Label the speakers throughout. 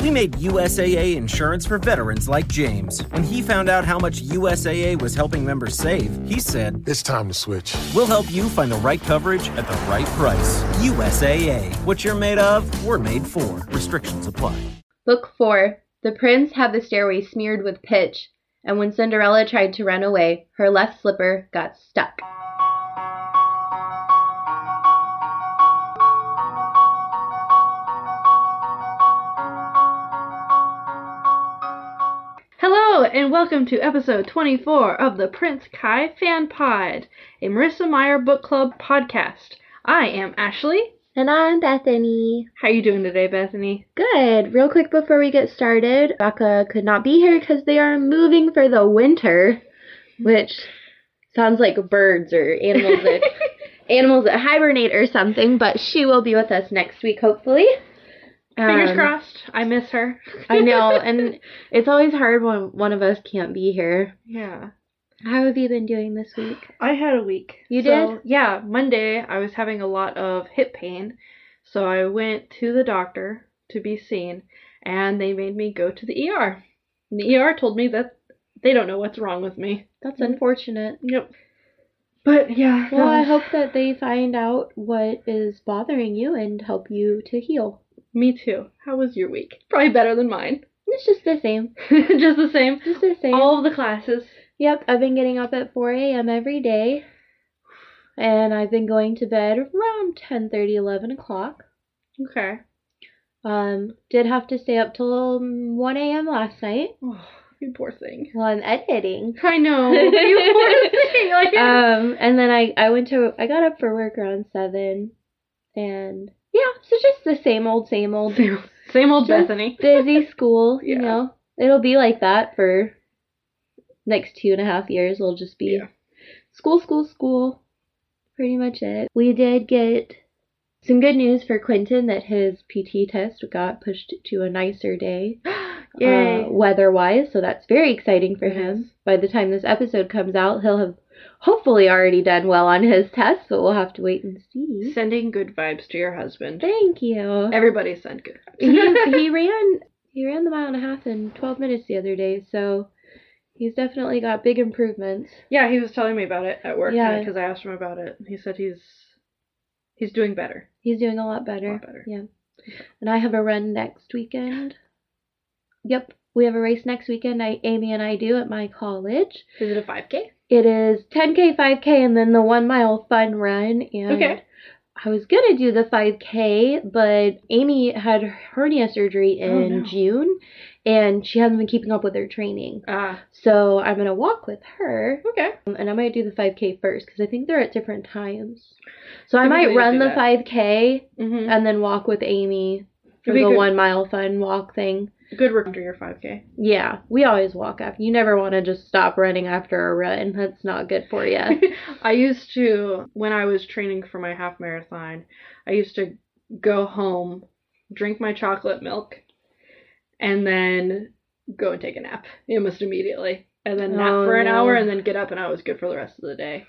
Speaker 1: We made USAA insurance for veterans like James. When he found out how much USAA was helping members save, he said,
Speaker 2: It's time to switch.
Speaker 1: We'll help you find the right coverage at the right price. USAA. What you're made of, we're made for. Restrictions apply.
Speaker 3: Book 4 The prince had the stairway smeared with pitch, and when Cinderella tried to run away, her left slipper got stuck.
Speaker 4: Hello, and welcome to episode 24 of the Prince Kai Fan Pod, a Marissa Meyer Book Club podcast. I am Ashley.
Speaker 3: And I'm Bethany.
Speaker 4: How you doing today, Bethany?
Speaker 3: Good. Real quick before we get started, Becca could not be here because they are moving for the winter, which sounds like birds or animals that animals that hibernate or something. But she will be with us next week, hopefully.
Speaker 4: Fingers
Speaker 3: Um,
Speaker 4: crossed. I miss her.
Speaker 3: I know, and it's always hard when one of us can't be here.
Speaker 4: Yeah.
Speaker 3: How have you been doing this week?
Speaker 4: I had a week.
Speaker 3: You
Speaker 4: So, Yeah, Monday I was having a lot of hip pain, so I went to the doctor to be seen, and they made me go to the ER. And the ER told me that they don't know what's wrong with me.
Speaker 3: That's unfortunate. Um,
Speaker 4: Yep. But yeah.
Speaker 3: Hmm?
Speaker 4: um,
Speaker 3: Well,
Speaker 4: that
Speaker 3: I
Speaker 4: was-
Speaker 3: hope that they find out what is bothering you and help you to heal.
Speaker 4: Me too. How was your week? Probably better than mine.
Speaker 3: It's just the same.
Speaker 4: Just the same.
Speaker 3: Just the same.
Speaker 4: All of the classes.
Speaker 3: Yep, I've been getting up at 4 a.m. every day, and I've been going to bed around 10:30, 11 o'clock.
Speaker 4: Okay.
Speaker 3: Um, did have to stay up till um, 1 a.m. last night
Speaker 4: Oh, you poor thing.
Speaker 3: while I'm editing.
Speaker 4: I know. you poor thing. Like,
Speaker 3: Um, and then I I went to I got up for work around seven, and yeah, so just the same old, same old.
Speaker 4: same, same old
Speaker 3: just
Speaker 4: Bethany.
Speaker 3: busy school, you
Speaker 4: Yeah.
Speaker 3: know. It'll be like that for next two and a half years. It'll just be
Speaker 4: Yeah.
Speaker 3: school, school, school. Pretty much it. We did get some good news for Quentin that his PT test got pushed to a nicer day
Speaker 4: Yay.
Speaker 3: uh, weather-wise, so that's very exciting for
Speaker 4: It
Speaker 3: him.
Speaker 4: is.
Speaker 3: By the time this episode comes out, he'll have hopefully already done well on his test, but we'll have to wait and see.
Speaker 4: Sending good vibes to your husband.
Speaker 3: Thank you.
Speaker 4: Everybody send good
Speaker 3: he,
Speaker 4: vibes.
Speaker 3: he ran he ran the mile and a half in 12 minutes the other day, so he's definitely got big improvements.
Speaker 4: yeah, he was telling me about it at work
Speaker 3: Yeah.
Speaker 4: because I asked him about it. He said he's he's doing better.
Speaker 3: He's doing a lot better.
Speaker 4: Lot better.
Speaker 3: Yeah. And I have a run next weekend. Yep, we have a race next weekend. I, Amy and I do at my college.
Speaker 4: Is it a 5K?
Speaker 3: It is 10k, 5k, and then the one mile fun run. And
Speaker 4: Okay.
Speaker 3: I was gonna do the 5K, but Amy had hernia surgery in
Speaker 4: Oh, no.
Speaker 3: June, and she hasn't been keeping up with her training.
Speaker 4: Ah,
Speaker 3: So I'm gonna walk with her,
Speaker 4: okay.
Speaker 3: um, and I might do the 5K first because I think they're at different times. So I
Speaker 4: Typically
Speaker 3: might
Speaker 4: they
Speaker 3: run
Speaker 4: do
Speaker 3: the
Speaker 4: that.
Speaker 3: 5K
Speaker 4: Mm-hmm.
Speaker 3: and then walk with Amy for
Speaker 4: It'd be
Speaker 3: the
Speaker 4: good-
Speaker 3: one mile fun walk thing.
Speaker 4: Good work under your 5K.
Speaker 3: Yeah, we always walk after. You never want to just stop running after a run. That's not good for you.
Speaker 4: I used to, when I was training for my half marathon, I used to go home, drink my chocolate milk, and then go and take a nap almost immediately. And then nap
Speaker 3: Oh,
Speaker 4: for an
Speaker 3: no.
Speaker 4: hour and then get up, and I was good for the rest of the day.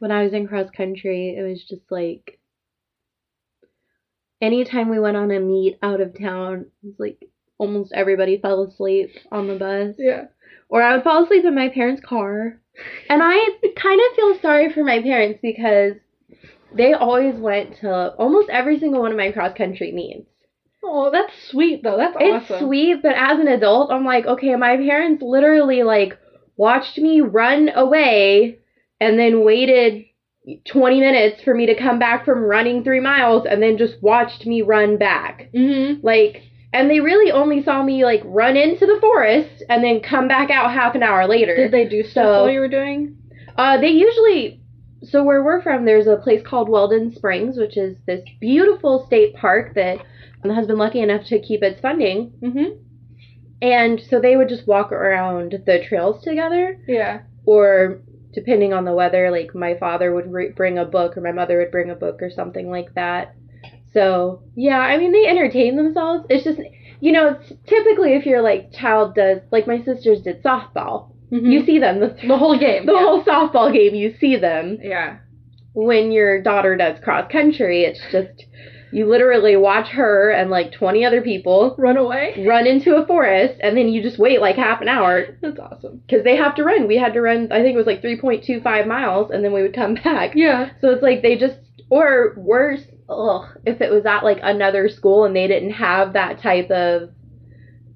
Speaker 3: when I was in cross country, it was just like anytime we went on a meet out of town, it was like almost everybody fell asleep on the bus.
Speaker 4: Yeah.
Speaker 3: Or I would fall asleep in my parents' car. And I kind of feel sorry for my parents because they always went to almost every single one of my cross country meets.
Speaker 4: Oh, that's sweet, though. That's
Speaker 3: It's
Speaker 4: awesome.
Speaker 3: sweet, but as an adult, I'm like, okay, my parents literally like watched me run away and then waited 20 minutes for me to come back from running three miles and then just watched me run back.
Speaker 4: Mm-hmm.
Speaker 3: Like, and they really only saw me like run into the forest and then come back out half an hour later.
Speaker 4: Did they do stuff
Speaker 3: So-
Speaker 4: while you were doing?
Speaker 3: Uh, they usually. So where we're from, there's a place called Weldon Springs, which is this beautiful state park that um, has been lucky enough to keep its funding.
Speaker 4: Mm-hmm.
Speaker 3: And so they would just walk around the trails together,
Speaker 4: Yeah.
Speaker 3: or depending on the weather, like my father would re- bring a book, or my mother would bring a book, or something like that. So yeah, I mean they entertain themselves. It's just you know it's typically if your like child does like my sisters did softball,
Speaker 4: Mhm.
Speaker 3: you see them the,
Speaker 4: the whole game.
Speaker 3: the
Speaker 4: yeah.
Speaker 3: whole softball game you see them
Speaker 4: Yeah.
Speaker 3: when your daughter does cross country, it's just You literally watch her and like 20 other people
Speaker 4: Run away.
Speaker 3: run into a forest and then you just wait like half an hour
Speaker 4: That's awesome.
Speaker 3: because they have to run. We had to run, I think it was like 3.25 miles and then we would come back.
Speaker 4: Yeah.
Speaker 3: So it's like they just, or worse, ugh, if it was at like another school and they didn't have that type of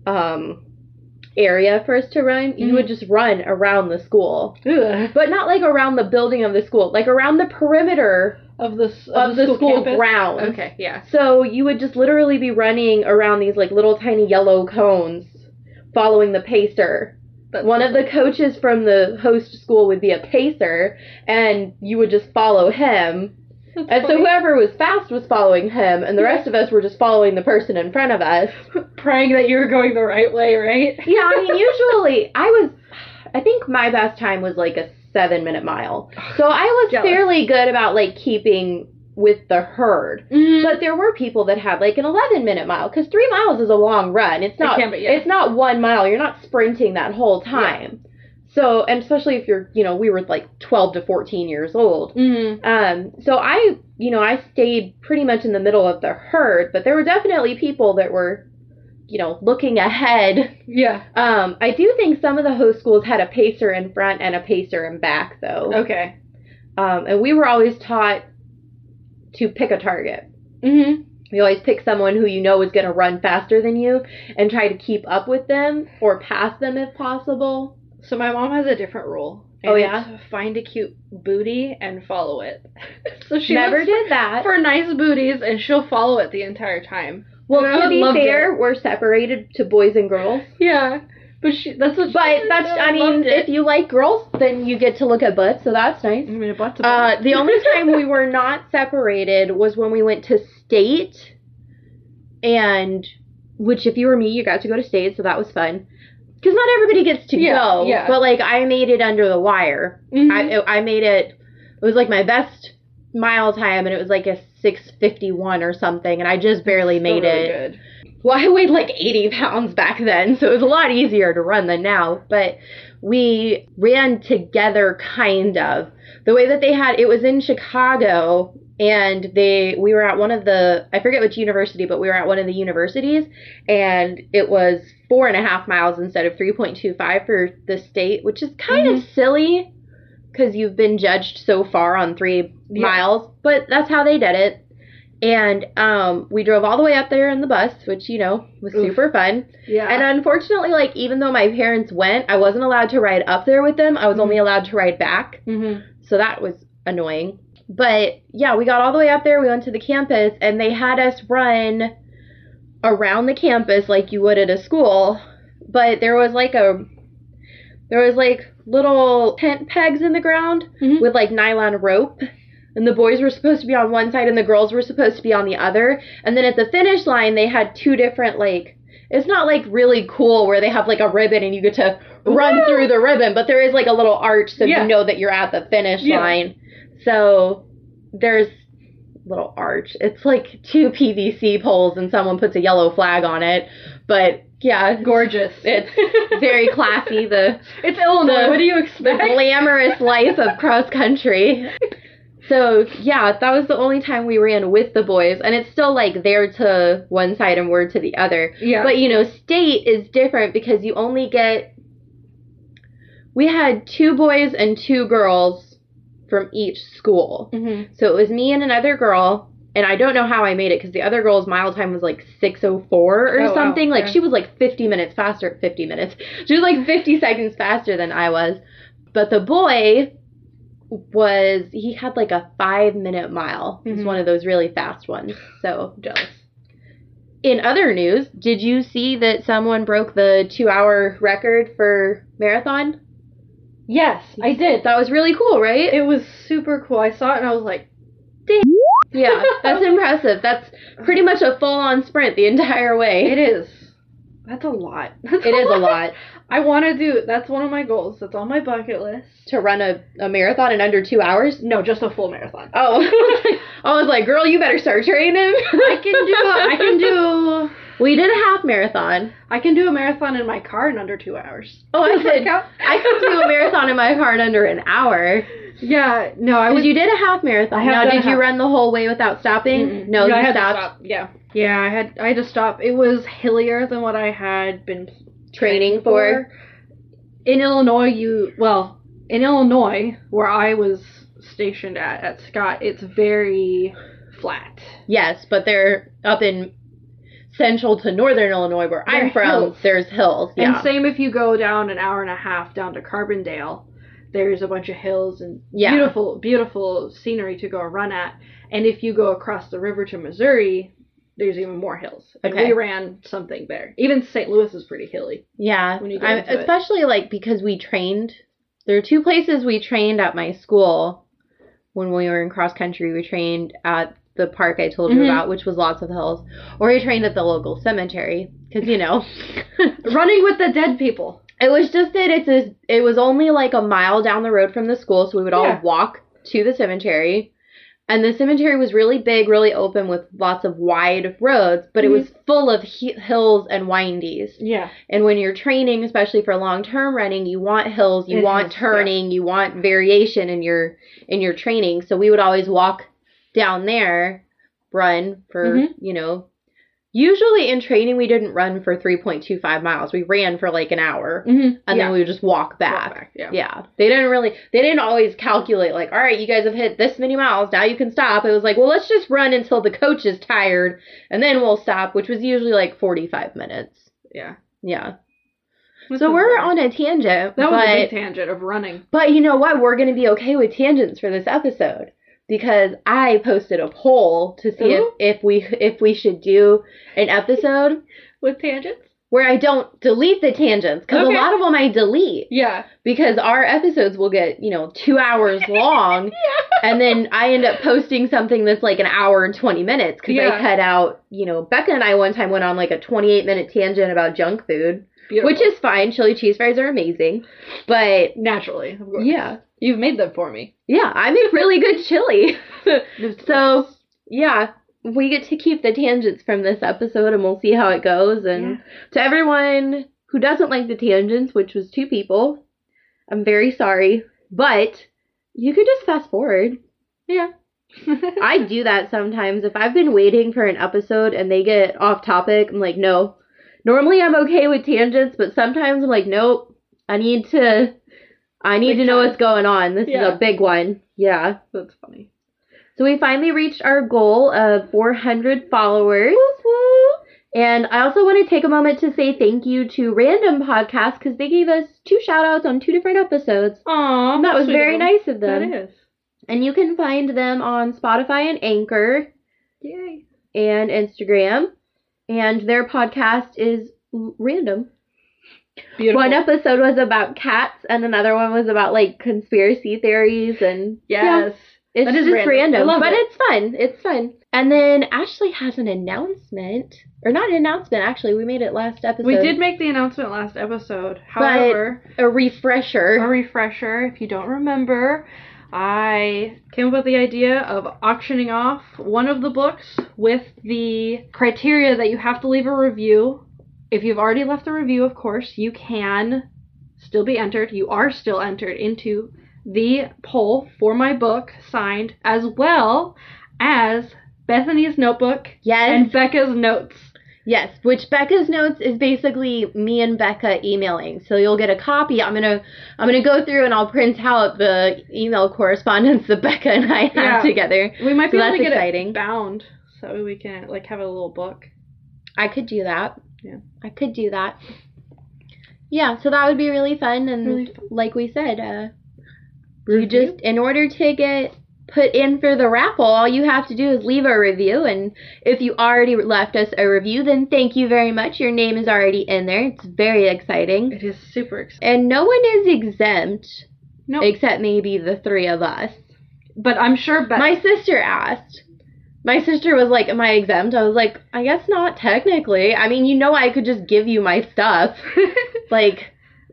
Speaker 3: um, area for us to run, you would
Speaker 4: Mm-hmm.
Speaker 3: just run around the school.
Speaker 4: Ugh.
Speaker 3: But not like around the building of the school, like around the perimeter
Speaker 4: Of the s-
Speaker 3: of, the, school,
Speaker 4: campus?
Speaker 3: grounds.
Speaker 4: Okay. Yeah.
Speaker 3: So you would just literally be running around these like little tiny yellow cones following the pacer.
Speaker 4: That's
Speaker 3: One of the coaches from the host school would be a pacer and you would just follow him.
Speaker 4: That's
Speaker 3: And uh, so
Speaker 4: funny.
Speaker 3: whoever was fast was following him and the
Speaker 4: Yeah.
Speaker 3: rest of us were just following the person in front of us.
Speaker 4: praying that you were going the right way, right?
Speaker 3: Yeah, I mean usually I was I think my best time was like a 7 minute mile. So I was
Speaker 4: Jealous.
Speaker 3: fairly good about like keeping with the herd. But there were people that had like an 11 minute mile because three miles is a long run. It's not.
Speaker 4: can be, yeah.
Speaker 3: It's not one mile. You're not sprinting that whole time. So, and especially if you're, you know, we were like 12 to 14 years old.
Speaker 4: mm
Speaker 3: Um, so I, you know, I stayed pretty much in the middle of the herd, but there were definitely people that were, you know, looking ahead.
Speaker 4: Yeah.
Speaker 3: Um, I do think some of the host schools had a pacer in front and a pacer in back though.
Speaker 4: Okay.
Speaker 3: Um, and we were always taught to pick a target.
Speaker 4: Mm-hmm.
Speaker 3: You always pick someone who you know is going to run faster than you and try to keep up with them or pass them if possible.
Speaker 4: So my mom has a different rule.
Speaker 3: Oh,
Speaker 4: and
Speaker 3: yeah?
Speaker 4: it's Find a cute booty and follow it. so she
Speaker 3: Never
Speaker 4: looks
Speaker 3: did that.
Speaker 4: for nice booties and she'll follow it the entire time.
Speaker 3: well,
Speaker 4: and I
Speaker 3: to be
Speaker 4: loved
Speaker 3: fair, we're separated to boys and girls.
Speaker 4: Yeah. But she that's what she
Speaker 3: But
Speaker 4: did,
Speaker 3: that's,
Speaker 4: and
Speaker 3: I mean,
Speaker 4: loved
Speaker 3: if
Speaker 4: it.
Speaker 3: you like girls, then you get to look at butts, so that's nice.
Speaker 4: I mean, a butt's a
Speaker 3: Uh,
Speaker 4: butt.
Speaker 3: the only time we were not separated was when we went to state, and which, if you were me, you got to go to state, so that was fun. Because not everybody gets to
Speaker 4: Yeah,
Speaker 3: go,
Speaker 4: yeah.
Speaker 3: but like I made it under the wire.
Speaker 4: Mm-hmm.
Speaker 3: I I made it. It was like my best mile time, and it was like a six fifty one or something, and I just barely made it.
Speaker 4: Good.
Speaker 3: Well, I weighed like 80 pounds back then, so it was a lot easier to run than now. But we ran together, kind of. The way that they had it was in Chicago, and they we were at one of the I forget which university, but we were at one of the universities, and it was four and a half miles instead of 3.25 for the state, which is kind of silly because you've been judged so far on three
Speaker 4: Yeah.
Speaker 3: miles, but that's how they did it. And um, we drove all the way up there in the bus, which you know was
Speaker 4: Oof.
Speaker 3: super fun.
Speaker 4: Yeah.
Speaker 3: And unfortunately, like even though my parents went, I wasn't allowed to ride up there with them. I was only allowed to ride back,
Speaker 4: mm-hmm.
Speaker 3: so that was annoying. But yeah, we got all the way up there. We went to the campus, and they had us run around the campus like you would at a school. But there was like a there was like little tent pegs in the ground
Speaker 4: Mm-hmm.
Speaker 3: with like nylon rope. And the boys were supposed to be on one side and the girls were supposed to be on the other. And then at the finish line, they had two different, like, it's not like really cool where they have like a ribbon and you get to run
Speaker 4: Woo!
Speaker 3: through the ribbon, but there is like a little arch so
Speaker 4: Yeah.
Speaker 3: you know that you're at the finish
Speaker 4: Yeah.
Speaker 3: line. So there's little arch. It's like two PVC poles and someone puts a yellow flag on it. But yeah,
Speaker 4: Gorgeous.
Speaker 3: It's very classy. The
Speaker 4: It's Illinois.
Speaker 3: the-
Speaker 4: what do you
Speaker 3: the
Speaker 4: expect?
Speaker 3: glamorous life of cross country. So yeah, that was the only time we ran with the boys, and it's still like they're to one side and we're to the other.
Speaker 4: yeah.
Speaker 3: But you know, state is different because you only get. We had two boys and two girls from each school,
Speaker 4: mm-hmm.
Speaker 3: so it was me and another girl. And I don't know how I made it because the other girl's mile time was like 604 or
Speaker 4: Oh, wow.
Speaker 3: something. Like
Speaker 4: Yeah.
Speaker 3: she was like 50 minutes faster, 50 minutes. She was like 50 seconds faster than I was. But the boy was, he had like a five minute mile. It was
Speaker 4: Mhm.
Speaker 3: one of those really fast ones. So
Speaker 4: jealous.
Speaker 3: in other news, did you see that someone broke the two hour record for marathon?
Speaker 4: Yes, I did.
Speaker 3: That was really cool, right?
Speaker 4: It was super cool. I saw it and I was like,
Speaker 3: Yeah, that's impressive. That's pretty much a full on sprint the entire
Speaker 4: it
Speaker 3: way.
Speaker 4: is. That's a lot. That's
Speaker 3: It is a lot
Speaker 4: I want to do. That's one of my goals. That's on my bucket list.
Speaker 3: to run a, a marathon in under two hours.
Speaker 4: No, just a full marathon.
Speaker 3: Oh, I was like, girl, you better start training.
Speaker 4: I can do. I can do
Speaker 3: We did a half marathon.
Speaker 4: I can do a marathon in my car in under two hours.
Speaker 3: Oh, I
Speaker 4: Does that
Speaker 3: could.
Speaker 4: count?
Speaker 3: I could do a marathon in my car in under an hour.
Speaker 4: Yeah, no, I
Speaker 3: 'Cause
Speaker 4: was.
Speaker 3: you did a half marathon.
Speaker 4: I have
Speaker 3: Now,
Speaker 4: done a
Speaker 3: did you
Speaker 4: half.
Speaker 3: run the whole way without stopping? No,
Speaker 4: I
Speaker 3: you
Speaker 4: had to
Speaker 3: stopped
Speaker 4: stop. Yeah, yeah, I had I had to stop. It was hillier than what I had been
Speaker 3: training for.
Speaker 4: in Illinois, you well in Illinois where I was stationed at at Scott, it's very flat.
Speaker 3: Yes, but they're up in central to northern Illinois, where
Speaker 4: There are
Speaker 3: I'm from.
Speaker 4: hills.
Speaker 3: There's hills. Yeah.
Speaker 4: And same if you go down an hour and a half down to Carbondale, there's a bunch of hills and
Speaker 3: Yeah.
Speaker 4: beautiful beautiful scenery to go run at. And if you go across the river to Missouri, there's even more hills. And
Speaker 3: Okay.
Speaker 4: we ran something there. Even St. Louis is pretty hilly.
Speaker 3: yeah.
Speaker 4: when you get
Speaker 3: I'm,
Speaker 4: into it.
Speaker 3: especially like because we trained. There are two places we trained at my school when we were in cross country. We trained at the park I told
Speaker 4: Mhm.
Speaker 3: you about, which was lots of hills, or we trained at the local cemetery because you know.
Speaker 4: Running with the dead people.
Speaker 3: It was just that it's a, it was only like a mile down the road from the school, so we would all
Speaker 4: Yeah.
Speaker 3: walk to the cemetery. And the cemetery was really big, really open with lots of wide roads,
Speaker 4: Mhm.
Speaker 3: but it was full of he- hills and windies.
Speaker 4: Yeah.
Speaker 3: And when you're training, especially for long-term running, you want hills, you
Speaker 4: It
Speaker 3: want
Speaker 4: is, yeah.
Speaker 3: turning, you want variation in your in your training. So we would always walk down there, run for,
Speaker 4: Mhm.
Speaker 3: you know, usually in training we didn't run for 3.25 miles. We ran for like an hour
Speaker 4: Mm-hmm.
Speaker 3: and then we would just walk
Speaker 4: Walk
Speaker 3: back.
Speaker 4: back, yeah.
Speaker 3: Yeah. They didn't really they didn't always calculate like, all right, you guys have hit this many miles, now you can stop. It was like, well, let's just run until the coach is tired and then we'll stop, which was usually like 45 minutes.
Speaker 4: Yeah.
Speaker 3: Yeah. So we're on a tangent,
Speaker 4: That was
Speaker 3: but
Speaker 4: a big tangent of running.
Speaker 3: but you know what? We're going to be okay with tangents for this episode because I posted a poll to see if,
Speaker 4: Ooh.
Speaker 3: if we if we should do an episode
Speaker 4: With tangents?
Speaker 3: where I don't delete the tangents because
Speaker 4: Okay.
Speaker 3: a lot of them I delete
Speaker 4: Yeah.
Speaker 3: because our episodes will get you know two hours long and then i end up posting something that's like an hour and 20 minutes because i
Speaker 4: Yeah.
Speaker 3: cut out you know becca and i one time went on like a 28 minute tangent about junk food
Speaker 4: Beautiful.
Speaker 3: which is fine chili cheese fries are amazing but
Speaker 4: naturally, of course.
Speaker 3: yeah
Speaker 4: You've made them for me.
Speaker 3: yeah i make really good chili so yeah we get to keep the tangents from this episode and we'll see how it goes and
Speaker 4: Yeah.
Speaker 3: to everyone who doesn't like the tangents, which was two people, I'm very sorry, but you could just fast forward.
Speaker 4: Yeah.
Speaker 3: I do that sometimes. If I've been waiting for an episode and they get off topic, I'm like, no. Normally I'm okay with tangents, but sometimes I'm like, nope. I need to I need
Speaker 4: Big
Speaker 3: to know
Speaker 4: time.
Speaker 3: what's going on. This is
Speaker 4: Yeah.
Speaker 3: a big one. Yeah.
Speaker 4: That's funny.
Speaker 3: So we finally reached our goal of 400 followers. And I also want to take a moment to say thank you to Random Podcast because they gave us two shout outs on two different episodes. Um,
Speaker 4: Aw,
Speaker 3: That was very nice of
Speaker 4: That
Speaker 3: them.
Speaker 4: is.
Speaker 3: And you can find them on Spotify and Anchor
Speaker 4: Yay.
Speaker 3: and Instagram. And their podcast is random.
Speaker 4: Beautiful.
Speaker 3: One episode was about cats, and another one was about like conspiracy theories and yeah.
Speaker 4: Yes.
Speaker 3: It's
Speaker 4: That is
Speaker 3: just
Speaker 4: random.
Speaker 3: random,
Speaker 4: I love
Speaker 3: but
Speaker 4: it.
Speaker 3: it's fun. It's fun. And then Ashley has an announcement, or not an announcement. Actually, we made it last episode.
Speaker 4: We did make the announcement last episode. However,
Speaker 3: a
Speaker 4: a
Speaker 3: refresher.
Speaker 4: refresher, if you don't remember, I came up with the idea of auctioning off one of the books with the criteria that you have to leave a review. If you've already left a review, of course, you can still be entered. You are still entered into the poll for my book signed, as well as Bethany's notebook
Speaker 3: Yes,
Speaker 4: and Becca's notes.
Speaker 3: yes. Which Becca's notes is basically me and Becca emailing. So you'll get a copy. I'm gonna, I'm gonna go through and I'll print out the email correspondence that Becca and I had
Speaker 4: Yeah.
Speaker 3: together.
Speaker 4: We might
Speaker 3: So
Speaker 4: be able
Speaker 3: that's
Speaker 4: to get
Speaker 3: exciting.
Speaker 4: it bound so that way we can like have a little book.
Speaker 3: I could do that.
Speaker 4: Yeah.
Speaker 3: I could do that. Yeah, so that would be really fun. And
Speaker 4: Really fun.
Speaker 3: like we said, uh, you just, in order to get put in for the raffle, all you have to do is leave a review. And if you already left us a review, then thank you very much. Your name is already in there. It's very exciting.
Speaker 4: It is super exciting.
Speaker 3: And no one is exempt
Speaker 4: No,
Speaker 3: except maybe the three of us.
Speaker 4: but I'm sure. But
Speaker 3: My sister asked. My sister was like, Am I exempt? I was like, I guess not technically. I mean, you know, I could just give you my stuff. Like,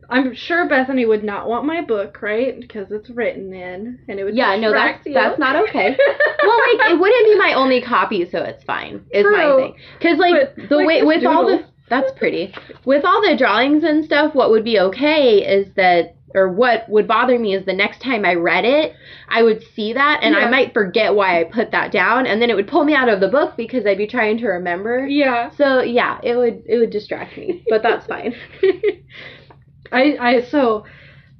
Speaker 4: I'm sure Bethany would not want my book, right? Because it's written in, and it would
Speaker 3: Yeah, no, that's
Speaker 4: distract you.
Speaker 3: that's not okay. well, like it wouldn't be my only copy, so it's fine. Is my
Speaker 4: True.
Speaker 3: thing because like
Speaker 4: But,
Speaker 3: the
Speaker 4: like,
Speaker 3: way
Speaker 4: just
Speaker 3: with all the
Speaker 4: doodle.
Speaker 3: that's pretty with all the drawings and stuff. What would be okay is that. Or what would bother me is the next time I read it, I would see that and I
Speaker 4: Yeah.
Speaker 3: might forget why I put that down, and then it would pull me out of the book because I'd be trying to remember.
Speaker 4: Yeah,
Speaker 3: So yeah, it would it would distract me, but that's fine.
Speaker 4: I I so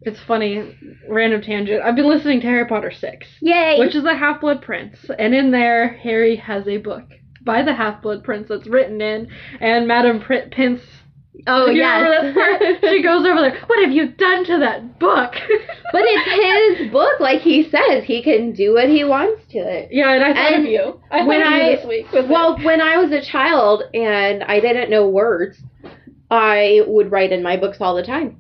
Speaker 4: it's funny. Random tangent. I've been listening to Harry Potter six,
Speaker 3: Yay!
Speaker 4: which is the Half Blood Prince, and in there Harry has a book by the Half Blood Prince that's written in, and Madame Pr- Pince.
Speaker 3: oh
Speaker 4: you
Speaker 3: yes,
Speaker 4: remember that part? she goes over there. What have you done to that book?
Speaker 3: but it's his book. Like he says, he can do what he wants to it.
Speaker 4: yeah, and I thought
Speaker 3: And
Speaker 4: of you. I thought
Speaker 3: when
Speaker 4: of you
Speaker 3: I-
Speaker 4: this week. with
Speaker 3: Well, when I was a child and I didn't know words, I would write in my books all the time.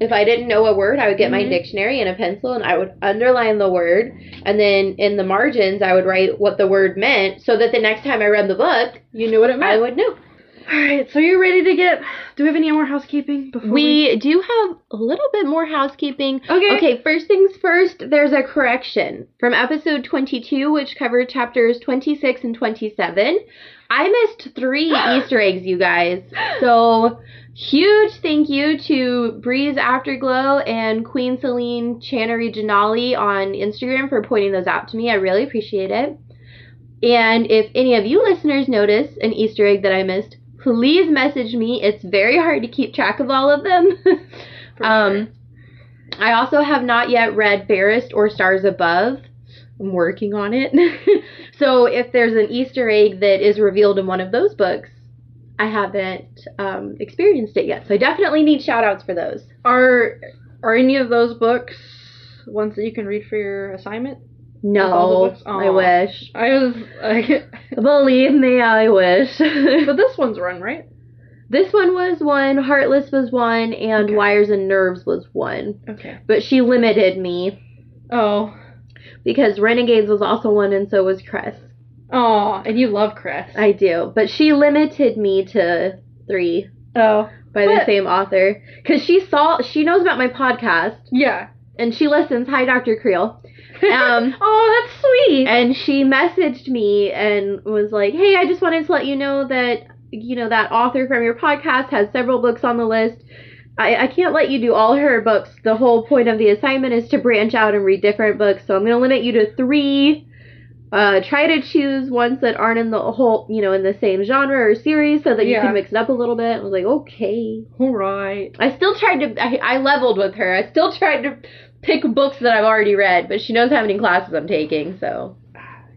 Speaker 3: If I didn't know a word, I would get my
Speaker 4: Mhm.
Speaker 3: dictionary and a pencil and I would underline the word. And then in the margins, I would write what the word meant so that the next time I read the book,
Speaker 4: it. you knew what it meant.
Speaker 3: I would know.
Speaker 4: All right, so you're ready to get. Do we have any more housekeeping before
Speaker 3: We do have a little bit more housekeeping.
Speaker 4: Okay.
Speaker 3: Okay, first things first, there's a correction from episode 22, which covered chapters 26 and 27. I missed three Easter eggs, you guys. So, huge thank you to Breeze Afterglow and Queen Celine Channery Janali on Instagram for pointing those out to me. I really appreciate it. And if any of you listeners notice an Easter egg that I missed, please message me. It's very hard to keep track of all of them.
Speaker 4: For
Speaker 3: um, I also have not yet read Barrist or Stars Above. I'm working on it. so if there's an Easter egg that is revealed in one of those books, I haven't um, experienced it yet. So I definitely need shout outs for those.
Speaker 4: Are are any of those books ones that you can read for your assignment? all the
Speaker 3: No,
Speaker 4: books?
Speaker 3: I
Speaker 4: Aw.
Speaker 3: wish.
Speaker 4: I was like,
Speaker 3: Believe me, I wish.
Speaker 4: but this one's run right.
Speaker 3: this one was one, Heartless was one, and
Speaker 4: Okay.
Speaker 3: Wires and Nerves was one.
Speaker 4: Okay.
Speaker 3: But she limited me
Speaker 4: Oh,
Speaker 3: because Renegades was also one, and so was Cress.
Speaker 4: oh, and you love Cress.
Speaker 3: I do, but she limited me to three
Speaker 4: oh,
Speaker 3: by the
Speaker 4: But-
Speaker 3: same author because she saw she knows about my podcast
Speaker 4: yeah.
Speaker 3: and she listens. Hi, Dr. Creel. Um,
Speaker 4: oh, that's sweet.
Speaker 3: and she messaged me and was like, "Hey, I just wanted to let you know that you know that author from your podcast has several books on the list. I, I can't let you do all her books. The whole point of the assignment is to branch out and read different books. So I'm going to limit you to three. Uh, try to choose ones that aren't in the whole, you know, in the same genre or series, so that you
Speaker 4: Yeah.
Speaker 3: can mix it up a little bit. I was like, okay.
Speaker 4: All right.
Speaker 3: I still tried to. I, I leveled with her. I still tried to pick books that I've already read, but she knows how many classes I'm taking, so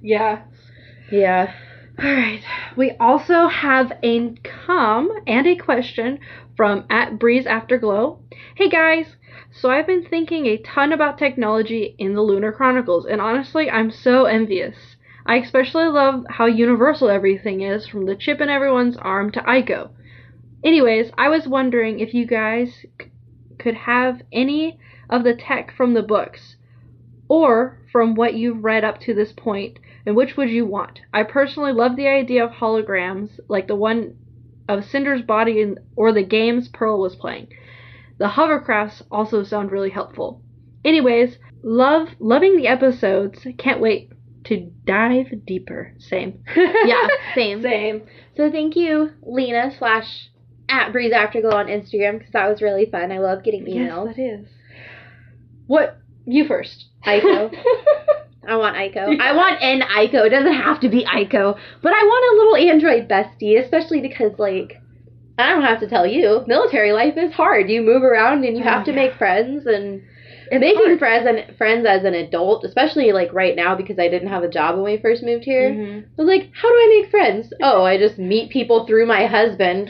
Speaker 4: Yeah.
Speaker 3: yeah.
Speaker 4: All right. We also have a come and a question from at Breeze Afterglow. Hey guys, so I've been thinking a ton about technology in the Lunar Chronicles, and honestly, I'm so envious. I especially love how universal everything is, from the chip in everyone's arm to Ico. Anyways, I was wondering if you guys c- could have any of the tech from the books, or from what you've read up to this point, and which would you want? I personally love the idea of holograms, like the one of Cinder's body in, or the games Pearl was playing. The hovercrafts also sound really helpful. Anyways, love loving the episodes. Can't wait to dive deeper. Same.
Speaker 3: Yeah, same.
Speaker 4: Same.
Speaker 3: So thank you, Lena slash at Breeze Afterglow on Instagram because that was really fun. I love getting emails.
Speaker 4: Yes, that is. What? You first.
Speaker 3: Ico. I want Ico.
Speaker 4: Yeah.
Speaker 3: I want an Ico. It doesn't have to be Ico, but I want a little Android bestie, especially because like I don't have to tell you, military life is hard. You move around and you
Speaker 4: Oh,
Speaker 3: have to
Speaker 4: yeah.
Speaker 3: make friends and making friends and friends as an adult, especially like right now because I didn't have a job when we first moved here. I
Speaker 4: Mm-hmm.
Speaker 3: was like, how do I make friends? Oh, I just meet people through my husband.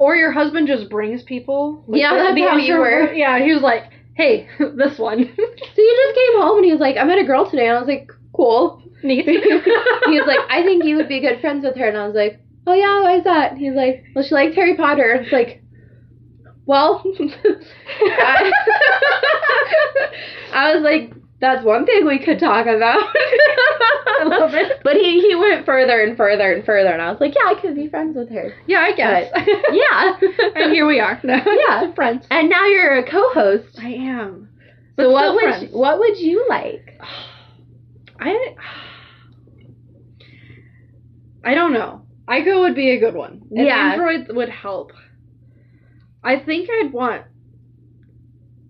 Speaker 4: Or your husband just brings people.
Speaker 3: Yeah, that's how you
Speaker 4: after-
Speaker 3: were.
Speaker 4: Yeah, he was like, "Hey, this one."
Speaker 3: So he just came home and he was like, I met a girl today. And I was like, cool.
Speaker 4: Neat.
Speaker 3: He was like, I think you would be good friends with her. And I was like, oh, yeah, why is that? And he's like, well, she likes Harry Potter. And I was like, well, I I was like, That's one thing we could talk about.
Speaker 4: I love it.
Speaker 3: but he, he went further and further and further, and I was like, yeah, I could be friends with her.
Speaker 4: Yeah, I guess.
Speaker 3: Yeah.
Speaker 4: and here we are. No.
Speaker 3: Yeah.
Speaker 4: friends.
Speaker 3: and now you're a co-host.
Speaker 4: I am.
Speaker 3: So
Speaker 4: But
Speaker 3: what
Speaker 4: still
Speaker 3: would
Speaker 4: friends.
Speaker 3: you, what would you like?
Speaker 4: I I don't know. Ico would be a good one. And
Speaker 3: Yeah.
Speaker 4: Android would help. I think I'd want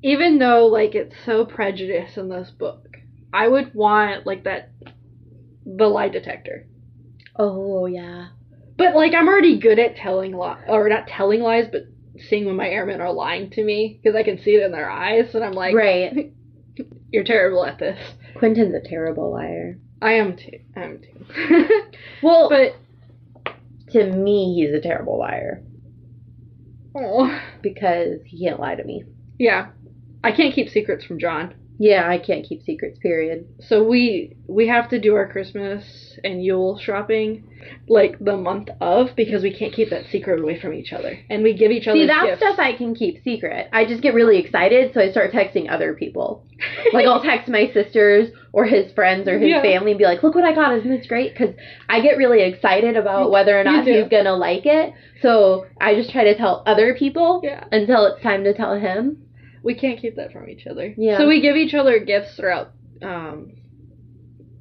Speaker 4: even though like it's so prejudiced in this book, I would want like that the lie detector.
Speaker 3: Oh yeah.
Speaker 4: But like I'm already good at telling lies or not telling lies, but seeing when my airmen are lying to me because I can see it in their eyes and I'm like,
Speaker 3: right.
Speaker 4: you're terrible at this.
Speaker 3: Quentin's a terrible liar.
Speaker 4: I am too. I am too.
Speaker 3: Well,
Speaker 4: but
Speaker 3: to me, he's a terrible liar
Speaker 4: oh.
Speaker 3: because he can't lie to me.
Speaker 4: Yeah. I can't keep secrets from John.
Speaker 3: Yeah, I can't keep secrets. Period.
Speaker 4: So we we have to do our Christmas and Yule shopping like the month of because we can't keep that secret away from each other. And we give each other
Speaker 3: See, that
Speaker 4: gifts.
Speaker 3: stuff I can keep secret. I just get really excited, so I start texting other people. like I'll text my sisters or his friends or his
Speaker 4: Yeah.
Speaker 3: family and be like, "Look what I got! Isn't this great?" Because I get really excited about whether or
Speaker 4: you
Speaker 3: not
Speaker 4: do.
Speaker 3: he's gonna like it. So I just try to tell other people
Speaker 4: Yeah.
Speaker 3: until it's time to tell him.
Speaker 4: We can't keep that from each other.
Speaker 3: Yeah.
Speaker 4: So we give each other gifts throughout um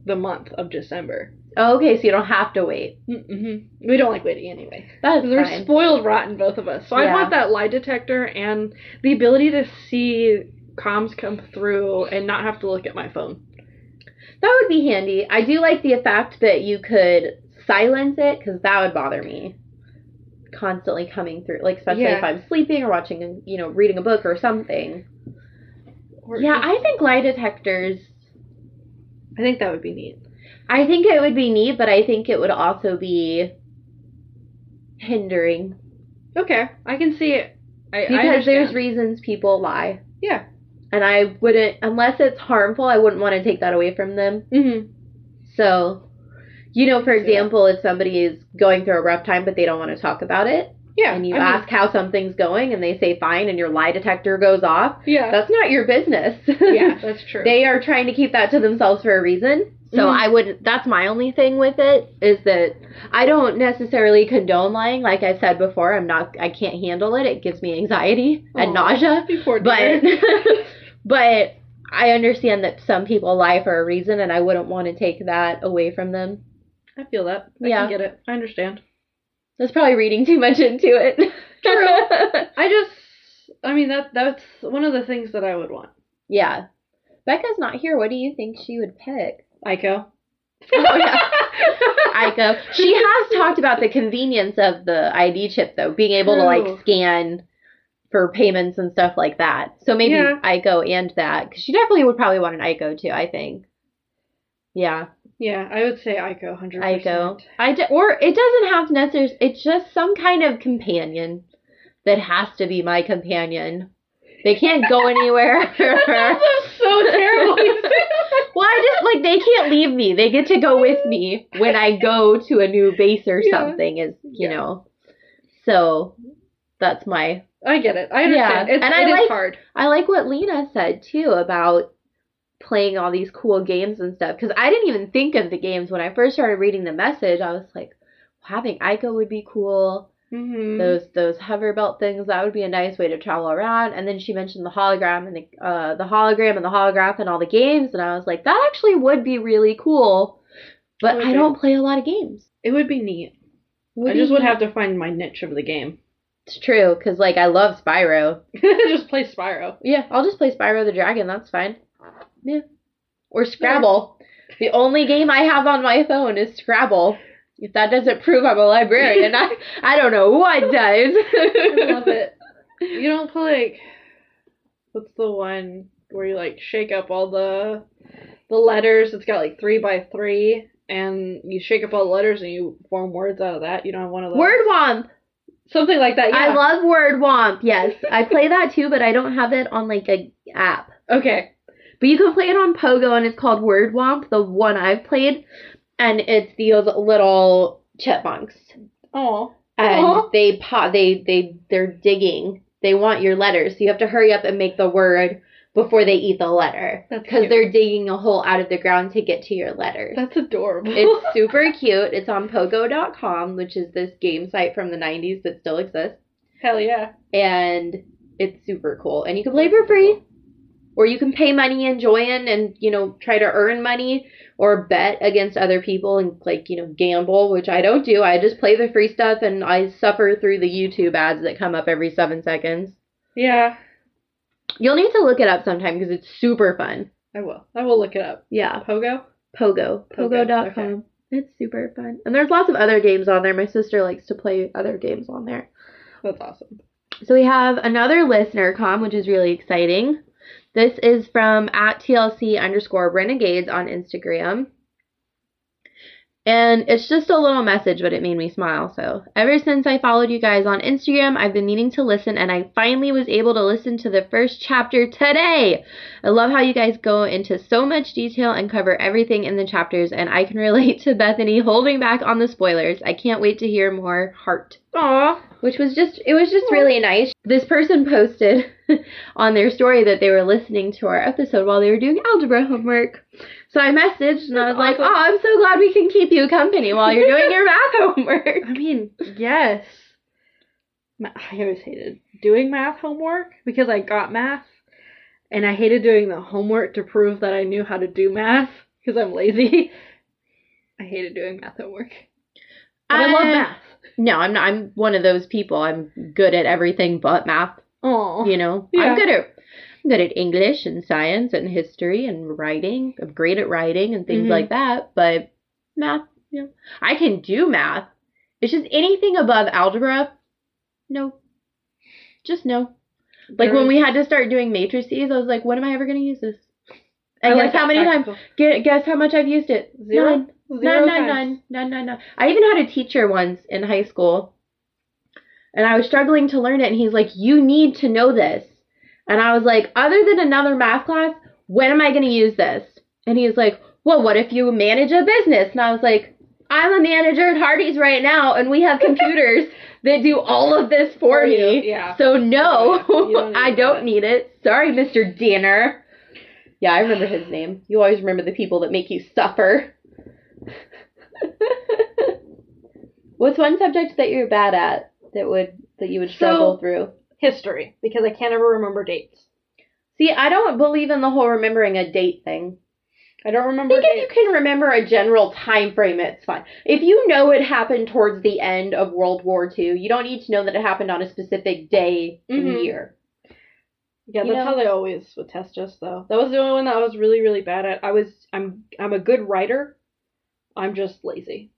Speaker 4: the month of December.
Speaker 3: Oh, okay, so you don't have to wait.
Speaker 4: Mm-hmm. We don't like waiting anyway.
Speaker 3: That's
Speaker 4: Because we're
Speaker 3: fine.
Speaker 4: spoiled rotten, both of us. So I
Speaker 3: Yeah.
Speaker 4: want that lie detector and the ability to see comms come through and not have to look at my phone.
Speaker 3: that would be handy. I do like the fact that you could silence it because that would bother me. Constantly coming through, like especially
Speaker 4: Yeah.
Speaker 3: if I'm sleeping or watching, you know, reading a book or something.
Speaker 4: Or
Speaker 3: Yeah,
Speaker 4: just-
Speaker 3: I think lie detectors
Speaker 4: I think that would be neat.
Speaker 3: I think it would be neat, but I think it would also be hindering
Speaker 4: Okay, I can see it. I, I
Speaker 3: because there's
Speaker 4: understand.
Speaker 3: reasons people lie.
Speaker 4: Yeah.
Speaker 3: And I wouldn't, unless it's harmful, I wouldn't want to take that away from them.
Speaker 4: Mhm.
Speaker 3: So, you know, for
Speaker 4: Yeah.
Speaker 3: example, if somebody is going through a rough time but they don't want to talk about it,
Speaker 4: yeah,
Speaker 3: and you
Speaker 4: I mean,
Speaker 3: ask how something's going and they say fine and your lie detector goes off,
Speaker 4: yeah,
Speaker 3: that's not your business.
Speaker 4: yeah, that's true.
Speaker 3: they are trying to keep that to themselves for a reason. So
Speaker 4: Mhm.
Speaker 3: I wouldn't. That's my only thing with it is that I don't necessarily condone lying. Like I said before, I'm not. I can't handle it. It gives me anxiety and
Speaker 4: Aw.
Speaker 3: nausea.
Speaker 4: Before
Speaker 3: But
Speaker 4: dinner.
Speaker 3: but I understand that some people lie for a reason, and I wouldn't want to take that away from them.
Speaker 4: I feel that. I
Speaker 3: Yeah.
Speaker 4: can get it. I understand.
Speaker 3: That's probably reading too much into it.
Speaker 4: True. I just, I mean, that that's one of the things that I would want.
Speaker 3: yeah. Becca's not here. What do you think she would pick?
Speaker 4: Ico.
Speaker 3: Oh, yeah. Ico. She has talked about the convenience of the ID chip, though, being able to
Speaker 4: True.
Speaker 3: like scan for payments and stuff like that. So maybe
Speaker 4: Yeah.
Speaker 3: Ico and that, because she definitely would probably want an Ico too. I think. Yeah,
Speaker 4: yeah, I would say Ico, hundred percent.
Speaker 3: Ico. I d- or it doesn't have to necessarily. It's just some kind of companion that has to be my companion. They can't go anywhere.
Speaker 4: Oh, so terrible.
Speaker 3: Well, I just like they can't leave me. They get to go with me when I go to a new base or
Speaker 4: Yeah.
Speaker 3: something. Is you
Speaker 4: Yeah.
Speaker 3: know, so that's my.
Speaker 4: I get it. I understand.
Speaker 3: Yeah,
Speaker 4: It's,
Speaker 3: and I
Speaker 4: it is
Speaker 3: like-
Speaker 4: hard.
Speaker 3: I like what Lena said too about playing all these cool games and stuff because I didn't even think of the games when I first started reading the message. I was like, having Ico would be cool.
Speaker 4: Mm-hmm.
Speaker 3: Those those hover belt things that would be a nice way to travel around. And then she mentioned the hologram and the uh, the hologram and the holograph and all the games. And I was like, that actually would be really cool. But
Speaker 4: Would
Speaker 3: I
Speaker 4: be.
Speaker 3: don't play a lot of games.
Speaker 4: it would be neat. I just would have to find my niche of the game.
Speaker 3: It's true because like I love Spyro.
Speaker 4: just play Spyro.
Speaker 3: Yeah, I'll just play Spyro the Dragon. That's fine. Yeah, or Scrabble. The only game I have on my phone is Scrabble. If that doesn't prove I'm a librarian, I I don't know what does.
Speaker 4: I love it. You don't play like what's the one where you like shake up all the the letters? It's got like three by three, and you shake up all the letters and you form words out of that. You don't have one of those.
Speaker 3: Word Womp.
Speaker 4: something like that. Yeah.
Speaker 3: I love Word Womp. Yes, I play that too, but I don't have it on like a app.
Speaker 4: okay.
Speaker 3: But you can play it on Pogo, and it's called Word Womp, the one I've played, and it's these little chipmunks,
Speaker 4: Oh.
Speaker 3: and
Speaker 4: Aw.
Speaker 3: they po- they they they're digging. They want your letters, so you have to hurry up and make the word before they eat the letter
Speaker 4: That's
Speaker 3: because
Speaker 4: cute.
Speaker 3: they're digging a hole out of the ground to get to your letters.
Speaker 4: That's adorable.
Speaker 3: It's super cute. It's on pogo.com, which is this game site from the 90s that still exists.
Speaker 4: Hell yeah.
Speaker 3: And it's super cool. And you can play for free, or you can pay money and join and, you know, try to earn money or bet against other people and, like, you know, gamble, which I don't do. I just play the free stuff and I suffer through the YouTube ads that come up every seven seconds.
Speaker 4: Yeah.
Speaker 3: You'll need to look it up sometime because it's super fun.
Speaker 4: I will. I will look it up.
Speaker 3: Yeah.
Speaker 4: Pogo?
Speaker 3: Pogo.
Speaker 4: Pogo,
Speaker 3: Pogo.com.
Speaker 4: okay.
Speaker 3: It's super fun. And there's lots of other games on there. My sister likes to play other games on there.
Speaker 4: That's awesome.
Speaker 3: So we have another listener com, which is really exciting. This is from at TLC underscore renegades on Instagram. And it's just a little message, but it made me smile. So, ever since I followed you guys on Instagram, I've been needing to listen, and I finally was able to listen to the first chapter today. I love how you guys go into so much detail and cover everything in the chapters, and I can relate to Bethany holding back on the spoilers. I can't wait to hear more heart
Speaker 4: Aw.
Speaker 3: which was just it was just really nice. This person posted on their story that they were listening to our episode while they were doing algebra homework. So I messaged and I was like,
Speaker 4: Awesome.
Speaker 3: "Oh, I'm so glad we can keep you company while you're doing your math homework."
Speaker 4: I mean, yes. Ma- I always hated doing math homework because I got math, and I hated doing the homework to prove that I knew how to do math because I'm lazy. I hated doing math homework. But I, love
Speaker 3: Uh,
Speaker 4: math.
Speaker 3: No, I'm not. I'm one of those people. I'm good at everything but math.
Speaker 4: Oh,
Speaker 3: You know,
Speaker 4: Yeah.
Speaker 3: I'm good at I'm good at English and science and history and writing. I'm great at writing and things
Speaker 4: Mhm.
Speaker 3: like that. But math, you know, I can do math. It's just anything above algebra. No, just no. Like when we had to start doing matrices, I was like, when am I ever going to use this? And guess how many times? Gu- Guess how much I've used it?
Speaker 4: Zero.
Speaker 3: None. None,
Speaker 4: Zero
Speaker 3: none,
Speaker 4: times.
Speaker 3: none, none, none, none. I even had a teacher once in high school, and I was struggling to learn it, and he's like, "You need to know this," and I was like, "Other than another math class, when am I going to use this?" And he's like, "Well, what if you manage a business?" And I was like, "I'm a manager at Hardee's right now, and we have computers that do all of this for,
Speaker 4: For you,
Speaker 3: me.
Speaker 4: yeah.
Speaker 3: So no,
Speaker 4: You don't need
Speaker 3: I don't
Speaker 4: that.
Speaker 3: need it. Sorry, Mr. Danner." Yeah, I remember his name. You always remember the people that make you suffer. What's one subject that you're bad at that would that you would struggle
Speaker 4: So-
Speaker 3: through?
Speaker 4: History, because I can't ever remember dates.
Speaker 3: See, I don't believe in the whole remembering a date thing.
Speaker 4: I don't
Speaker 3: I
Speaker 4: remember
Speaker 3: think if
Speaker 4: dates.
Speaker 3: you can remember a general time frame, it's fine. If you know it happened towards the end of World War II, you don't need to know that it happened on a specific day
Speaker 4: Mhm.
Speaker 3: and year.
Speaker 4: Yeah,
Speaker 3: you
Speaker 4: that's
Speaker 3: know?
Speaker 4: how they always would test us though. That was the only one that I was really, really bad at. I was I'm I'm a good writer. I'm just lazy.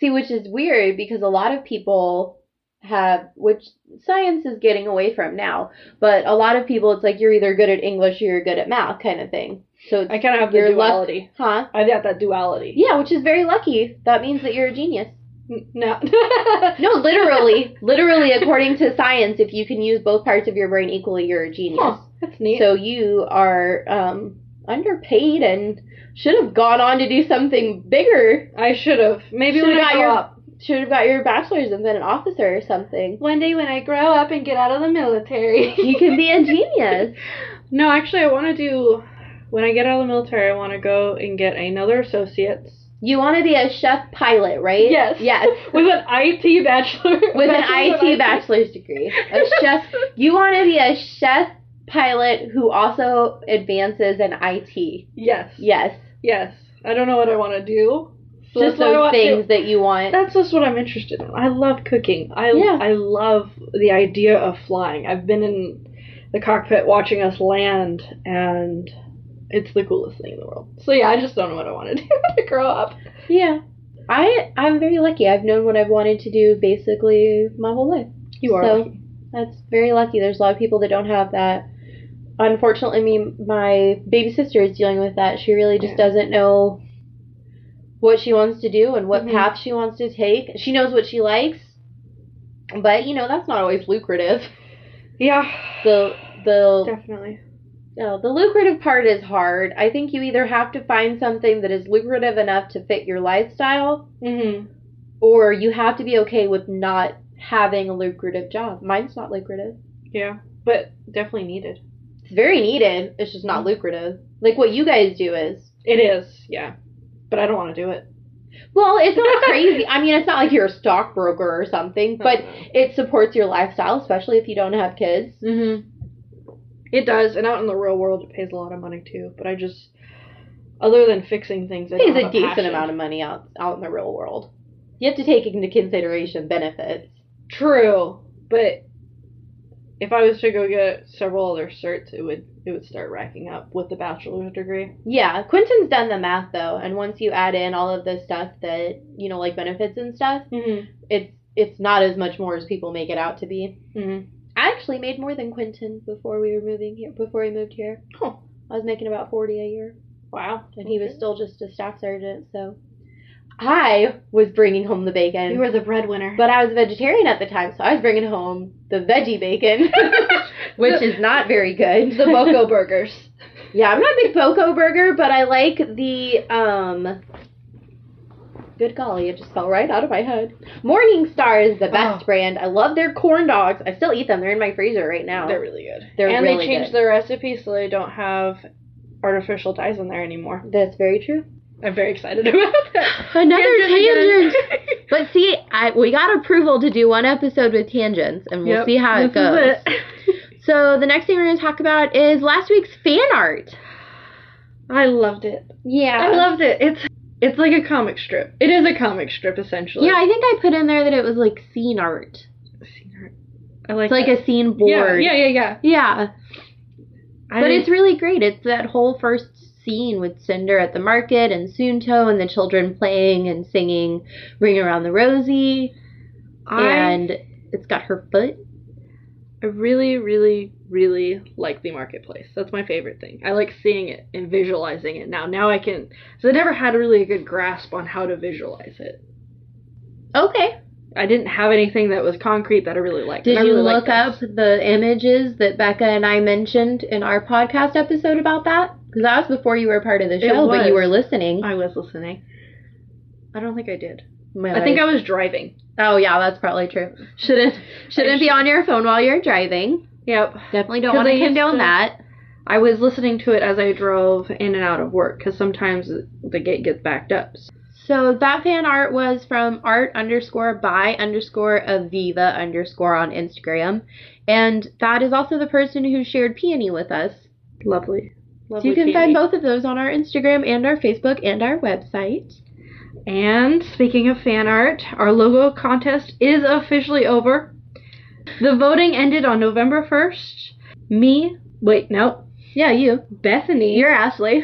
Speaker 3: See, which is weird because a lot of people have, which science is getting away from now, but a lot of people, it's like you're either good at English or you're good at math kind of thing. So, it's,
Speaker 4: I kinda have the
Speaker 3: You're luck-
Speaker 4: duality.
Speaker 3: huh?
Speaker 4: I got that duality.
Speaker 3: Yeah, which is very lucky. That means that you're a genius.
Speaker 4: N- No.
Speaker 3: No, literally, literally, according to science, if you can use both parts of your brain equally, you're a genius.
Speaker 4: Huh, that's neat.
Speaker 3: So you are um, underpaid and should have gone on to do something bigger.
Speaker 4: I should have. Maybe
Speaker 3: Should've
Speaker 4: when
Speaker 3: got
Speaker 4: I grow
Speaker 3: your-
Speaker 4: up.
Speaker 3: Should have got your bachelor's and been an officer or something.
Speaker 4: One day when I grow up and get out of the military.
Speaker 3: You can be a genius.
Speaker 4: no, actually I wanna do when I get out of the military I wanna go and get another associate's
Speaker 3: You want to be a chef pilot, right?
Speaker 4: Yes.
Speaker 3: Yes.
Speaker 4: with an IT bachelor
Speaker 3: With an
Speaker 4: bachelor's
Speaker 3: IT
Speaker 4: in
Speaker 3: bachelor's degree. A chef. You want to be a chef pilot who also advances in IT.
Speaker 4: Yes.
Speaker 3: Yes.
Speaker 4: Yes. I don't know what I want to do. So
Speaker 3: Just
Speaker 4: that's what I
Speaker 3: those
Speaker 4: want to-
Speaker 3: things that you want.
Speaker 4: That's just what I'm interested in. I love cooking. I
Speaker 3: Yeah.
Speaker 4: I love the idea of flying. I've been in the cockpit watching us land and it's the coolest thing in the world. So yeah, I just don't know what I want to do when I grow up.
Speaker 3: Yeah. I I'm very lucky. I've known what I've wanted to do basically my whole life.
Speaker 4: You are
Speaker 3: So-
Speaker 4: lucky.
Speaker 3: That's very lucky. There's a lot of people that don't have that. Unfortunately, me, my baby sister is dealing with that. She really just
Speaker 4: Yeah.
Speaker 3: doesn't know what she wants to do and what
Speaker 4: Mhm.
Speaker 3: path she wants to take. She knows what she likes, but you know that's not always lucrative.
Speaker 4: Yeah.
Speaker 3: The the
Speaker 4: Definitely.
Speaker 3: uh, the lucrative part is hard. I think you either have to find something that is lucrative enough to fit your lifestyle,
Speaker 4: Mhm.
Speaker 3: or you have to be okay with not having a lucrative job. Mine's not lucrative.
Speaker 4: Yeah. But definitely needed.
Speaker 3: It's very needed. It's just not lucrative. Like what you guys do is.
Speaker 4: It is, yeah. But I don't want to do it.
Speaker 3: Well, it's not crazy. I mean, it's not like you're a stockbroker or something, but
Speaker 4: Mm.
Speaker 3: it supports your lifestyle, especially if you don't have kids.
Speaker 4: Mm-hmm. It does, and out in the real world, it pays a lot of money too. But I just, other than fixing things, I
Speaker 3: It
Speaker 4: don't
Speaker 3: pays
Speaker 4: have
Speaker 3: a decent
Speaker 4: passion.
Speaker 3: amount of money out out in the real world. You have to take into consideration benefits.
Speaker 4: True, but if I was to go get several other certs, it would it would start racking up with the bachelor's degree.
Speaker 3: Yeah, Quentin's done the math though, and once you add in all of the stuff that you know, like benefits and stuff,
Speaker 4: Mm-hmm.
Speaker 3: it's it's not as much more as people make it out to be.
Speaker 4: Mm-hmm.
Speaker 3: I actually made more than Quentin before we were moving here. Before we moved here,
Speaker 4: Huh.
Speaker 3: I was making about forty a year,
Speaker 4: Wow.
Speaker 3: and he was still just a staff sergeant. So, I was bringing home the bacon.
Speaker 4: You were the breadwinner.
Speaker 3: But I was a vegetarian at the time, so I was bringing home the veggie bacon, which is not very good.
Speaker 4: the Boco burgers.
Speaker 3: Yeah, I'm not a big Boco burger, but I like the um. Good golly, it just fell right out of my head. Morningstar is the best
Speaker 4: Oh.
Speaker 3: brand. I love their corn dogs. I still eat them. They're in my freezer right now.
Speaker 4: They're really good.
Speaker 3: Oh. They're
Speaker 4: and
Speaker 3: really
Speaker 4: they changed
Speaker 3: good.
Speaker 4: their recipe so they don't have artificial dyes in there anymore.
Speaker 3: That's very true.
Speaker 4: I'm very excited about that.
Speaker 3: Another
Speaker 4: Tangent again.
Speaker 3: But see, I we got approval to do one episode with tangents, and we'll
Speaker 4: Yep,
Speaker 3: see how it
Speaker 4: this
Speaker 3: goes.
Speaker 4: is it.
Speaker 3: So the next thing we're going to talk about is last week's fan art.
Speaker 4: I loved it.
Speaker 3: Yeah,
Speaker 4: I loved it. It's it's like a comic strip. It is a comic strip essentially.
Speaker 3: Yeah, I think I put in there that it was like scene art.
Speaker 4: I like
Speaker 3: It's like
Speaker 4: that.
Speaker 3: a scene board.
Speaker 4: Yeah, yeah, yeah. yeah.
Speaker 3: Yeah. But
Speaker 4: I didn't-
Speaker 3: it's really great. It's that whole first scene with Cinder at the market and Sunto and the children playing and singing Ring Around the Rosie.
Speaker 4: I,
Speaker 3: And it's got her foot.
Speaker 4: I really, really, really like the marketplace. That's my favorite thing. I like seeing it and visualizing it now. Now I can. So I never had really a good grasp on how to visualize it.
Speaker 3: Okay.
Speaker 4: I didn't have anything that was concrete that I really liked.
Speaker 3: Did
Speaker 4: and I
Speaker 3: you
Speaker 4: really like
Speaker 3: look up
Speaker 4: those.
Speaker 3: the images that Becca and I mentioned in our podcast episode about that? Because that was before you were part of the
Speaker 4: It
Speaker 3: show, but you
Speaker 4: was.
Speaker 3: were listening.
Speaker 4: I was listening. I don't think I did.
Speaker 3: My
Speaker 4: I think I
Speaker 3: life.
Speaker 4: was driving.
Speaker 3: Oh yeah, that's probably true. Shouldn't shouldn't be on your phone while you're driving.
Speaker 4: Yep.
Speaker 3: Definitely don't
Speaker 4: 'Cause
Speaker 3: want
Speaker 4: I
Speaker 3: to
Speaker 4: used
Speaker 3: condone
Speaker 4: to-
Speaker 3: that.
Speaker 4: I was listening to it as I drove in and out of work because sometimes the gate gets backed up.
Speaker 3: So that fan art was from art underscore by underscore Aviva underscore on Instagram. And that is also the person who shared Peony with us.
Speaker 4: Lovely.
Speaker 3: So
Speaker 4: Lovely
Speaker 3: you can find
Speaker 4: feeling.
Speaker 3: both of those on our Instagram and our Facebook and our website.
Speaker 4: And speaking of fan art, our logo contest is officially over. The voting ended on November 1st. Me, wait, no,
Speaker 3: Yeah, you.
Speaker 4: Bethany,
Speaker 3: You're Ashley.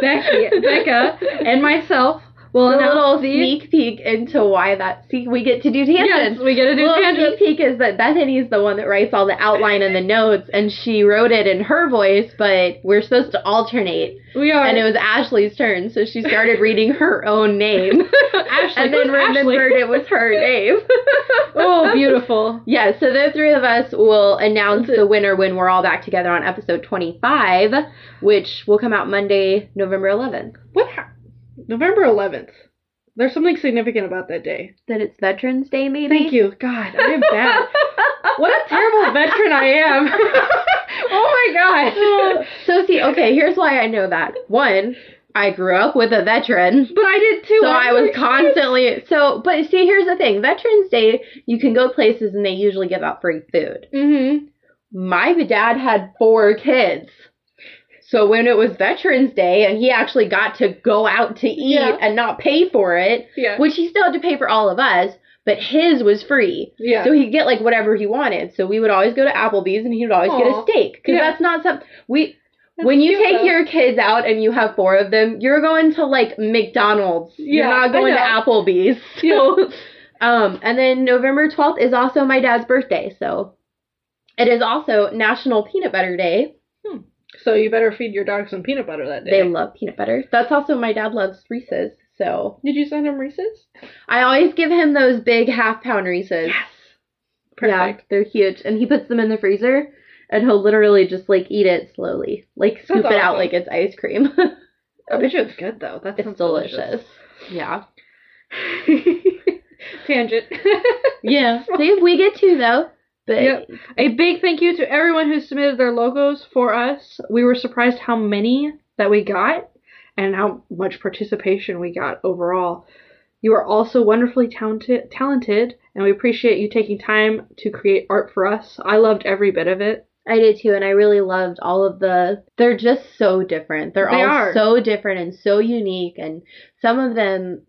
Speaker 4: Becky, Becca, and myself will
Speaker 3: a
Speaker 4: announce
Speaker 3: little
Speaker 4: the-
Speaker 3: sneak peek into why that see we get to do
Speaker 4: Yes,
Speaker 3: tangents.
Speaker 4: we get to do
Speaker 3: little
Speaker 4: tangents.
Speaker 3: sneak peek is that Bethany's the one that writes all the outline and the notes, and she wrote it in her voice, but we're supposed to alternate.
Speaker 4: We are.
Speaker 3: And it was Ashley's turn, so she started reading her own name.
Speaker 4: Ashley.
Speaker 3: and then
Speaker 4: who's Ashley?
Speaker 3: remembered it was her name.
Speaker 4: oh, beautiful.
Speaker 3: Yeah, so the three of us will announce the winner when we're all back together on episode 25, which will come out Monday, November 11th.
Speaker 4: What hap November 11th. There's something significant about that day.
Speaker 3: That it's Veterans Day, maybe?
Speaker 4: Thank you. God, I am bad. what a terrible veteran I am. oh my god.
Speaker 3: so see, okay, here's why I know that. One, I grew up with a veteran.
Speaker 4: But I did too.
Speaker 3: So I was
Speaker 4: like,
Speaker 3: constantly so but see here's the thing. Veterans Day, you can go places and they usually give out free food.
Speaker 4: Mhm.
Speaker 3: My dad had four kids. So when it was Veterans Day and he actually got to go out to eat
Speaker 4: Yeah.
Speaker 3: and not pay for it,
Speaker 4: Yeah.
Speaker 3: which he still had to pay for all of us, but his was free.
Speaker 4: yeah.
Speaker 3: So he'd get like whatever he wanted. So we would always go to Applebee's and he would always get a
Speaker 4: Aw.
Speaker 3: steak because
Speaker 4: Yeah.
Speaker 3: that's not something we.
Speaker 4: That's
Speaker 3: when you
Speaker 4: cute,
Speaker 3: take
Speaker 4: though.
Speaker 3: your kids out and you have four of them, you're going to like McDonald's.
Speaker 4: Yeah,
Speaker 3: you're not
Speaker 4: I
Speaker 3: going to
Speaker 4: know.
Speaker 3: Applebee's. So, um, and then November 12th is also my dad's birthday. So it is also National Peanut Butter Day.
Speaker 4: so you better feed your dog some peanut butter that day.
Speaker 3: They love peanut butter. That's also my dad loves Reese's. So
Speaker 4: did you send him Reese's?
Speaker 3: I always give him those big half pound Reese's.
Speaker 4: Perfect.
Speaker 3: Yeah, they're huge. And he puts them in the freezer and he'll literally just like eat it slowly. Like scoop
Speaker 4: That's
Speaker 3: it out
Speaker 4: awesome.
Speaker 3: like it's ice cream.
Speaker 4: I bet you it's good though. That
Speaker 3: it's
Speaker 4: sounds
Speaker 3: delicious. Yeah.
Speaker 4: delicious. Tangent.
Speaker 3: Yeah. See, we get two though. But
Speaker 4: Yep. A big thank you to everyone who submitted their logos for us. We were surprised how many that we got and how much participation we got overall. You are also wonderfully talented, talented, and we appreciate you taking time to create art for us. I loved every bit of it.
Speaker 3: I did too, and I really loved all of the. They're just so different. They're
Speaker 4: They
Speaker 3: all
Speaker 4: are.
Speaker 3: so different and so unique, and some of them,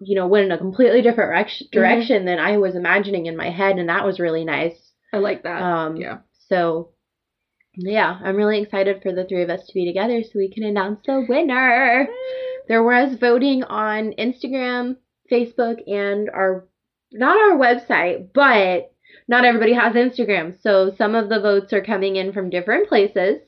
Speaker 3: you know, went in a completely different
Speaker 4: Mm-hmm.
Speaker 3: rec- direction than I was imagining in my head, and that was really nice.
Speaker 4: I like that.
Speaker 3: Um,
Speaker 4: yeah.
Speaker 3: So, yeah, I'm really excited for the three of us to be together so we can announce the winner. There was voting on Instagram, Facebook, and our not our website, but not everybody has Instagram. So some of the votes are coming in from different places,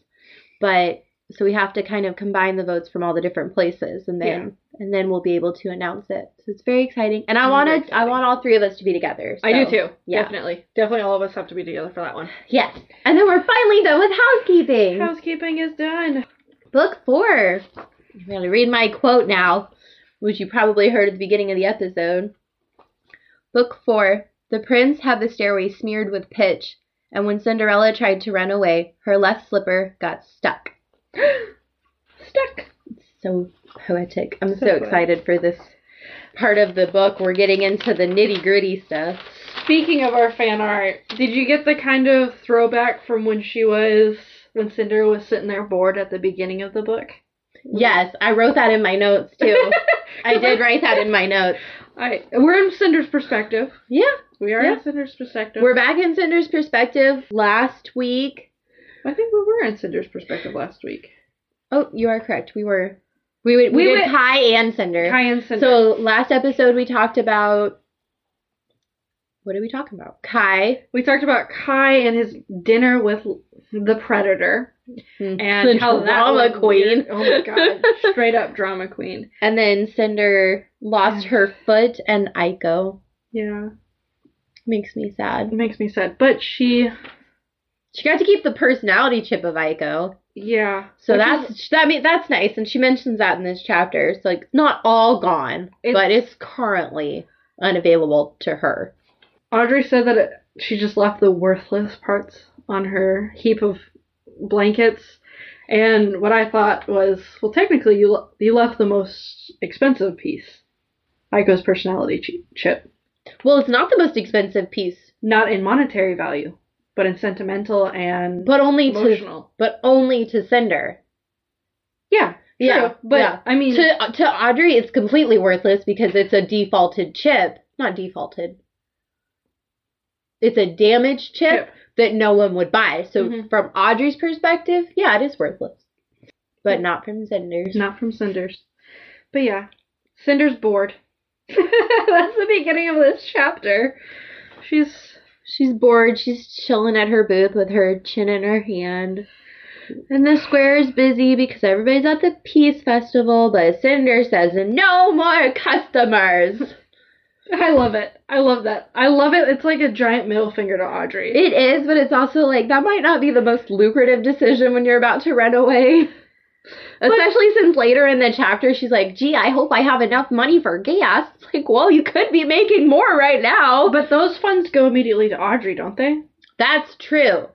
Speaker 3: but so we have to kind of combine the votes from all the different places and then and then we'll be able to announce it. So it's very exciting. And I
Speaker 4: Very
Speaker 3: want to I
Speaker 4: exciting.
Speaker 3: want all three of us to be together.
Speaker 4: I do
Speaker 3: so,
Speaker 4: too.
Speaker 3: yeah.
Speaker 4: Definitely. Definitely all of us have to be together for that one.
Speaker 3: Yes. And then we're finally done with housekeeping.
Speaker 4: Housekeeping is done.
Speaker 3: Book four. I'm going to read my quote now, which you probably heard at the beginning of the episode. Book four. The prince had the stairway smeared with pitch, and when Cinderella tried to run away, her left slipper got stuck.
Speaker 4: Stuck.
Speaker 3: So poetic. I'm so,
Speaker 4: So poetic.
Speaker 3: excited for this part of the book. We're getting into the nitty gritty stuff.
Speaker 4: Mm-hmm. Speaking of our fan art, did you get the kind of throwback from when she was when Cinder was sitting there bored at the beginning of the book?
Speaker 3: Yes, I wrote that in my notes too. I did write that in my notes.
Speaker 4: I we're in Cinder's perspective.
Speaker 3: Yeah,
Speaker 4: We are
Speaker 3: Yeah.
Speaker 4: in Cinder's perspective.
Speaker 3: We're back in Cinder's perspective. Last week,
Speaker 4: I think we were in Cinder's perspective last week.
Speaker 3: oh, you are correct. We were, we would, we,
Speaker 4: We
Speaker 3: did
Speaker 4: went-
Speaker 3: Kai and Cinder.
Speaker 4: Kai and Cinder.
Speaker 3: So last episode we talked about what are we talking about? Kai
Speaker 4: we talked about Kai and his dinner with the Predator and
Speaker 3: the
Speaker 4: how that
Speaker 3: drama
Speaker 4: was
Speaker 3: queen,
Speaker 4: weird. Oh my god, straight up drama queen.
Speaker 3: and then Cinder lost her foot and Aiko
Speaker 4: Yeah,
Speaker 3: makes me
Speaker 4: it
Speaker 3: sad.
Speaker 4: makes me sad. But she,
Speaker 3: She got to keep the personality chip of Aiko.
Speaker 4: yeah.
Speaker 3: So
Speaker 4: Which is-
Speaker 3: that's that mean that's nice, and she mentions that in this chapter. It's like not all gone,
Speaker 4: It's-
Speaker 3: but it's currently unavailable to her.
Speaker 4: Audrey said that it, she just left the worthless parts on her heap of blankets, and what I thought was, well, technically you le- you left the most expensive piece, Aiko's personality chi- chip,
Speaker 3: Well, it's not the most expensive piece,
Speaker 4: not in monetary value, but in sentimental and
Speaker 3: but only to
Speaker 4: emotional.
Speaker 3: but only to Cinder.
Speaker 4: Yeah,
Speaker 3: Yeah,
Speaker 4: true. But
Speaker 3: yeah.
Speaker 4: I mean,
Speaker 3: To to Audrey, it's completely worthless because it's a defaulted chip, not defaulted. It's a damaged chip,
Speaker 4: Chip.
Speaker 3: that no one would buy. So
Speaker 4: Mhm.
Speaker 3: from Audrey's perspective, yeah, it is worthless, but not from Cinder's.
Speaker 4: not from Cinder's, but yeah, Cinder's bored. That's the beginning of this chapter. She's
Speaker 3: She's bored. She's chilling at her booth with her chin in her hand. And the square is busy because everybody's at the Peace Festival, but Cinder says, No more customers!
Speaker 4: I love it. I love that. I love it. It's like a giant middle finger to Audrey.
Speaker 3: It is, but it's also like that might not be the most lucrative decision when you're about to run away. Especially since later in the chapter, she's like, Gee, I hope I have enough money for gas. It's like, Well, you could be making more right now.
Speaker 4: Oh, but those funds go immediately to Audrey, don't they?
Speaker 3: That's true.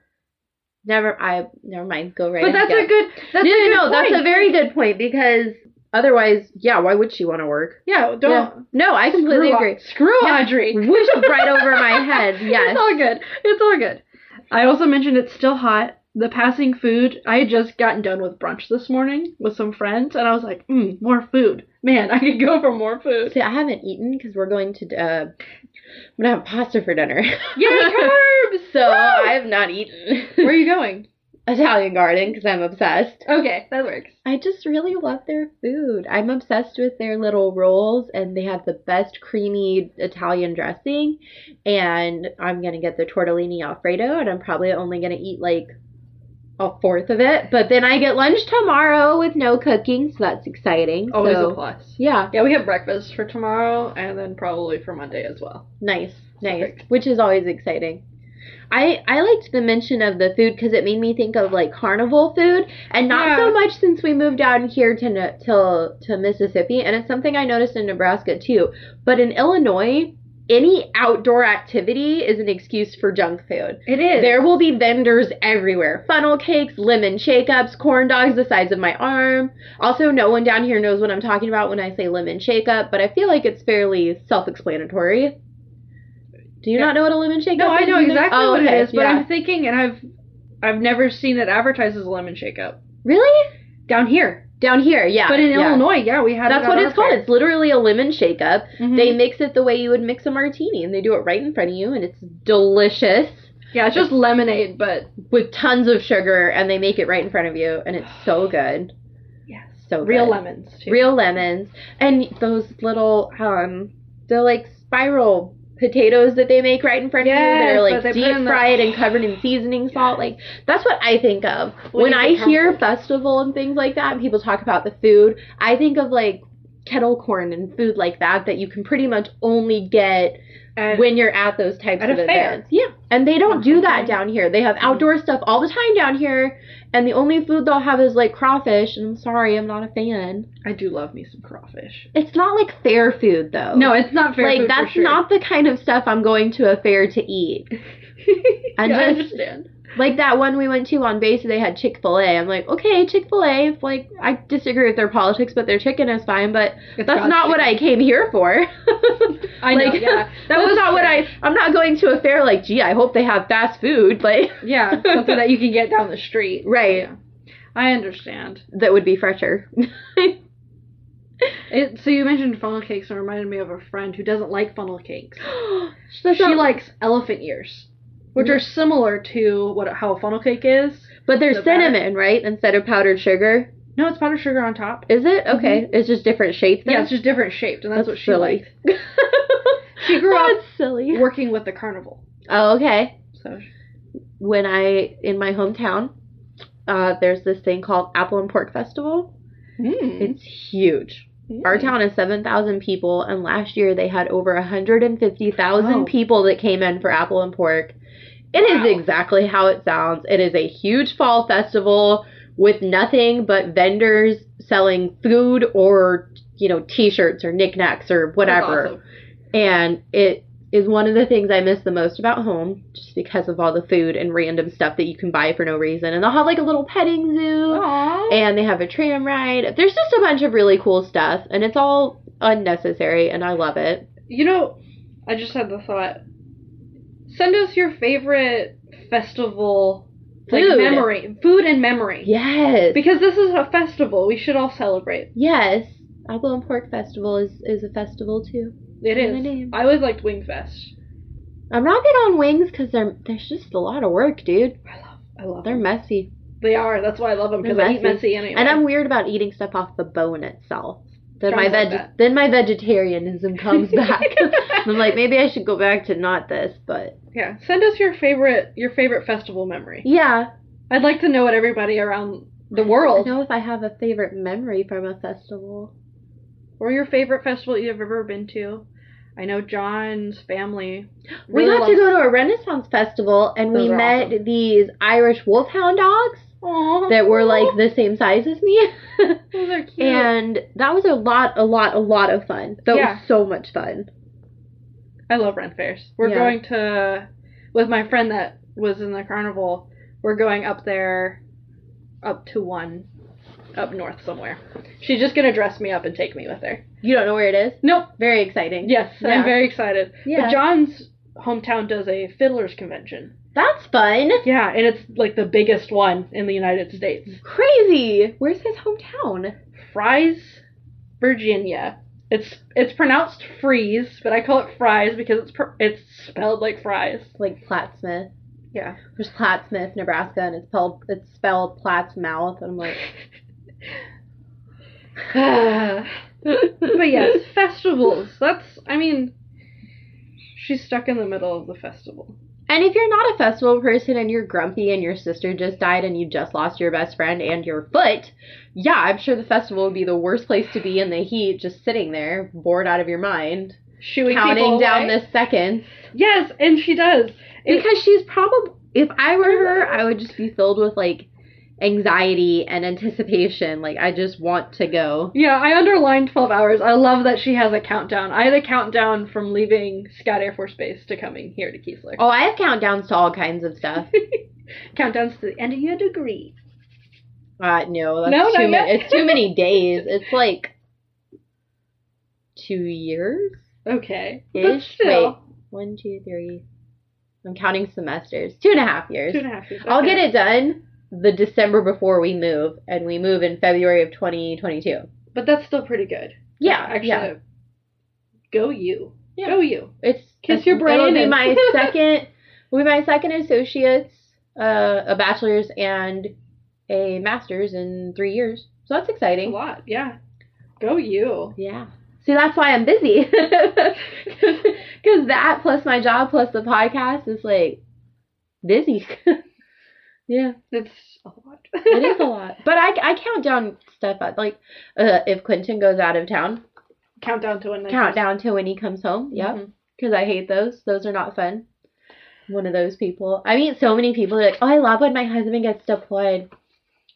Speaker 3: Never, I never mind. Go right.
Speaker 4: but that's
Speaker 3: ahead.
Speaker 4: a good. That's
Speaker 3: no,
Speaker 4: a good
Speaker 3: no, no, that's
Speaker 4: point.
Speaker 3: a very good point because otherwise, yeah, why would she want to work?
Speaker 4: Yeah, don't.
Speaker 3: Yeah. No, I completely
Speaker 4: Screw Au-
Speaker 3: agree.
Speaker 4: Screw
Speaker 3: Yeah.
Speaker 4: Audrey.
Speaker 3: Which right over my head. Yes.
Speaker 4: It's all good. It's all good. I also mentioned it's still hot. The passing food. I had just gotten done with brunch this morning with some friends, and I was like, mm, more food. Man, I could go for more food.
Speaker 3: See, I haven't eaten because we're going to. Uh, I'm gonna have pasta for dinner.
Speaker 4: Yay, carbs!
Speaker 3: so
Speaker 4: Woo!
Speaker 3: I have not eaten
Speaker 4: Where are you going?
Speaker 3: Italian Garden because I'm obsessed.
Speaker 4: Okay, that works.
Speaker 3: I just really love their food. I'm obsessed with their little rolls, and they have the best creamy Italian dressing. And I'm gonna get the tortellini alfredo, and I'm probably only gonna eat like a fourth of it. But then I get lunch tomorrow with no cooking, so that's exciting.
Speaker 4: Always
Speaker 3: so,
Speaker 4: a plus.
Speaker 3: Yeah,
Speaker 4: Yeah, we have breakfast for tomorrow and then probably for Monday as well.
Speaker 3: nice, nice,
Speaker 4: Perfect.
Speaker 3: which is always exciting. I I liked the mention of the food because it made me think of like carnival food, and not
Speaker 4: Yeah.
Speaker 3: so much since we moved down here to Ne- to to Mississippi, and it's something I noticed in Nebraska too. But in Illinois, any outdoor activity is an excuse for junk food.
Speaker 4: It is.
Speaker 3: There will be vendors everywhere. Funnel cakes, lemon shake-ups, corn dogs the size of my arm. Also, no one down here knows what I'm talking about when I say lemon shake-up, but I feel like it's fairly self-explanatory. Do you
Speaker 4: Yeah.
Speaker 3: not know what a lemon shake-up
Speaker 4: No,
Speaker 3: is?
Speaker 4: I know
Speaker 3: You
Speaker 4: exactly
Speaker 3: Oh,
Speaker 4: what
Speaker 3: okay,
Speaker 4: it is, but
Speaker 3: yeah.
Speaker 4: I'm thinking, and I've I've never seen it advertised as a lemon shake-up
Speaker 3: Really?
Speaker 4: down here.
Speaker 3: Down here, yeah.
Speaker 4: but in
Speaker 3: yeah.
Speaker 4: Illinois, yeah, we had.
Speaker 3: That's
Speaker 4: it
Speaker 3: what it's called. It's literally a lemon shake-up.
Speaker 4: hmm
Speaker 3: They mix it the way you would mix a martini, and they do it right in front of you, and it's delicious
Speaker 4: yeah, it's just lemonade, but
Speaker 3: with tons of sugar, and they make it right in front of you, and it's so good,
Speaker 4: yes,
Speaker 3: so good.
Speaker 4: real lemons. Too.
Speaker 3: real lemons, and those little um, they're like spiral potatoes that they make right in front
Speaker 4: Yes,
Speaker 3: of you.
Speaker 4: that
Speaker 3: They're
Speaker 4: they
Speaker 3: like
Speaker 4: put in
Speaker 3: deep
Speaker 4: the-
Speaker 3: fried and covered in seasoning salt. Like that's what I think of
Speaker 4: When
Speaker 3: when,
Speaker 4: you
Speaker 3: I
Speaker 4: get
Speaker 3: hear
Speaker 4: hungry.
Speaker 3: festival and things like that, and people talk about the food. I think of like kettle corn and food like that that you can pretty much only get
Speaker 4: And
Speaker 3: when you're at those types
Speaker 4: At
Speaker 3: of
Speaker 4: a fair. Mm-hmm.
Speaker 3: events. Yeah. And they don't do that
Speaker 4: Mhm.
Speaker 3: down here. They have outdoor stuff all the time down here, and the only food they'll have is like crawfish. And I'm sorry, I'm not a fan.
Speaker 4: I do love me some crawfish.
Speaker 3: It's not like fair food though.
Speaker 4: No, it's not fair.
Speaker 3: like
Speaker 4: food for
Speaker 3: that's
Speaker 4: sure.
Speaker 3: not the kind of stuff I'm going to a fair to eat. I
Speaker 4: Yeah, I
Speaker 3: just-
Speaker 4: understand.
Speaker 3: Like that one we went to on base, they had Chick Fil A. I'm like, okay, Chick Fil A. If Like I disagree with their politics, but their chicken is fine. But
Speaker 4: It's
Speaker 3: that's
Speaker 4: God's
Speaker 3: not what I came here for.
Speaker 4: chicken. I know.
Speaker 3: like,
Speaker 4: yeah,
Speaker 3: That was not what I. I'm not going to a fair like, gee, I hope they have fast food. Like,
Speaker 4: Yeah, something that you can get down the street.
Speaker 3: right?
Speaker 4: Yeah. I understand.
Speaker 3: That would be fresher.
Speaker 4: It, so you mentioned funnel cakes and reminded me of a friend who doesn't like funnel cakes.
Speaker 3: So-
Speaker 4: she likes elephant ears, which are similar to what how a funnel cake is.
Speaker 3: but there's
Speaker 4: the batter.
Speaker 3: cinnamon, right? Instead of powdered sugar,
Speaker 4: No, it's powdered sugar on top.
Speaker 3: is it okay?
Speaker 4: Mm-hmm.
Speaker 3: It's just different shapes. then?
Speaker 4: Yeah, it's just different shaped, and that's, what she
Speaker 3: silly.
Speaker 4: liked. She grew up
Speaker 3: That's silly.
Speaker 4: working with the carnival.
Speaker 3: Oh, okay.
Speaker 4: So
Speaker 3: When I in my hometown, uh, there's this thing called Apple and Pork Festival.
Speaker 4: mm.
Speaker 3: It's huge. Our town is seven thousand people, and last year they had over hundred and fifty thousand
Speaker 4: Wow.
Speaker 3: people that came in for Apple and Pork. It is
Speaker 4: Wow.
Speaker 3: exactly how it sounds. It is a huge fall festival with nothing but vendors selling food or you know t-shirts or knickknacks or whatever. And it is one of the things I miss the most about home, just because of all the food and random stuff that you can buy for no reason. And they'll have like a little petting zoo,
Speaker 4: Oh. Aww.
Speaker 3: and they have a tram ride. There's just a bunch of really cool stuff, and it's all unnecessary, and I love it.
Speaker 4: You know, I just had the thought. Send us your favorite festival like
Speaker 3: Food.
Speaker 4: memory, food and memory.
Speaker 3: Yes.
Speaker 4: Because this is a festival, we should all celebrate.
Speaker 3: yes. Apple and Pork Festival is, is a festival too.
Speaker 4: It
Speaker 3: In the
Speaker 4: is.
Speaker 3: name.
Speaker 4: I always liked Wingfest.
Speaker 3: I'm not big on wings because they're there's just a lot of work, dude.
Speaker 4: I love. I love
Speaker 3: They're
Speaker 4: them.
Speaker 3: messy,
Speaker 4: They are. That's why I love them because
Speaker 3: They're
Speaker 4: I eat
Speaker 3: messy.
Speaker 4: messy anyway.
Speaker 3: and I'm weird about eating stuff off the bone itself. Then
Speaker 4: Try
Speaker 3: my
Speaker 4: and love
Speaker 3: veg
Speaker 4: that.
Speaker 3: then my vegetarianism comes back. I'm like maybe I should go back to not this, but
Speaker 4: yeah. Send us your favorite your favorite festival memory.
Speaker 3: yeah.
Speaker 4: I'd like to know what everybody around the world
Speaker 3: I know if I have a favorite memory from a festival.
Speaker 4: or your favorite festival you've ever been to. I know John's family.
Speaker 3: We
Speaker 4: really
Speaker 3: got to
Speaker 4: loves-
Speaker 3: go to a Renaissance festival and we
Speaker 4: Those are
Speaker 3: met
Speaker 4: awesome.
Speaker 3: these Irish wolfhound dogs
Speaker 4: Aw.
Speaker 3: that were like the same size as me.
Speaker 4: Those are cute.
Speaker 3: and that was a lot, a lot, a lot of fun. That
Speaker 4: Yeah.
Speaker 3: was so much fun.
Speaker 4: I love Ren Fairs. We're
Speaker 3: Yeah.
Speaker 4: going to with my friend that was in the carnival. We're going up there, up to one, up north somewhere. She's just gonna dress me up and take me with her.
Speaker 3: You don't know where it is?
Speaker 4: Nope.
Speaker 3: Very exciting.
Speaker 4: Yes,
Speaker 3: Yeah.
Speaker 4: I'm very excited.
Speaker 3: Yeah.
Speaker 4: But John's hometown does a fiddlers convention.
Speaker 3: That's fun.
Speaker 4: Yeah, and it's like the biggest one in the United States.
Speaker 3: Crazy. Where's his hometown?
Speaker 4: Fries, Virginia. It's it's pronounced freeze, but I call it fries because it's pr- it's spelled like fries.
Speaker 3: Like Plattsmith.
Speaker 4: Yeah.
Speaker 3: There's Plattsmith, Nebraska, and it's spelled it's spelled Plattsmouth, and I'm like,
Speaker 4: but yes, festivals. That's I mean, she's stuck in the middle of the festival.
Speaker 3: And if you're not a festival person and you're grumpy and your sister just died and you just lost your best friend and your foot, yeah, I'm sure the festival would be the worst place to be in the heat, just sitting there, bored out of your mind,
Speaker 4: Shooing
Speaker 3: counting
Speaker 4: people
Speaker 3: down
Speaker 4: away.
Speaker 3: the seconds.
Speaker 4: Yes, and she does. It-
Speaker 3: Because she's probably, if I were her, I would just be filled with like anxiety and anticipation. Like I just want to go.
Speaker 4: Yeah, I underlined 12 hours. I love that she has a countdown. I had a countdown from leaving Scott Air Force Base to coming here to Keesler.
Speaker 3: Oh, I have countdowns to all kinds of stuff.
Speaker 4: Countdowns to the end of your degree.
Speaker 3: Uh, no, that's
Speaker 4: No, not
Speaker 3: too many.
Speaker 4: yet.
Speaker 3: It's too many days. It's like two years
Speaker 4: Okay. But
Speaker 3: ish. Wait,
Speaker 4: still,
Speaker 3: one, two, three. I'm counting semesters. Two and a half years.
Speaker 4: two and a half years.
Speaker 3: I'll
Speaker 4: Okay.
Speaker 3: get it done the December before we move, and we move in February of 2022.
Speaker 4: But that's still pretty good.
Speaker 3: Yeah,
Speaker 4: Actually,
Speaker 3: yeah.
Speaker 4: go you.
Speaker 3: Yeah.
Speaker 4: Go you.
Speaker 3: Oh, It's
Speaker 4: Kiss your brain
Speaker 3: It'll be
Speaker 4: and-
Speaker 3: my second. Will be my second associates, uh, a bachelor's and a master's in three years. So that's
Speaker 4: A
Speaker 3: exciting.
Speaker 4: lot. Yeah. Go you.
Speaker 3: Yeah. See, that's why I'm busy. Because that plus my job plus the podcast is like busy. yeah,
Speaker 4: It's a lot.
Speaker 3: it is a lot. But I, I count down stuff at, like uh, if Quentin goes out of town,
Speaker 4: countdown to when. Mm-hmm.
Speaker 3: count down to when he comes home. Yep. because I hate those. Those are not fun. One of those people. I meet so many people that are like, oh, I love when my husband gets deployed.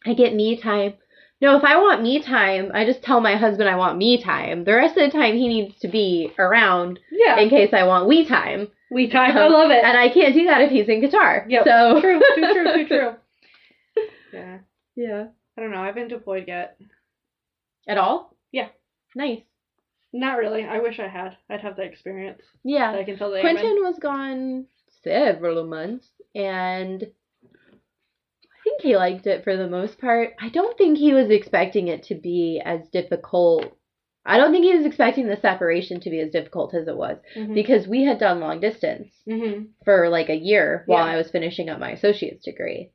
Speaker 3: I get me time. No, if I want me time, I just tell my husband I want me time. The rest of the time, he needs to be around
Speaker 4: Yeah.
Speaker 3: in case I want we time.
Speaker 4: we time. I love it.
Speaker 3: And I can't do that if he's in guitar.
Speaker 4: Yep.
Speaker 3: So,
Speaker 4: true. Too true. Too true. Yeah.
Speaker 3: yeah.
Speaker 4: I don't know. I haven't deployed yet.
Speaker 3: At all?
Speaker 4: Yeah.
Speaker 3: Nice.
Speaker 4: Not really. I wish I had. I'd have the experience.
Speaker 3: Yeah.
Speaker 4: I can tell the
Speaker 3: Quentin was gone several months, and I think he liked it for the most part. I don't think he was expecting it to be as difficult. I don't think he was expecting the separation to be as difficult as it was
Speaker 4: Mm-hmm.
Speaker 3: because we had done long distance for like a year while
Speaker 4: Yeah.
Speaker 3: I was finishing up my associate's degree.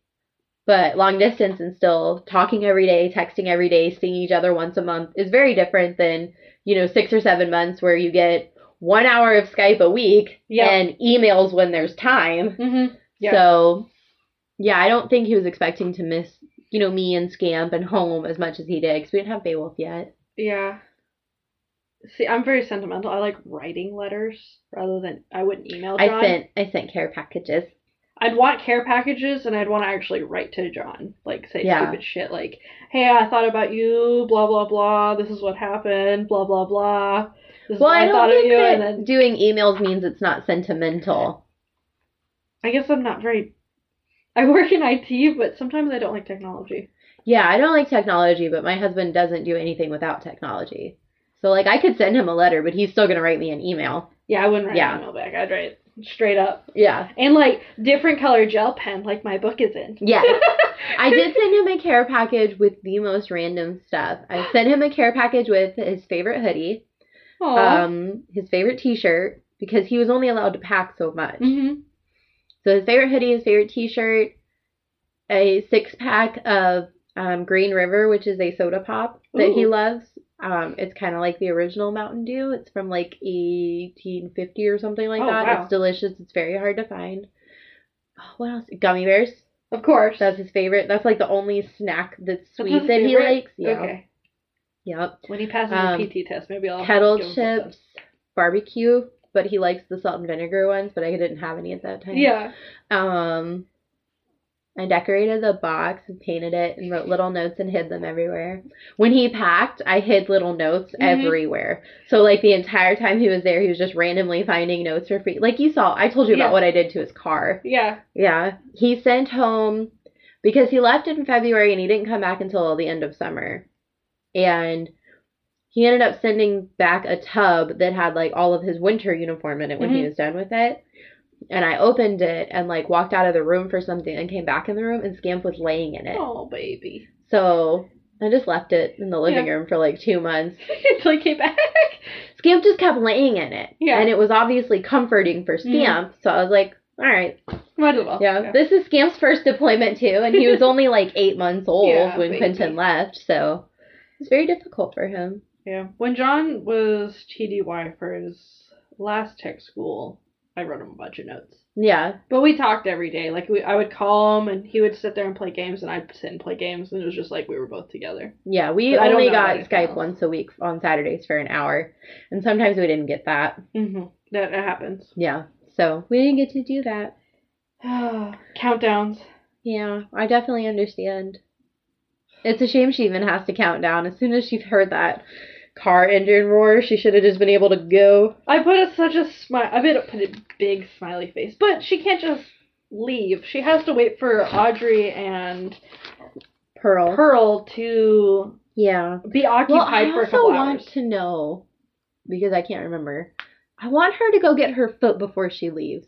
Speaker 3: But long distance and still talking every day, texting every day, seeing each other once a month is very different than, you know, six or seven months where you get one hour of Skype a week
Speaker 4: Yeah.
Speaker 3: and emails when there's time.
Speaker 4: Mm-hmm. Yeah.
Speaker 3: So, yeah, I don't think he was expecting to miss, you know, me and Scamp and home as much as he did because we didn't have Beowulf yet.
Speaker 4: Yeah. See, I'm very sentimental. I like writing letters rather than I wouldn't email John.
Speaker 3: I sent I sent care packages.
Speaker 4: I'd want care packages and I'd want to actually write to John. Like say
Speaker 3: Yeah.
Speaker 4: stupid shit like, Hey, I thought about you, blah blah blah, this is what happened, blah blah blah. This is
Speaker 3: Well,
Speaker 4: what
Speaker 3: I
Speaker 4: I,
Speaker 3: don't
Speaker 4: thought of
Speaker 3: think
Speaker 4: you
Speaker 3: that
Speaker 4: and then
Speaker 3: doing emails means it's not sentimental.
Speaker 4: I guess I'm not very I work in IT, but sometimes I don't like technology.
Speaker 3: Yeah, I don't like technology, but my husband doesn't do anything without technology. So like I could send him a letter, but he's still gonna write me an email.
Speaker 4: Yeah, I wouldn't write
Speaker 3: Yeah.
Speaker 4: an email back. I'd write straight up.
Speaker 3: Yeah.
Speaker 4: And like different color gel pen, like my book is in.
Speaker 3: Yeah. I did send him a care package with the most random stuff. I sent him a care package with his favorite hoodie,
Speaker 4: Aw.
Speaker 3: um, his favorite t shirt, because he was only allowed to pack so much.
Speaker 4: Mhm.
Speaker 3: So his favorite hoodie, his favorite t shirt, a six pack of um, Green River, which is a soda pop that he
Speaker 4: Ooh.
Speaker 3: loves. Um, it's kind of like the original Mountain Dew. It's from like 1850 or something like
Speaker 4: Oh,
Speaker 3: that.
Speaker 4: wow.
Speaker 3: It's delicious. It's very hard to find. Oh, what else? Gummy bears.
Speaker 4: Of course.
Speaker 3: That's his favorite. That's like the only snack that's
Speaker 4: That's
Speaker 3: sweet
Speaker 4: his
Speaker 3: that he
Speaker 4: favorite?
Speaker 3: likes. Yeah.
Speaker 4: Okay.
Speaker 3: Yep.
Speaker 4: When he passes
Speaker 3: Um,
Speaker 4: the PT test, maybe I'll
Speaker 3: Kettle
Speaker 4: give him something.
Speaker 3: chips, barbecue, but he likes the salt and vinegar ones, but I didn't have any at that time.
Speaker 4: Yeah.
Speaker 3: Um, I decorated the box and painted it and wrote little notes and hid them everywhere. When he packed, I hid little notes
Speaker 4: Mhm.
Speaker 3: everywhere. So like the entire time he was there, he was just randomly finding notes for free. Like you saw, I told you about
Speaker 4: Yeah.
Speaker 3: what I did to his car.
Speaker 4: Yeah.
Speaker 3: Yeah, he sent home because he left in February and he didn't come back until the end of summer. And he ended up sending back a tub that had like all of his winter uniform in it when he
Speaker 4: Mhm.
Speaker 3: was done with it. And I opened it and like walked out of the room for something and came back in the room and Scamp was laying in it.
Speaker 4: Oh, baby.
Speaker 3: So I just left it in the living
Speaker 4: Yeah.
Speaker 3: room for like two months.
Speaker 4: Until he came back.
Speaker 3: Scamp just kept laying in it.
Speaker 4: Yeah. Mm-hmm.
Speaker 3: And it was obviously comforting for Scamp. So I was like, all right,
Speaker 4: Might as well.
Speaker 3: yeah, this is Scamp's first deployment too, and he was only like eight months old
Speaker 4: Yeah,
Speaker 3: when
Speaker 4: baby.
Speaker 3: Quentin left, so it's very difficult for him.
Speaker 4: Yeah. When John was TDY for his last tech school, I wrote him a bunch of notes.
Speaker 3: Yeah,
Speaker 4: But we talked every day. Like we, I would call him, and he would sit there and play games, and I'd sit and play games, and it was just like we were both together.
Speaker 3: yeah, we
Speaker 4: But I don't
Speaker 3: only
Speaker 4: know
Speaker 3: got
Speaker 4: anything
Speaker 3: Skype
Speaker 4: else.
Speaker 3: once a week on Saturdays for an hour, and sometimes we didn't get that.
Speaker 4: Mm-hmm. That it happens.
Speaker 3: Yeah, so we didn't get to do that.
Speaker 4: Countdowns.
Speaker 3: Yeah, I definitely understand. It's a shame she even has to count down. As soon as she heard that car engine roar, she should have just been able to go.
Speaker 4: I put a, such a smile. I made it put a big smiley face, but she can't just leave. She has to wait for Audrey and
Speaker 3: Pearl.
Speaker 4: Pearl to
Speaker 3: yeah.
Speaker 4: be
Speaker 3: Well,
Speaker 4: occupied
Speaker 3: I
Speaker 4: for a
Speaker 3: also
Speaker 4: couple
Speaker 3: want
Speaker 4: hours.
Speaker 3: to know because I can't remember. I want her to go get her foot before she leaves.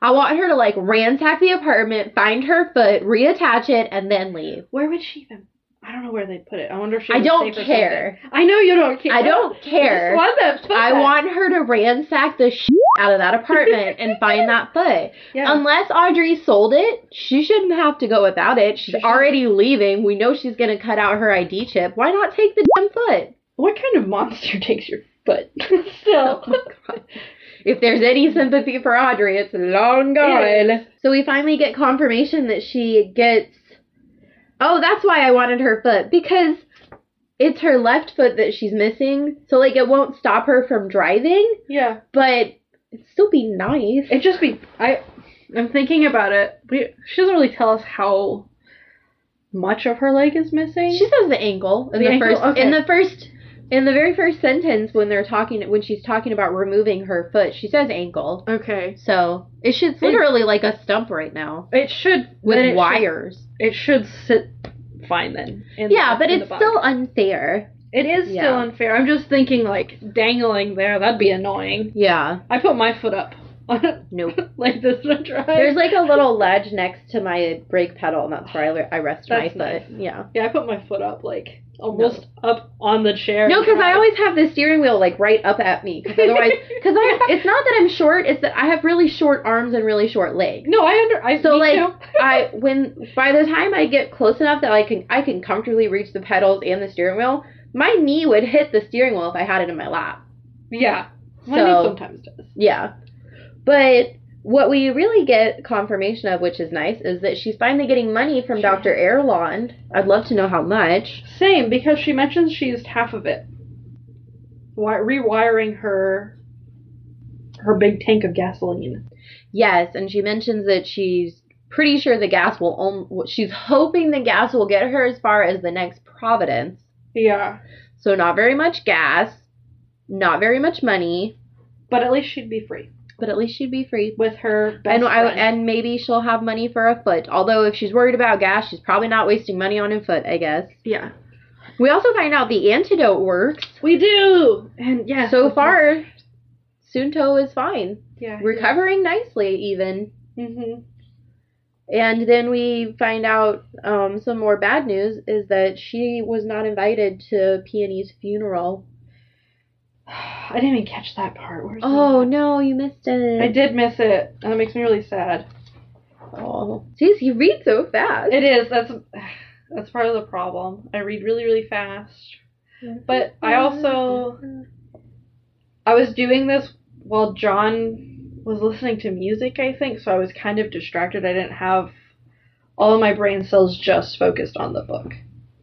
Speaker 3: I want her to like ransack the apartment, find her foot, reattach it, and then leave.
Speaker 4: Where would she even? I don't know where they put it. I wonder if she.
Speaker 3: I
Speaker 4: would
Speaker 3: don't
Speaker 4: save her
Speaker 3: care.
Speaker 4: something. I know you don't care.
Speaker 3: I don't care.
Speaker 4: I want that. foot
Speaker 3: I
Speaker 4: back.
Speaker 3: want her to ransack the shit out of that apartment and find that foot.
Speaker 4: Yeah.
Speaker 3: Unless Audrey sold it, she shouldn't have to go without it. She's
Speaker 4: She shouldn't.
Speaker 3: already leaving. We know she's gonna cut out her ID chip. Why not take the damn foot?
Speaker 4: what kind of monster takes your foot? Still.
Speaker 3: If there's any sympathy for Audrey, it's long
Speaker 4: It
Speaker 3: gone. So we finally get confirmation that she gets. Oh, that's why I wanted her foot because it's her left foot that she's missing. So like it won't stop her from driving,
Speaker 4: yeah.
Speaker 3: but it'd still be nice.
Speaker 4: It just be I. I'm thinking about it. We, she doesn't really tell us how much of her leg is missing.
Speaker 3: She says the ankle in
Speaker 4: The
Speaker 3: the,
Speaker 4: ankle?
Speaker 3: first
Speaker 4: Okay.
Speaker 3: in the first in the very first sentence when they're talking when she's talking about removing her foot, she says ankle.
Speaker 4: okay.
Speaker 3: So it should it's literally like a stump right now
Speaker 4: It should
Speaker 3: with
Speaker 4: then it should-
Speaker 3: wires.
Speaker 4: it should sit fine then. in
Speaker 3: yeah,
Speaker 4: the-
Speaker 3: but
Speaker 4: in the
Speaker 3: it's
Speaker 4: box.
Speaker 3: still unfair.
Speaker 4: it is still
Speaker 3: yeah.
Speaker 4: unfair. I'm just thinking like dangling there. That'd be annoying.
Speaker 3: Yeah.
Speaker 4: I put my foot up on
Speaker 3: Nope.
Speaker 4: like this to try.
Speaker 3: There's like a little ledge next to my brake pedal, and that's where I, I rest my
Speaker 4: That's
Speaker 3: foot.
Speaker 4: nice.
Speaker 3: Yeah.
Speaker 4: yeah, I put my foot up like almost up on the chair.
Speaker 3: No, because I
Speaker 4: Right.
Speaker 3: always have the steering wheel like right up at me. Because otherwise, because I it's not that I'm short; it's that I have really short arms and really short legs.
Speaker 4: no, I under I
Speaker 3: So
Speaker 4: me
Speaker 3: like
Speaker 4: too.
Speaker 3: I when by the time I get close enough that I can I can comfortably reach the pedals and the steering wheel, my knee would hit the steering wheel if I had it in my lap.
Speaker 4: yeah. Mine
Speaker 3: So-
Speaker 4: sometimes does.
Speaker 3: Yeah. But what we really get confirmation of, which is nice, is that she's finally getting money from Dr. Erlond. I'd love to know how much.
Speaker 4: Same because she mentions she used half of it. Wi- rewiring her her big tank of gasoline.
Speaker 3: Yes, and she mentions that she's pretty sure the gas will only, she's hoping the gas will get her as far as the next Providence.
Speaker 4: Yeah.
Speaker 3: So not very much gas, not very much money,
Speaker 4: But at least she'd be free
Speaker 3: but at least she'd be free.
Speaker 4: with her best
Speaker 3: And, I,
Speaker 4: friend.
Speaker 3: and maybe she'll have money for a foot. Although if she's worried about gas, she's probably not wasting money on a foot, I guess.
Speaker 4: yeah,
Speaker 3: We also find out the antidote works.
Speaker 4: we do. And yeah,
Speaker 3: so
Speaker 4: that's-
Speaker 3: far, Sunto is fine,
Speaker 4: yeah,
Speaker 3: recovering nicely even.
Speaker 4: hmm
Speaker 3: And then we find out um, some more bad news is that she was not invited to Peony's funeral.
Speaker 4: I didn't even catch that part. Where's
Speaker 3: Oh
Speaker 4: that?
Speaker 3: no, you missed it.
Speaker 4: I did miss it, and it makes me really sad.
Speaker 3: Oh, jeez, you read so fast.
Speaker 4: It is. That's that's part of the problem. I read really, really fast. but I also- I was doing this while John was listening to music, I think, so I was kind of distracted. I didn't have all of my brain cells just focused on the book.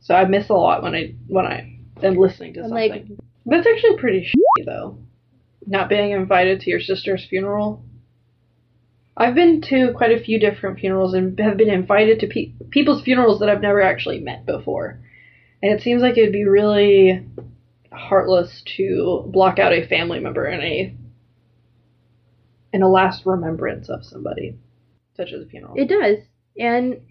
Speaker 4: So I miss a lot when I when I am listening to
Speaker 3: I'm
Speaker 4: something.
Speaker 3: like-
Speaker 4: That's actually pretty shitty though. Not being invited to your sister's funeral. I've been to quite a few different funerals and have been invited to pe- people's funerals that I've never actually met before. And it seems like it would be really heartless to block out a family member in a in a last remembrance of somebody, such as a funeral.
Speaker 3: It does, and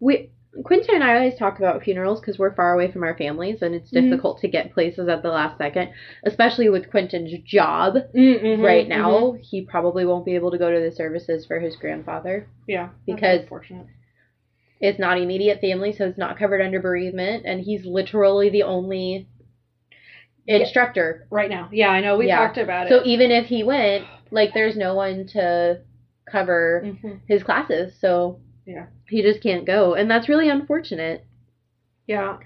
Speaker 3: we Quinta and I always talk about funerals because we're far away from our families and it's
Speaker 4: Mhm.
Speaker 3: difficult to get places at the last second, especially with Quentin's job
Speaker 4: Mm-hmm,
Speaker 3: right now. He probably won't be able to go to the services for his grandfather.
Speaker 4: yeah, that's
Speaker 3: Because-
Speaker 4: unfortunate.
Speaker 3: It's not immediate family, so it's not covered under bereavement, and he's literally the only
Speaker 4: Yeah.
Speaker 3: instructor.
Speaker 4: right now, yeah, I know we
Speaker 3: Yeah.
Speaker 4: talked about
Speaker 3: So
Speaker 4: it.
Speaker 3: even if he went, like, there's no one to cover
Speaker 4: Mhm.
Speaker 3: his classes, so
Speaker 4: Yeah.
Speaker 3: he just can't go, and that's really unfortunate.
Speaker 4: Yeah,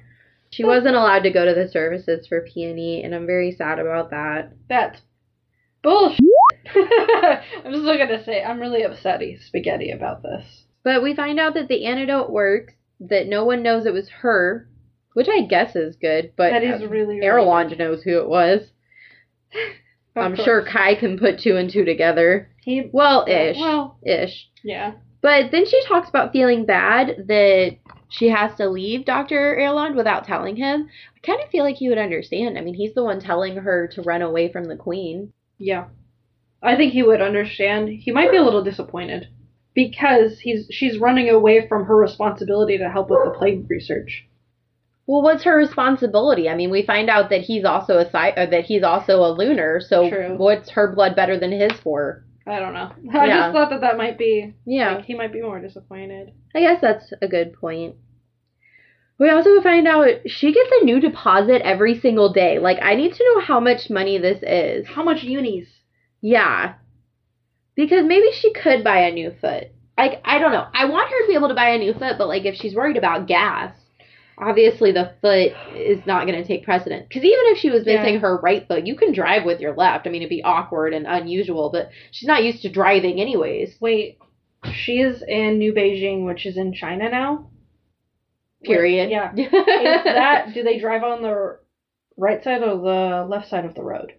Speaker 3: She wasn't allowed to go to the services for peony, and I'm very sad about that.
Speaker 4: that's bullshit. I'm still gonna say I'm really upsetty spaghetti about this.
Speaker 3: But we find out that the antidote works, that no one knows it was her, which I guess is good, but
Speaker 4: that is really, really
Speaker 3: Erlond knows who it was.
Speaker 4: Of
Speaker 3: I'm
Speaker 4: course.
Speaker 3: sure Kai can put two and two together.
Speaker 4: he.
Speaker 3: Well, ish.
Speaker 4: Well,
Speaker 3: ish.
Speaker 4: yeah,
Speaker 3: But then she talks about feeling bad that she has to leave Dr. Erland without telling him. I kind of feel like he would understand. I mean, he's the one telling her to run away from the queen.
Speaker 4: Yeah. I think he would understand. He might be a little disappointed because he's she's running away from her responsibility to help with the plague research.
Speaker 3: Well, what's her responsibility? I mean, we find out that he's also a sci- uh, that he's also a lunar, so
Speaker 4: True.
Speaker 3: what's her blood better than his for?
Speaker 4: I don't know. I
Speaker 3: Yeah.
Speaker 4: just thought that that might be
Speaker 3: Yeah.
Speaker 4: like, he might be more disappointed.
Speaker 3: I guess that's a good point. We also find out she gets a new deposit every single day. Like, I need to know how much money this is.
Speaker 4: How much unis?
Speaker 3: Yeah. Because maybe she could buy a new foot. Like, I don't know. I want her to be able to buy a new foot, but, like, if she's worried about gas, obviously the foot is not going to take precedence. Because even if she was
Speaker 4: Yeah.
Speaker 3: missing her right foot, you can drive with your left. I mean, it'd be awkward and unusual, but she's not used to driving, anyways.
Speaker 4: Wait, she is in New Beijing, which is in China now.
Speaker 3: Period.
Speaker 4: Wait, yeah. Is that do they drive on the right side or the left side of the road?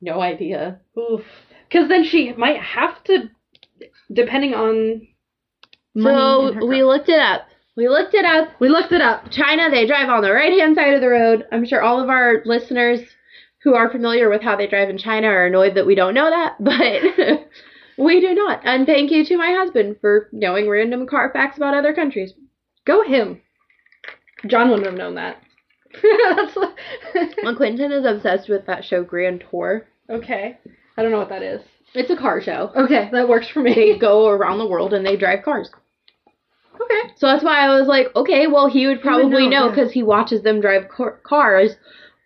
Speaker 3: no idea.
Speaker 4: Oof. Because then she might have to, depending on. money in her
Speaker 3: So we
Speaker 4: car.
Speaker 3: looked it up. We looked it up.
Speaker 4: we looked it up.
Speaker 3: China, they drive on the right hand side of the road. I'm sure all of our listeners who are familiar with how they drive in China are annoyed that we don't know that, but we do not. And thank you to my husband for knowing random car facts about other countries.
Speaker 4: Go him. John wouldn't have known that. That's
Speaker 3: Well, Quentin is obsessed with that show Grand Tour.
Speaker 4: okay. I don't know what that is.
Speaker 3: It's a car show.
Speaker 4: Okay, that works for
Speaker 3: They
Speaker 4: me.
Speaker 3: go around the world and they drive cars.
Speaker 4: Okay.
Speaker 3: So that's why I was like, okay, well, he would probably
Speaker 4: know,
Speaker 3: know
Speaker 4: yeah.
Speaker 3: because he watches them drive car- cars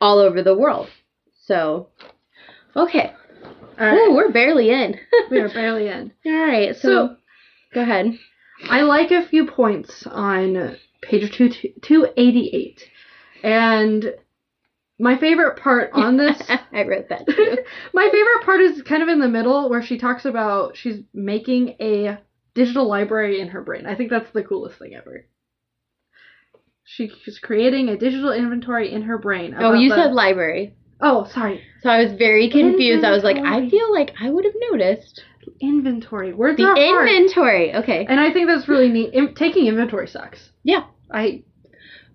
Speaker 3: all over the world. So, okay.
Speaker 4: All
Speaker 3: Ooh,
Speaker 4: right.
Speaker 3: we're barely in.
Speaker 4: we are barely in.
Speaker 3: All right, so,
Speaker 4: So-
Speaker 3: go ahead.
Speaker 4: I like a few points on page two, 288. And my favorite part on this
Speaker 3: I wrote that.
Speaker 4: my favorite part is kind of in the middle where she talks about she's making a digital library in her brain. I think that's the coolest thing ever. She- She's creating a digital inventory in her brain.
Speaker 3: oh,
Speaker 4: about
Speaker 3: you
Speaker 4: the-
Speaker 3: said library.
Speaker 4: oh, sorry,
Speaker 3: So I was very confused. I was like, I
Speaker 4: Inventory.
Speaker 3: feel like I would have noticed
Speaker 4: inventory. Words
Speaker 3: the
Speaker 4: are hard.
Speaker 3: inventory. Okay.
Speaker 4: and I think that's really neat. Im- taking inventory sucks.
Speaker 3: Yeah.
Speaker 4: I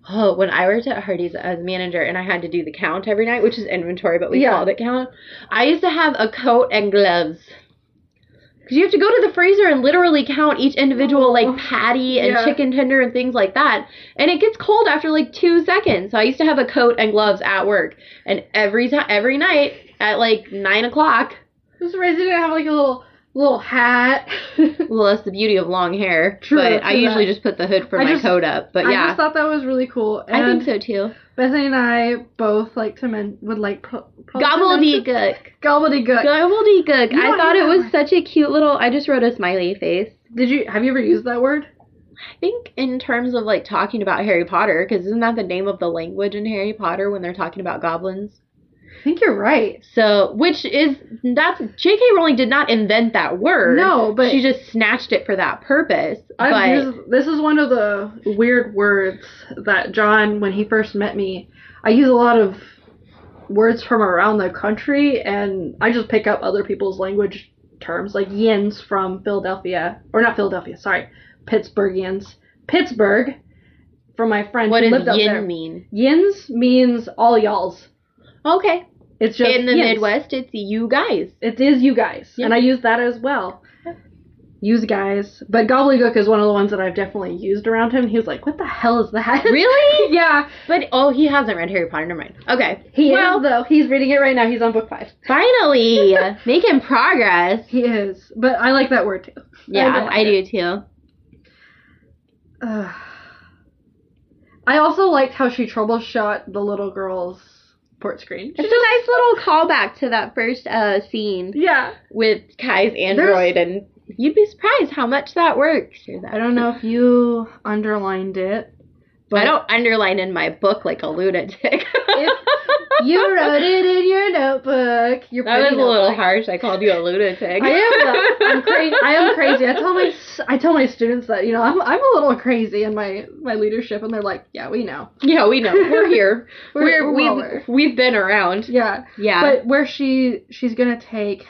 Speaker 3: Oh, when I worked at Hardee's as manager and I had to do the count every night, which is inventory, but we
Speaker 4: Yeah.
Speaker 3: called it count. I used to have a coat and gloves. Because you have to go to the freezer and literally count each individual, like patty and
Speaker 4: Oh. Yeah.
Speaker 3: chicken tender and things like that. And it gets cold after like two seconds. So I used to have a coat and gloves at work. And every time, every night at like nine o'clock,
Speaker 4: was surprised you didn't have like a little little hat.
Speaker 3: well, that's the beauty of long hair.
Speaker 4: True,
Speaker 3: but I
Speaker 4: true
Speaker 3: usually
Speaker 4: that.
Speaker 3: just put the hood for
Speaker 4: I
Speaker 3: my
Speaker 4: just-
Speaker 3: coat up. But
Speaker 4: I
Speaker 3: yeah,
Speaker 4: just thought that was really cool. And
Speaker 3: I think so too.
Speaker 4: Bethany and I both like to men would like pro- pro-
Speaker 3: Gobbledygook.
Speaker 4: Gobbledygook.
Speaker 3: Gobbledygook.
Speaker 4: You
Speaker 3: I
Speaker 4: don't
Speaker 3: thought
Speaker 4: use
Speaker 3: it
Speaker 4: that
Speaker 3: was
Speaker 4: word.
Speaker 3: such a cute little. I just wrote a smiley face.
Speaker 4: Did you have you ever used that word?
Speaker 3: I think in terms of like talking about Harry Potter, because isn't that the name of the language in Harry Potter when they're talking about goblins?
Speaker 4: I think you're right.
Speaker 3: So, which is that's J.K. Rowling did not invent that word.
Speaker 4: No, but
Speaker 3: she just snatched it for that purpose.
Speaker 4: I've
Speaker 3: but
Speaker 4: used, this is one of the weird words that John, when he first met me, I use a lot of words from around the country, and I just pick up other people's language terms, like yins from Philadelphia, or not Philadelphia, sorry, Pittsburghians, Pittsburgh, from my friend
Speaker 3: what
Speaker 4: who
Speaker 3: does
Speaker 4: lived up
Speaker 3: yin
Speaker 4: there.
Speaker 3: mean?
Speaker 4: Yins means all y'alls.
Speaker 3: Okay,
Speaker 4: It's just
Speaker 3: in the
Speaker 4: yins.
Speaker 3: Midwest, it's you guys.
Speaker 4: It is you guys,
Speaker 3: Yeah.
Speaker 4: and I use that as well. Use guys, but Gobbledygook is one of the ones that I've definitely used around him. He was like, "What the hell is that?"
Speaker 3: Really?
Speaker 4: yeah,
Speaker 3: But oh, he hasn't read Harry Potter. Never mind. Okay,
Speaker 4: he
Speaker 3: Well-
Speaker 4: is though. He's reading it right now. He's on book five.
Speaker 3: finally making progress.
Speaker 4: He is, but I like that word too. I
Speaker 3: Yeah,
Speaker 4: like
Speaker 3: I,
Speaker 4: it.
Speaker 3: do too.
Speaker 4: Ugh. I also liked how she troubleshot the little girl's port screen.
Speaker 3: It's
Speaker 4: She just-
Speaker 3: a nice little callback to that first uh, scene
Speaker 4: yeah,
Speaker 3: with Kai's android, and you'd be surprised how much that works.
Speaker 4: I don't know if you underlined it, but
Speaker 3: I don't underline in my book like a lunatic.
Speaker 4: you wrote it in your notebook. Your
Speaker 3: that was a
Speaker 4: pretty
Speaker 3: little
Speaker 4: notebook.
Speaker 3: harsh. I called you a lunatic.
Speaker 4: I am. though. I'm crazy. I am crazy. I tell my I tell my students that you know I'm I'm a little crazy in my my leadership, and they're like, yeah, we know.
Speaker 3: Yeah, we know. We're here.
Speaker 4: We're-
Speaker 3: We're,
Speaker 4: we're
Speaker 3: we
Speaker 4: all
Speaker 3: have
Speaker 4: here.
Speaker 3: we've been around.
Speaker 4: Yeah,
Speaker 3: Yeah.
Speaker 4: but where she she's gonna take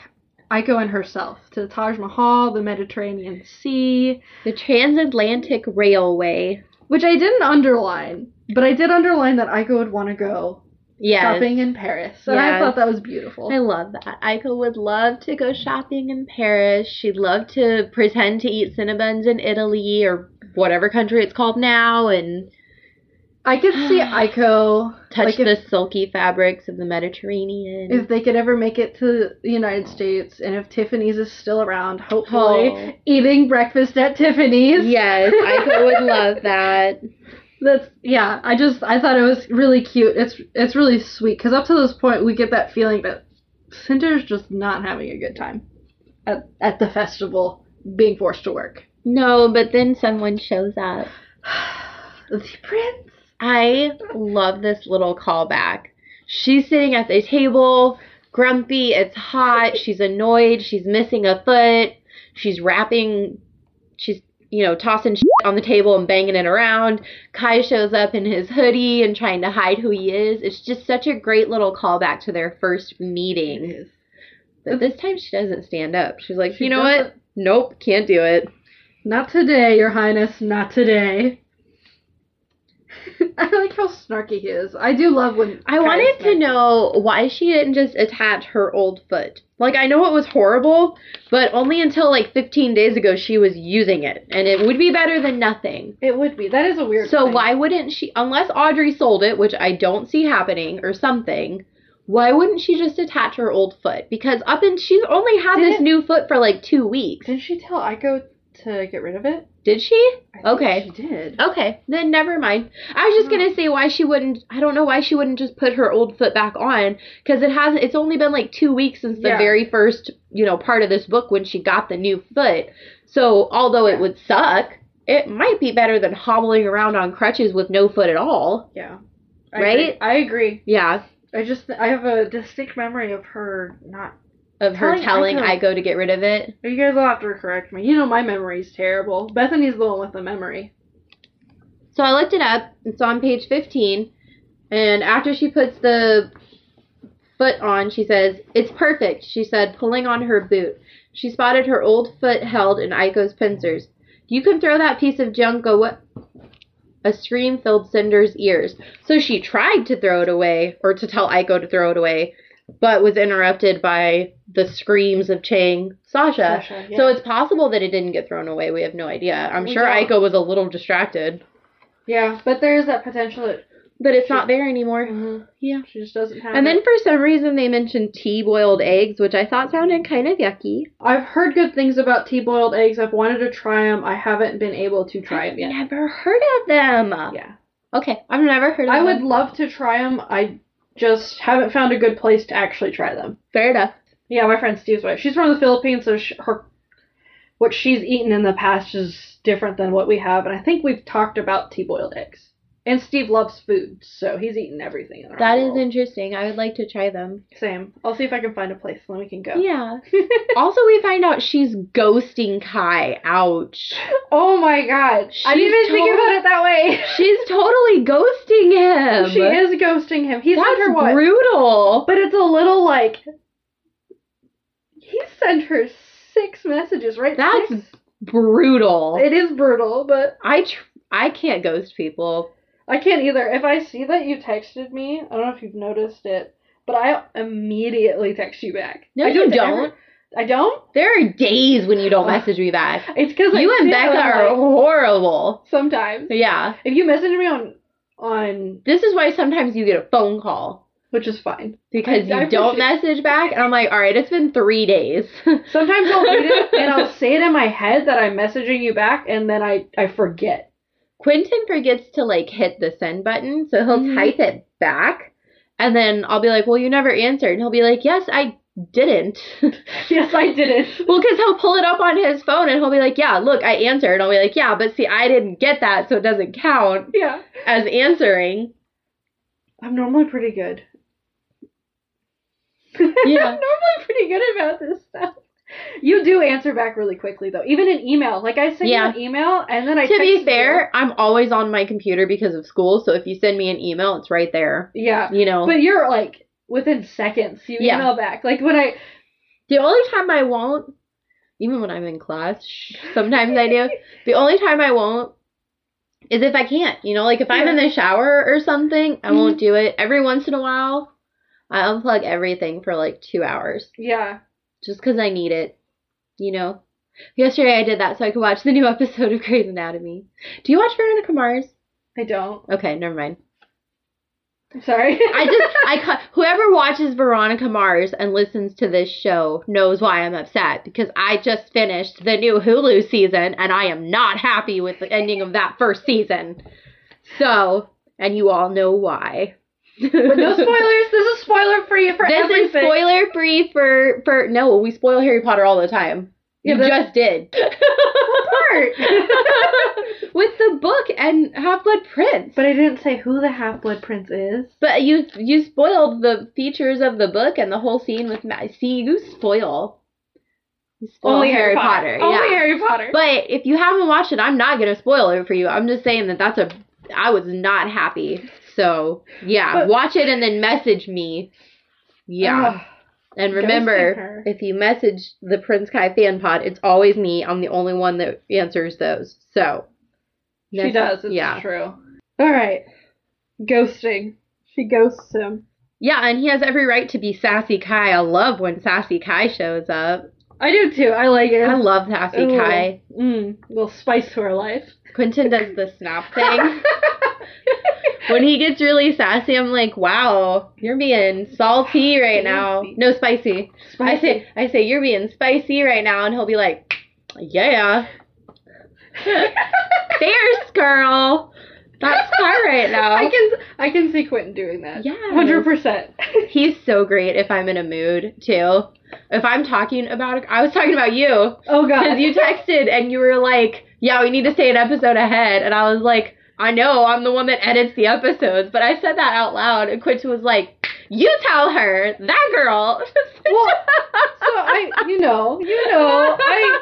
Speaker 4: Aiko and herself to the Taj Mahal, the Mediterranean Sea,
Speaker 3: The transatlantic railway.
Speaker 4: which I didn't underline, but I did underline that Aiko would want to go
Speaker 3: Yes.
Speaker 4: shopping in Paris. And I
Speaker 3: Yes.
Speaker 4: thought that was beautiful.
Speaker 3: I love that. Aiko would love to go shopping in Paris. She'd love to pretend to eat Cinnabons in Italy or whatever country it's called now and
Speaker 4: I could see Aiko
Speaker 3: touch
Speaker 4: like,
Speaker 3: the
Speaker 4: if,
Speaker 3: silky fabrics of the Mediterranean.
Speaker 4: if they could ever make it to the United States and if Tiffany's is still around, hopefully,
Speaker 3: Oh.
Speaker 4: eating breakfast at Tiffany's.
Speaker 3: Yes, Aiko would love that.
Speaker 4: That's yeah. I just I thought it was really cute. It's it's really sweet because up to this point we get that feeling that Cinder's just not having a good time at at the festival, being forced to work.
Speaker 3: No, but then someone shows up.
Speaker 4: The prince.
Speaker 3: I love this little callback. She's sitting at the table, grumpy, it's hot, she's annoyed, she's missing a foot, she's wrapping, she's, you know, tossing shit on the table and banging it around. Kai shows up in his hoodie and trying to hide who he is. It's just such a great little callback to their first meeting. But this time she doesn't stand up. She's like,
Speaker 4: She
Speaker 3: you know what?
Speaker 4: doesn't.
Speaker 3: Nope, can't do it.
Speaker 4: Not today, Your Highness. Not today. I like how snarky he is. I do love when
Speaker 3: I
Speaker 4: Kai is
Speaker 3: wanted to
Speaker 4: snarky.
Speaker 3: know why she didn't just attach her old foot. Like I know it was horrible, but only until like 15 days ago she was using it, and it would be better than nothing.
Speaker 4: It would be. That is a weird.
Speaker 3: So
Speaker 4: thing.
Speaker 3: why wouldn't she unless Audrey sold it, which I don't see happening or something? Why wouldn't she just attach her old foot? Because up and she's only had this
Speaker 4: Didn't-
Speaker 3: new foot for like 2 weeks.
Speaker 4: didn't she tell Iko to get rid of it?
Speaker 3: Did she?
Speaker 4: I think
Speaker 3: Okay. Oh.
Speaker 4: she did.
Speaker 3: Okay, then never mind. I was just
Speaker 4: Hmm.
Speaker 3: gonna say why she wouldn't. I don't know why she wouldn't just put her old foot back on because it hasn't. It's only been like two weeks since the
Speaker 4: Yeah.
Speaker 3: very first you know part of this book when she got the new foot. So although it
Speaker 4: Yeah.
Speaker 3: would suck, it might be better than hobbling around on crutches with no foot at all.
Speaker 4: Yeah.
Speaker 3: Right?
Speaker 4: I agree.
Speaker 3: Yeah,
Speaker 4: I just I have a distinct memory of her not.
Speaker 3: of her
Speaker 4: Telling
Speaker 3: telling
Speaker 4: Iko-
Speaker 3: Iko to get rid of it.
Speaker 4: You guys will have to correct me. You know my memory's terrible. Bethany's the one with the memory.
Speaker 3: So I looked it up. It's on page fifteen, and after she puts the foot on, she says, It's perfect, she said, pulling on her boot. She spotted her old foot held in Aiko's pincers. You can throw that piece of junk away. A scream filled Cinder's ears. So she tried to throw it away, or to tell Aiko to throw it away, but was interrupted by the screams of Chang Sasha.
Speaker 4: Sasha,
Speaker 3: So
Speaker 4: yeah.
Speaker 3: it's possible that it didn't get thrown away. We have no idea. I'm
Speaker 4: We
Speaker 3: sure
Speaker 4: don't.
Speaker 3: Aiko was a little distracted,
Speaker 4: Yeah, but there is that potential that
Speaker 3: but it's not there anymore. Yeah.
Speaker 4: she just doesn't have.
Speaker 3: Mm-hmm. And
Speaker 4: it.
Speaker 3: then for some reason they mentioned tea boiled eggs, which I thought sounded kind of yucky.
Speaker 4: I've heard good things about tea boiled eggs. I've wanted to try them. I haven't been able to try them
Speaker 3: I've
Speaker 4: yet.
Speaker 3: never heard of them.
Speaker 4: Yeah.
Speaker 3: Okay, I've never heard of
Speaker 4: I
Speaker 3: them.
Speaker 4: would love to try them. I just haven't found a good place to actually try them.
Speaker 3: Fair enough.
Speaker 4: Yeah, my friend Steve's wife. She's from the Philippines, so sh her what she's eaten in the past is different than what we have, and I think we've talked about tea-boiled eggs. And Steve loves food, so he's eaten everything. In
Speaker 3: That is interesting. I would like to try them.
Speaker 4: same. I'll see if I can find a place, and then we can go.
Speaker 3: Yeah. also, we find out she's ghosting Kai. Ouch.
Speaker 4: Oh my god, I
Speaker 3: She's
Speaker 4: didn't even think
Speaker 3: total-
Speaker 4: about it that way.
Speaker 3: She's totally ghosting him.
Speaker 4: she is ghosting him. He sent her what?
Speaker 3: That's brutal.
Speaker 4: But it's a little like he sent her six messages, right?
Speaker 3: That's
Speaker 4: Six?
Speaker 3: brutal.
Speaker 4: it is brutal, but
Speaker 3: I tr- I can't ghost people.
Speaker 4: I can't either. If I see that you texted me, I don't know if you've noticed it, but I immediately text you back.
Speaker 3: No,
Speaker 4: I do
Speaker 3: you
Speaker 4: it to
Speaker 3: don't.
Speaker 4: every- I don't.
Speaker 3: There are days when you don't message me back.
Speaker 4: It's because
Speaker 3: You
Speaker 4: I
Speaker 3: and
Speaker 4: see it,
Speaker 3: Becca
Speaker 4: I'm
Speaker 3: are
Speaker 4: like,
Speaker 3: horrible.
Speaker 4: sometimes.
Speaker 3: Yeah.
Speaker 4: If you message me on on
Speaker 3: This is why sometimes you get a phone call
Speaker 4: which is fine.
Speaker 3: because
Speaker 4: I-
Speaker 3: you
Speaker 4: I
Speaker 3: don't
Speaker 4: appreciate-
Speaker 3: message back. And I'm like, all right, it's been three days.
Speaker 4: Sometimes I'll read it and I'll say it in my head that I'm messaging you back, and then I I forget.
Speaker 3: Quentin forgets to like hit the send button, so he'll
Speaker 4: Mhm.
Speaker 3: type it back. And then I'll be like, well, you never answered. And he'll be like, yes, I didn't.
Speaker 4: Yes, I did it.
Speaker 3: well, because he'll pull it up on his phone and he'll be like, yeah, look, I answered. And I'll be like, yeah, but see, I didn't get that, so it doesn't count
Speaker 4: Yeah,
Speaker 3: as answering.
Speaker 4: I'm normally pretty good.
Speaker 3: Yeah.
Speaker 4: I'm normally pretty good about this stuff. You do answer back really quickly though, even an email. Like I send
Speaker 3: Yeah.
Speaker 4: you an email and then I
Speaker 3: to
Speaker 4: text
Speaker 3: be
Speaker 4: you.
Speaker 3: fair, I'm always on my computer because of school, so if you send me an email, it's right there.
Speaker 4: yeah.
Speaker 3: You know.
Speaker 4: But you're like within seconds you
Speaker 3: Yeah.
Speaker 4: email back. Like when I
Speaker 3: The only time I won't, even when I'm in class, shh, sometimes I do. The only time I won't is if I can't. You know, like if I'm in the shower or something, I won't do it. Every once in a while, I unplug everything for like two hours
Speaker 4: Yeah.
Speaker 3: just because I need it. You know. Yesterday I did that so I could watch the new episode of Grey's Anatomy. Do you watch Veronica Mars?
Speaker 4: I don't.
Speaker 3: Okay, never mind.
Speaker 4: I'm sorry.
Speaker 3: I just, I ca- whoever watches Veronica Mars and listens to this show knows why I'm upset because I just finished the new Hulu season and I am not happy with the ending of that first season. So, and you all know why.
Speaker 4: But no spoilers. This is spoiler free for
Speaker 3: This
Speaker 4: everything.
Speaker 3: is spoiler free for for no, we spoil Harry Potter all the time.
Speaker 4: Yeah,
Speaker 3: you
Speaker 4: that's-
Speaker 3: just did with the book and Half Blood Prince.
Speaker 4: but I didn't say who the half blood prince is.
Speaker 3: But you you spoiled the features of the book and the whole scene with Matt. See, you spoil. You spoil
Speaker 4: Only
Speaker 3: yeah.
Speaker 4: Harry Potter.
Speaker 3: But if you haven't watched it, I'm not gonna spoil it for you. I'm just saying that that's a. I was not happy. So yeah,
Speaker 4: But-
Speaker 3: watch it and then message me. Yeah.
Speaker 4: Ugh.
Speaker 3: And
Speaker 4: Ghosting her.
Speaker 3: remember, if you message the Prince Kai fan pod, it's always me. I'm the only one that answers those. So
Speaker 4: She does. It's
Speaker 3: yeah,
Speaker 4: true. All right. Ghosting. She ghosts him.
Speaker 3: yeah, and he has every right to be sassy Kai. I love when sassy Kai shows up.
Speaker 4: I do too. I like it.
Speaker 3: I love sassy
Speaker 4: Ooh.
Speaker 3: Kai.
Speaker 4: Mm, little spice to her life.
Speaker 3: Quentin does the snap thing. when he gets really sassy, I'm like, wow, you're being salty right now.
Speaker 4: Spicy.
Speaker 3: No, spicy. I say, I say, you're being spicy right now, and he'll be like, yeah, fierce girl. That's Kai right now.
Speaker 4: I can I can see Quentin doing that.
Speaker 3: Yes.
Speaker 4: hundred percent.
Speaker 3: He's so great if I'm in a mood too. If I'm talking about, I was talking about you because
Speaker 4: Oh god,
Speaker 3: you texted and you were like, "Yeah, we need to stay an episode ahead," and I was like, "I know, I'm the one that edits the episodes," but I said that out loud, and Quinton was like, "You tell her that girl."
Speaker 4: Well, so I you know you know I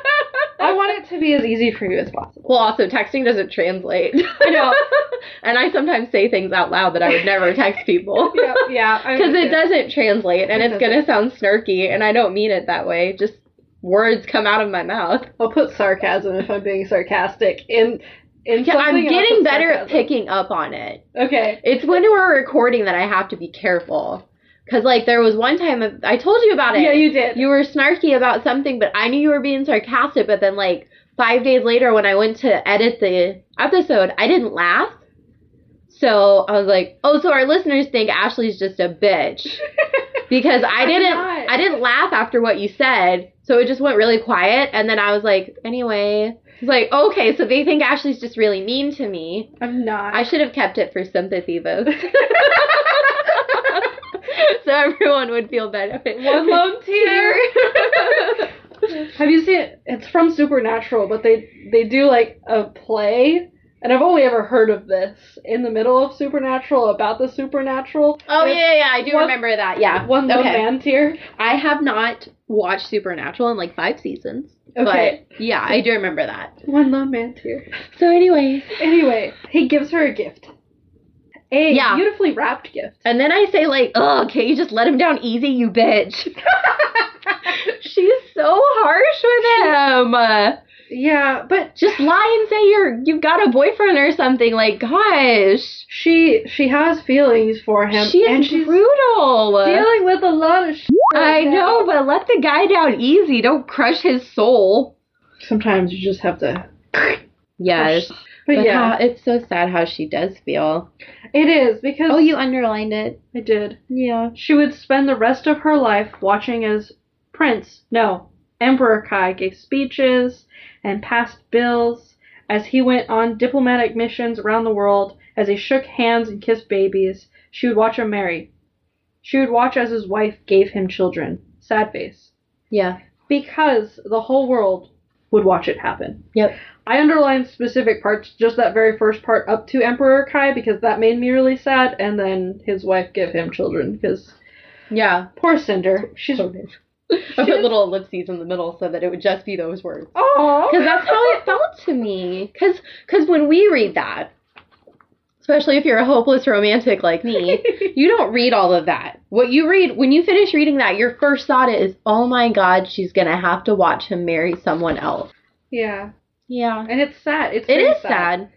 Speaker 4: I want it to be as easy for you as possible.
Speaker 3: Well, also texting doesn't translate.
Speaker 4: I know.
Speaker 3: and I sometimes say things out loud that I would never text people.
Speaker 4: Yeah, yeah. I
Speaker 3: Because it
Speaker 4: understand.
Speaker 3: doesn't translate and
Speaker 4: It
Speaker 3: it's going to sound snarky, and I don't mean it that way. Just words come out of my mouth.
Speaker 4: I'll put sarcasm if I'm being sarcastic. In in
Speaker 3: Yeah, I'm
Speaker 4: something, I'll
Speaker 3: getting
Speaker 4: put
Speaker 3: better at
Speaker 4: sarcasm.
Speaker 3: picking up on it.
Speaker 4: Okay.
Speaker 3: It's when we're recording that I have to be careful. Because, like, there was one time of- I told you about it.
Speaker 4: Yeah, you did.
Speaker 3: You were snarky about something, but I knew you were being sarcastic. But then, like, five days later, when I went to edit the episode, I didn't laugh. So I was like, oh, so our listeners think Ashley's just a bitch. Because I
Speaker 4: I'm
Speaker 3: didn't,
Speaker 4: not.
Speaker 3: I didn't laugh after what you said, so it just went really quiet. And then I was like, anyway, it's like okay, so they think Ashley's just really mean to me.
Speaker 4: I'm not.
Speaker 3: I should have kept it for sympathy votes, so everyone would feel better.
Speaker 4: One lone tear. Have you seen it? It's from Supernatural, but they they do like a play, and I've only ever heard of this in the middle of Supernatural about the supernatural.
Speaker 3: Oh
Speaker 4: And
Speaker 3: yeah,
Speaker 4: it's
Speaker 3: yeah, yeah, I do
Speaker 4: One-
Speaker 3: remember that. Yeah,
Speaker 4: One lone
Speaker 3: okay.
Speaker 4: man tear.
Speaker 3: I have not watched Supernatural in like five seasons,
Speaker 4: Okay.
Speaker 3: but yeah, I do remember that.
Speaker 4: One lone man tear.
Speaker 3: So, anyways,
Speaker 4: Anyway, he gives her a gift. A
Speaker 3: Yeah.
Speaker 4: beautifully wrapped gift.
Speaker 3: and then I say like, "Oh, okay, you just let him down easy, you bitch." She's so harsh with him. Uh,
Speaker 4: yeah, but
Speaker 3: Just lie and say you're you've got a boyfriend or something. Like, gosh,
Speaker 4: she she has feelings for him,
Speaker 3: she
Speaker 4: and
Speaker 3: is
Speaker 4: she's
Speaker 3: brutal.
Speaker 4: dealing with a lot of. Shit
Speaker 3: I
Speaker 4: right now.
Speaker 3: know, but let the guy down easy. Don't crush his soul.
Speaker 4: Sometimes you just have to.
Speaker 3: Yes.
Speaker 4: But,
Speaker 3: But
Speaker 4: yeah,
Speaker 3: how- it's so sad how she does feel.
Speaker 4: it is because
Speaker 3: Oh, you underlined it.
Speaker 4: I did.
Speaker 3: Yeah.
Speaker 4: She would spend the rest of her life watching as Prince, no, Emperor Kai gave speeches and passed bills as he went on diplomatic missions around the world, as he shook hands and kissed babies. She would watch him marry. She would watch as his wife gave him children. Sad face.
Speaker 3: Yeah.
Speaker 4: Because the whole world would watch it happen.
Speaker 3: Yep.
Speaker 4: I underlined specific parts, just that very first part up to Emperor Kai, because that made me really sad, and then his wife give him children, because
Speaker 3: Yeah.
Speaker 4: Poor Cinder. She's
Speaker 3: I put little ellipses in the middle so that it would just be those words.
Speaker 4: oh,
Speaker 3: Because that's how it felt to me. Because when we read that, especially if you're a hopeless romantic like me, you don't read all of that. What you read, when you finish reading that, your first thought is, oh my god, she's going to have to watch him marry someone else.
Speaker 4: Yeah.
Speaker 3: Yeah.
Speaker 4: And it's sad. It's
Speaker 3: It
Speaker 4: very
Speaker 3: is sad.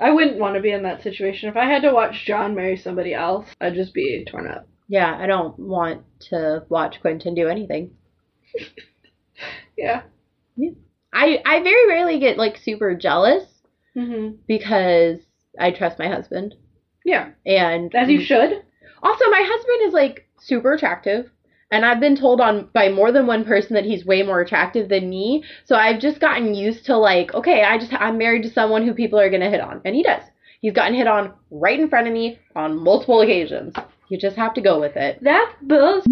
Speaker 4: I wouldn't want to be in that situation. If I had to watch John marry somebody else, I'd just be torn up.
Speaker 3: Yeah, I don't want to watch Quentin do anything.
Speaker 4: Yeah.
Speaker 3: I, I very rarely get like super jealous
Speaker 4: Mm-hmm.
Speaker 3: because I trust my husband.
Speaker 4: Yeah.
Speaker 3: And
Speaker 4: As you should.
Speaker 3: Also, my husband is like super attractive, and I've been told on by more than one person that he's way more attractive than me. So I've just gotten used to like, okay, I just I'm married to someone who people are gonna hit on, and he does. He's gotten hit on right in front of me on multiple occasions. You just have to go with it.
Speaker 4: That's bull.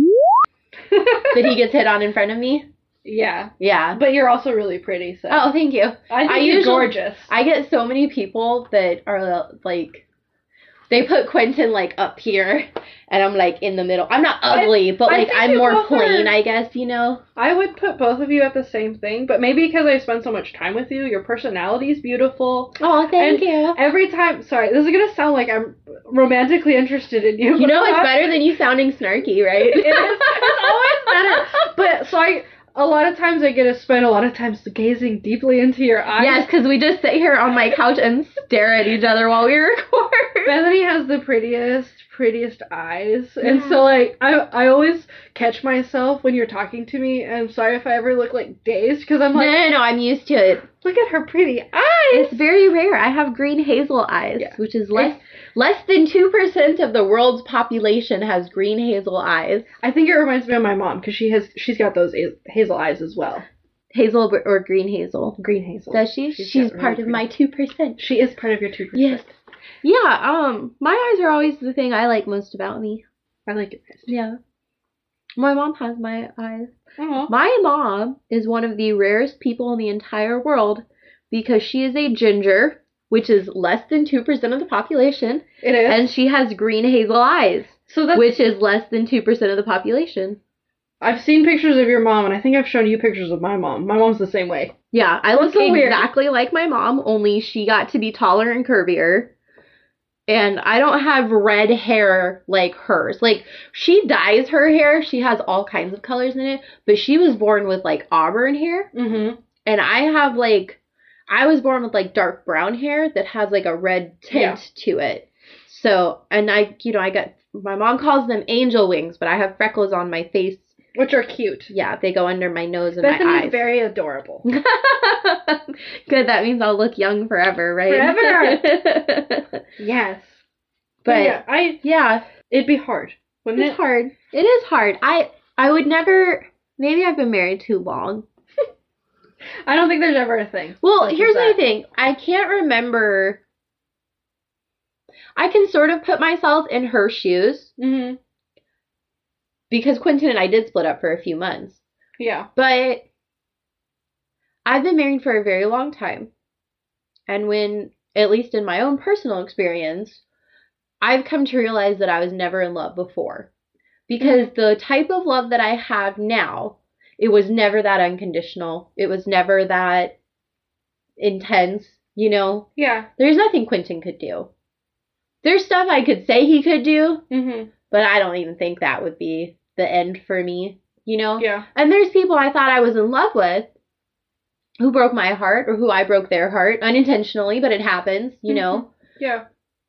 Speaker 3: Did he gets hit on in front of me?
Speaker 4: yeah.
Speaker 3: Yeah.
Speaker 4: But you're also really pretty, so.
Speaker 3: Oh, thank you.
Speaker 4: I think
Speaker 3: I
Speaker 4: you're
Speaker 3: usually-
Speaker 4: gorgeous.
Speaker 3: I get so many people that are like, they put Quentin like up here, and I'm like in the middle. I'm not
Speaker 4: I-
Speaker 3: ugly, but
Speaker 4: I
Speaker 3: like
Speaker 4: think
Speaker 3: I'm
Speaker 4: you
Speaker 3: more
Speaker 4: both are-
Speaker 3: plain, I guess. You know.
Speaker 4: I would put both of you at the same thing, but maybe because I spend so much time with you, your personality is beautiful.
Speaker 3: Oh, thank you.
Speaker 4: Every time, sorry, this is gonna sound like I'm romantically interested in you.
Speaker 3: You know,
Speaker 4: but
Speaker 3: it's
Speaker 4: I'm
Speaker 3: better than you sounding snarky, right?
Speaker 4: It is. It's always better. But so I, a lot of times I get to spend a lot of times gazing deeply into your eyes.
Speaker 3: Yes, because we just sit here on my couch and stare at each other while we record.
Speaker 4: Bethany has the prettiest, prettiest eyes, and
Speaker 3: Yeah.
Speaker 4: so like I, I always catch myself when you're talking to me. And I'm sorry if I ever look like dazed because I'm
Speaker 3: No,
Speaker 4: like,
Speaker 3: no, no, I'm used to it.
Speaker 4: look at her pretty eyes.
Speaker 3: It's very rare. I have green hazel eyes,
Speaker 4: Yeah.
Speaker 3: which is less less than two percent of the world's population has green hazel eyes.
Speaker 4: I think it reminds me of my mom because she has, she's got those ha- hazel eyes as well,
Speaker 3: Hazel or- or green hazel.
Speaker 4: green hazel.
Speaker 3: Does she?
Speaker 4: She's
Speaker 3: She's,
Speaker 4: got
Speaker 3: part
Speaker 4: really
Speaker 3: of my two percent.
Speaker 4: She is part of your two percent.
Speaker 3: Yes. Yeah. Um, my eyes are always the thing I like most about me.
Speaker 4: I like it.
Speaker 3: Yeah. My mom has my eyes.
Speaker 4: Aw.
Speaker 3: My mom is one of the rarest people in the entire world because she is a ginger, which is less than 2% of the population,
Speaker 4: It is.
Speaker 3: and she has green hazel eyes,
Speaker 4: so that's
Speaker 3: which is less than 2% of the population.
Speaker 4: I've seen pictures of your mom, and I think I've shown you pictures of my mom. My mom's the same way.
Speaker 3: Yeah, I
Speaker 4: That's
Speaker 3: look
Speaker 4: so weird.
Speaker 3: exactly like my mom, only she got to be taller and curvier. And I don't have red hair like hers. Like, she dyes her hair, she has all kinds of colors in it, but she was born with like auburn hair.
Speaker 4: Mm-hmm.
Speaker 3: and I have like I was born with like dark brown hair that has like a red tint to it. So and I you know I got my mom calls them angel wings, but I have freckles on my face.
Speaker 4: Which are cute.
Speaker 3: Yeah, they go under my nose and my
Speaker 4: Bethany's
Speaker 3: eyes.
Speaker 4: very adorable.
Speaker 3: Good, that means I'll look young forever, right?
Speaker 4: Forever. yes,
Speaker 3: but
Speaker 4: yeah, I
Speaker 3: yeah,
Speaker 4: it'd be hard, wouldn't
Speaker 3: It's
Speaker 4: it?
Speaker 3: hard. It is hard. I I would never maybe I've been married too long.
Speaker 4: I don't think there's ever a thing.
Speaker 3: Well,
Speaker 4: such as
Speaker 3: here's my
Speaker 4: that.
Speaker 3: thing. I can't remember. I can sort of put myself in her shoes
Speaker 4: Mm-hmm.
Speaker 3: because Quentin and I did split up for a few months.
Speaker 4: Yeah,
Speaker 3: But I've been married for a very long time. And when, at least in my own personal experience, I've come to realize that I was never in love before. Because the type of love that I have now, it was never that unconditional. It was never that intense, you know?
Speaker 4: yeah.
Speaker 3: There's nothing Quentin could do. There's stuff I could say he could do,
Speaker 4: Mm-hmm.
Speaker 3: but I don't even think that would be the end for me, you know?
Speaker 4: Yeah.
Speaker 3: And there's people I thought I was in love with who broke my heart or who I broke their heart unintentionally, but it happens, you know.
Speaker 4: Yeah.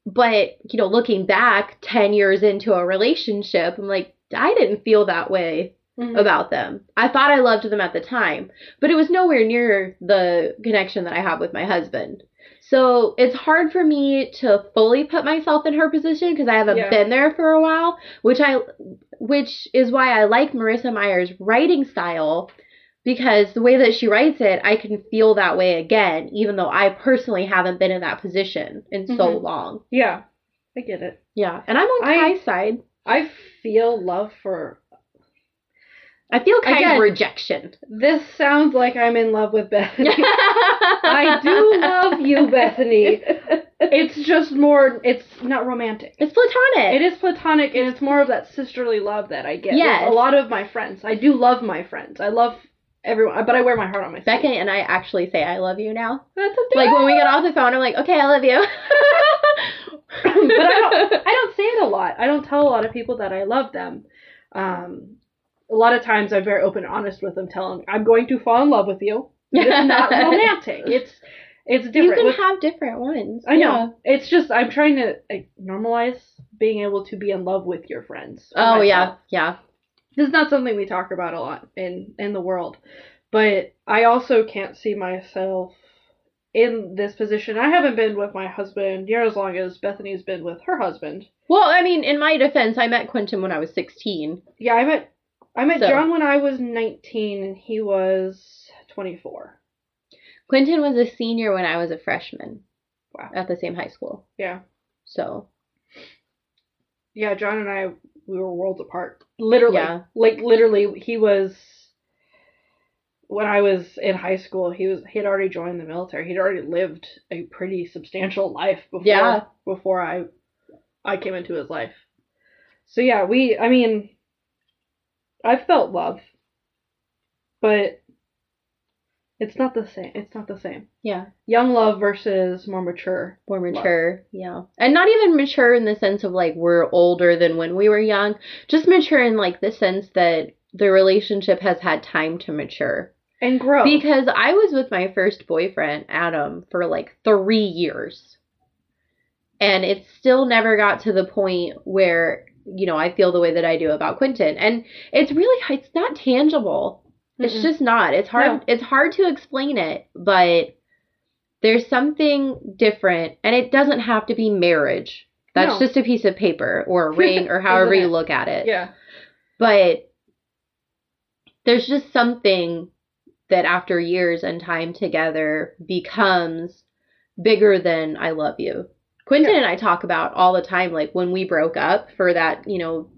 Speaker 3: But, you know, looking back 10 years into a relationship, I'm like, I didn't feel Oh, that way
Speaker 4: Mhm.
Speaker 3: about them. I thought I loved them at the time, but it was nowhere near the connection that I have with my husband. So it's hard for me to fully put myself in her position because I haven't
Speaker 4: Yeah.
Speaker 3: been there for a while, which I which is why I like Marissa Meyer's writing style because the way that she writes it, I can feel that way again even though I personally haven't been in that position in so
Speaker 4: Mhm.
Speaker 3: long.
Speaker 4: Yeah. I get it.
Speaker 3: Mm-hmm. Yeah, and I'm on
Speaker 4: I-
Speaker 3: Kai's side.
Speaker 4: I feel love for.
Speaker 3: I feel Kai's
Speaker 4: Again.
Speaker 3: rejection.
Speaker 4: This sounds like I'm in love with Bethany. I
Speaker 3: I
Speaker 4: do love you, Bethany. It's just more. It's not romantic.
Speaker 3: It's platonic.
Speaker 4: It is platonic, and it's more of that sisterly love that I get. with
Speaker 3: Yes.
Speaker 4: A lot of my friends. I do love my friends. I love everyone, but I wear my heart on my sleeve.
Speaker 3: Becca and I actually say I love you now.
Speaker 4: That's a thing.
Speaker 3: Like when we get off the phone, I'm like, okay, I love you. But
Speaker 4: I don't, I don't say it a lot. I don't tell a lot of people that I love them. Um, a lot of times I'm very open and honest with them, telling I'm going to fall in love with you. It's not romantic. It's it's
Speaker 3: you
Speaker 4: different.
Speaker 3: can
Speaker 4: With-
Speaker 3: have different ones.
Speaker 4: I know. It's just I'm trying to like, normalize being able to be in love with your friends. or
Speaker 3: Yeah. Oh
Speaker 4: myself
Speaker 3: yeah, yeah.
Speaker 4: this is not something we talk about a lot in in the world but i also can't see myself in this position i haven't been with my husband near as long as bethany's been with her husband
Speaker 3: Well, I mean, in my defense, I met Quentin when I was sixteen.
Speaker 4: yeah i met i met
Speaker 3: So-
Speaker 4: john when i was 19 and he was 24
Speaker 3: Quentin was a senior when I was a freshman.
Speaker 4: Wow.
Speaker 3: At the same high school.
Speaker 4: yeah
Speaker 3: So
Speaker 4: yeah john and i we were worlds apart literally
Speaker 3: Yeah.
Speaker 4: like literally he was when i was in high school he was he had already joined the military he'd already lived a pretty substantial life before
Speaker 3: Yeah.
Speaker 4: before i i came into his life so yeah we i mean i felt love but it's not the same it's not the same
Speaker 3: yeah,
Speaker 4: young love versus more mature
Speaker 3: more mature. Yeah, and not even mature in the sense of like we're older than when we were young. Just mature in like the sense that the relationship has had time to mature.
Speaker 4: and grow
Speaker 3: Because I was with my first boyfriend, Adam, for like three years. And it still never got to the point where, you know, I feel the way that I do about Quentin. And it's really, it's not tangible. It's
Speaker 4: Mm-mm.
Speaker 3: just not. It's hard.
Speaker 4: No.
Speaker 3: It's hard to explain it, but there's something different. And it doesn't have to be marriage. That's
Speaker 4: No.
Speaker 3: just a piece of paper or a ring or however
Speaker 4: Isn't
Speaker 3: you
Speaker 4: it?
Speaker 3: look at it
Speaker 4: yeah
Speaker 3: but there's just something that after years and time together becomes bigger than I love you. Quentin and I talk about all the time, like when we broke up for that, you know,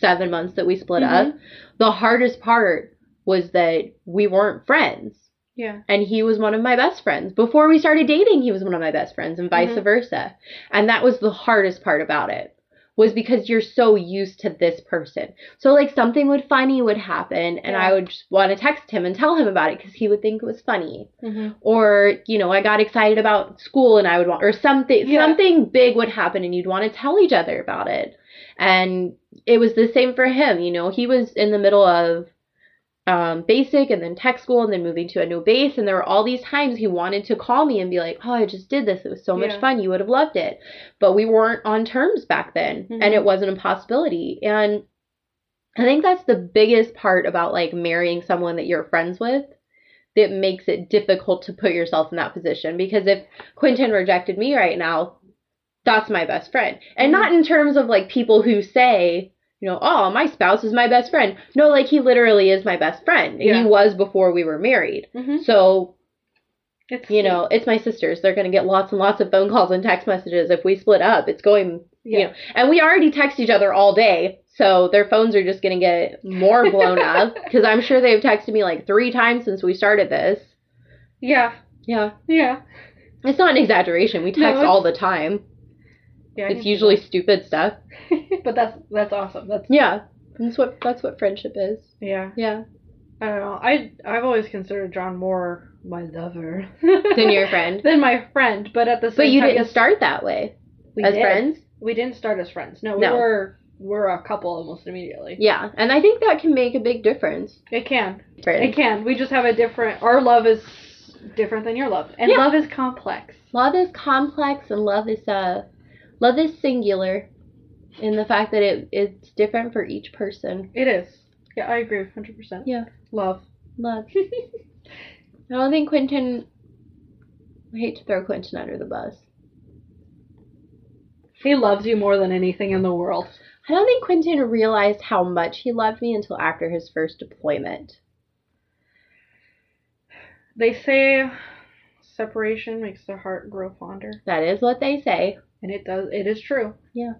Speaker 3: seven months that we split up, the hardest part was that we weren't friends.
Speaker 4: yeah
Speaker 3: And he was one of my best friends. Before we started dating, he was one of my best friends and vice
Speaker 4: Mhm.
Speaker 3: versa. And that was the hardest part about it was because you're so used to this person. So like something would funny would happen and I
Speaker 4: Yeah.
Speaker 3: would just want to text him and tell him about it cuz he would think it was funny.
Speaker 4: mm-hmm.
Speaker 3: Or, you know, I got excited about school and I would want or something
Speaker 4: Yeah.
Speaker 3: something big would happen and you'd want to tell each other about it. And it was the same for him, you know. He was in the middle of um, basic and then tech school and then moving to a new base. And there were all these times he wanted to call me and be like, Oh, I just did this. It was so much
Speaker 4: Yeah.
Speaker 3: fun. You would have loved it. But we weren't on terms back then and
Speaker 4: Mhm.
Speaker 3: it wasn't a possibility. And I think that's the biggest part about like marrying someone that you're friends with that makes it difficult to put yourself in that position. Because if Quentin rejected me right now, that's my best friend. And
Speaker 4: Mm-hmm.
Speaker 3: not in terms of like people who say, you know, oh, my spouse is my best friend. No, like he literally is my best friend.
Speaker 4: Yeah.
Speaker 3: He was before we were married.
Speaker 4: Mm-hmm.
Speaker 3: So,
Speaker 4: It's,
Speaker 3: you know, it's my sisters. They're going to get lots and lots of phone calls and text messages. If we split up, it's going,
Speaker 4: yeah.
Speaker 3: you know, and we already text each other all day. So their phones are just going to get more blown up because I'm sure they've texted me like three times since we started this.
Speaker 4: yeah
Speaker 3: Yeah.
Speaker 4: yeah
Speaker 3: It's not an exaggeration. We text
Speaker 4: it's-
Speaker 3: all the time.
Speaker 4: yeah I can
Speaker 3: It's
Speaker 4: see
Speaker 3: usually stupid stuff.
Speaker 4: that. but that's that's awesome that's
Speaker 3: Yeah. That's what that's what friendship is.
Speaker 4: yeah
Speaker 3: Yeah.
Speaker 4: i don't know i i've always considered john moore my lover
Speaker 3: Then
Speaker 4: than
Speaker 3: you're a friend.
Speaker 4: than my friend but at the same
Speaker 3: But you
Speaker 4: time,
Speaker 3: didn't
Speaker 4: yes,
Speaker 3: start that way
Speaker 4: we
Speaker 3: as
Speaker 4: did.
Speaker 3: friends.
Speaker 4: we didn't start as friends no we
Speaker 3: No.
Speaker 4: were we're a couple almost immediately
Speaker 3: Yeah. And I think that can make a big difference.
Speaker 4: it can it
Speaker 3: Friends.
Speaker 4: can we just have a different our love is different than your love and
Speaker 3: Yeah.
Speaker 4: love is complex
Speaker 3: Love is complex and love is uh love is singular in the fact that it it's different for each person.
Speaker 4: it is yeah i agree 100%
Speaker 3: Yeah.
Speaker 4: love
Speaker 3: Love. I don't think Quentin I hate to throw Quentin under the bus.
Speaker 4: he loves you more than anything in the world
Speaker 3: I don't think Quentin realized how much he loved me until after his first deployment.
Speaker 4: They say separation makes the heart grow fonder,
Speaker 3: That is what they say.
Speaker 4: and it does. It is true.
Speaker 3: Yeah.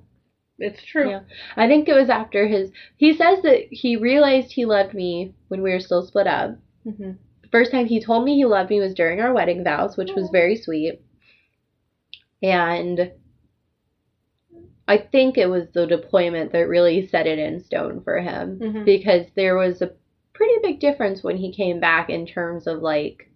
Speaker 4: It's true.
Speaker 3: Yeah. I think it was after his. He says that he realized he loved me when we were still split up.
Speaker 4: hmm
Speaker 3: The first time he told me he loved me was during our wedding vows, which was very sweet. And I think it was the deployment that really set it in stone for him
Speaker 4: Mhm.
Speaker 3: because there was a pretty big difference when he came back in terms of like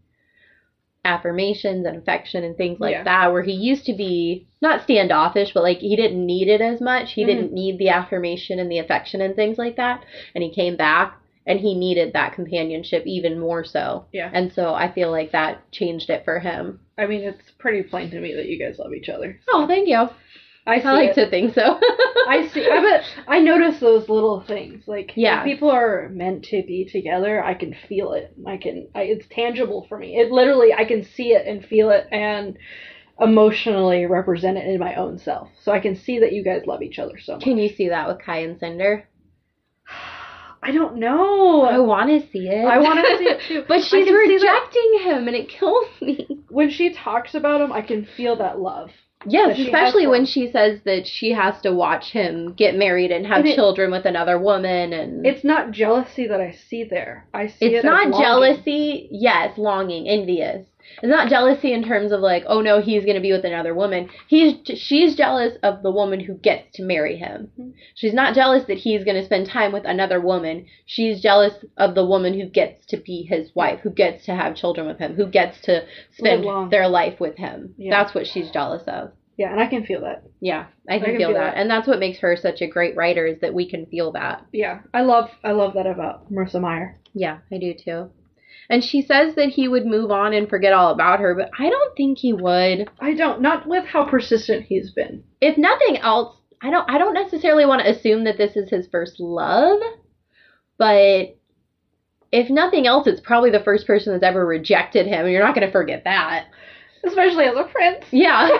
Speaker 3: affirmations and affection and things like
Speaker 4: Yeah.
Speaker 3: that where he used to be not standoffish but like he didn't need it as much he
Speaker 4: Mhm.
Speaker 3: didn't need the affirmation and the affection and things like that and he came back and he needed that companionship even more so
Speaker 4: Yeah.
Speaker 3: and so i feel like that changed it for him
Speaker 4: I mean, it's pretty plain to me that you guys love each other.
Speaker 3: oh thank you
Speaker 4: I see.
Speaker 3: i like
Speaker 4: it.
Speaker 3: to think so
Speaker 4: I see. I bet I notice those little things. Like,
Speaker 3: Yeah.
Speaker 4: if people are meant to be together. I can feel it. I can. I, it's tangible for me. It literally. I can see it and feel it and emotionally represent it in my own self. So I can see that you guys love each other so much.
Speaker 3: can you see that with kai and cinder
Speaker 4: I don't know.
Speaker 3: i want to see it
Speaker 4: I want to see it too.
Speaker 3: but
Speaker 4: I
Speaker 3: she's
Speaker 4: can see that-
Speaker 3: rejecting him and it kills me
Speaker 4: When she talks about him, I can feel that love. that
Speaker 3: Yes,
Speaker 4: she
Speaker 3: especially
Speaker 4: has
Speaker 3: when
Speaker 4: them.
Speaker 3: she says that she has to watch him get married and have
Speaker 4: And it-
Speaker 3: children with another woman and
Speaker 4: It's not jealousy that I see there. I see
Speaker 3: it's
Speaker 4: it as
Speaker 3: not
Speaker 4: longing.
Speaker 3: jealousy, yes, longing, envious. It's not jealousy in terms of like, oh no, he's going to be with another woman. He's she's jealous of the woman who gets to marry him.
Speaker 4: Mhm.
Speaker 3: She's not jealous that he's going to spend time with another woman. She's jealous of the woman who gets to be his wife, who gets to have children with him, who gets to spend
Speaker 4: long.
Speaker 3: their life with him.
Speaker 4: Yeah.
Speaker 3: That's what she's jealous of.
Speaker 4: Yeah, and I can feel that.
Speaker 3: Yeah, I can, feel, that. And that's what makes her such a great writer is that we can feel that.
Speaker 4: Yeah, I love. I love that about Marissa Meyer.
Speaker 3: Yeah, I do too. And she says that he would move on and forget all about her, but I don't think he would.
Speaker 4: I don't. Not with how persistent he's been.
Speaker 3: If nothing else, I don't I don't necessarily want to assume that this is his first love, but if nothing else, it's probably the first person that's ever rejected him. and You're not going to forget that.
Speaker 4: Especially as a prince.
Speaker 3: Yeah.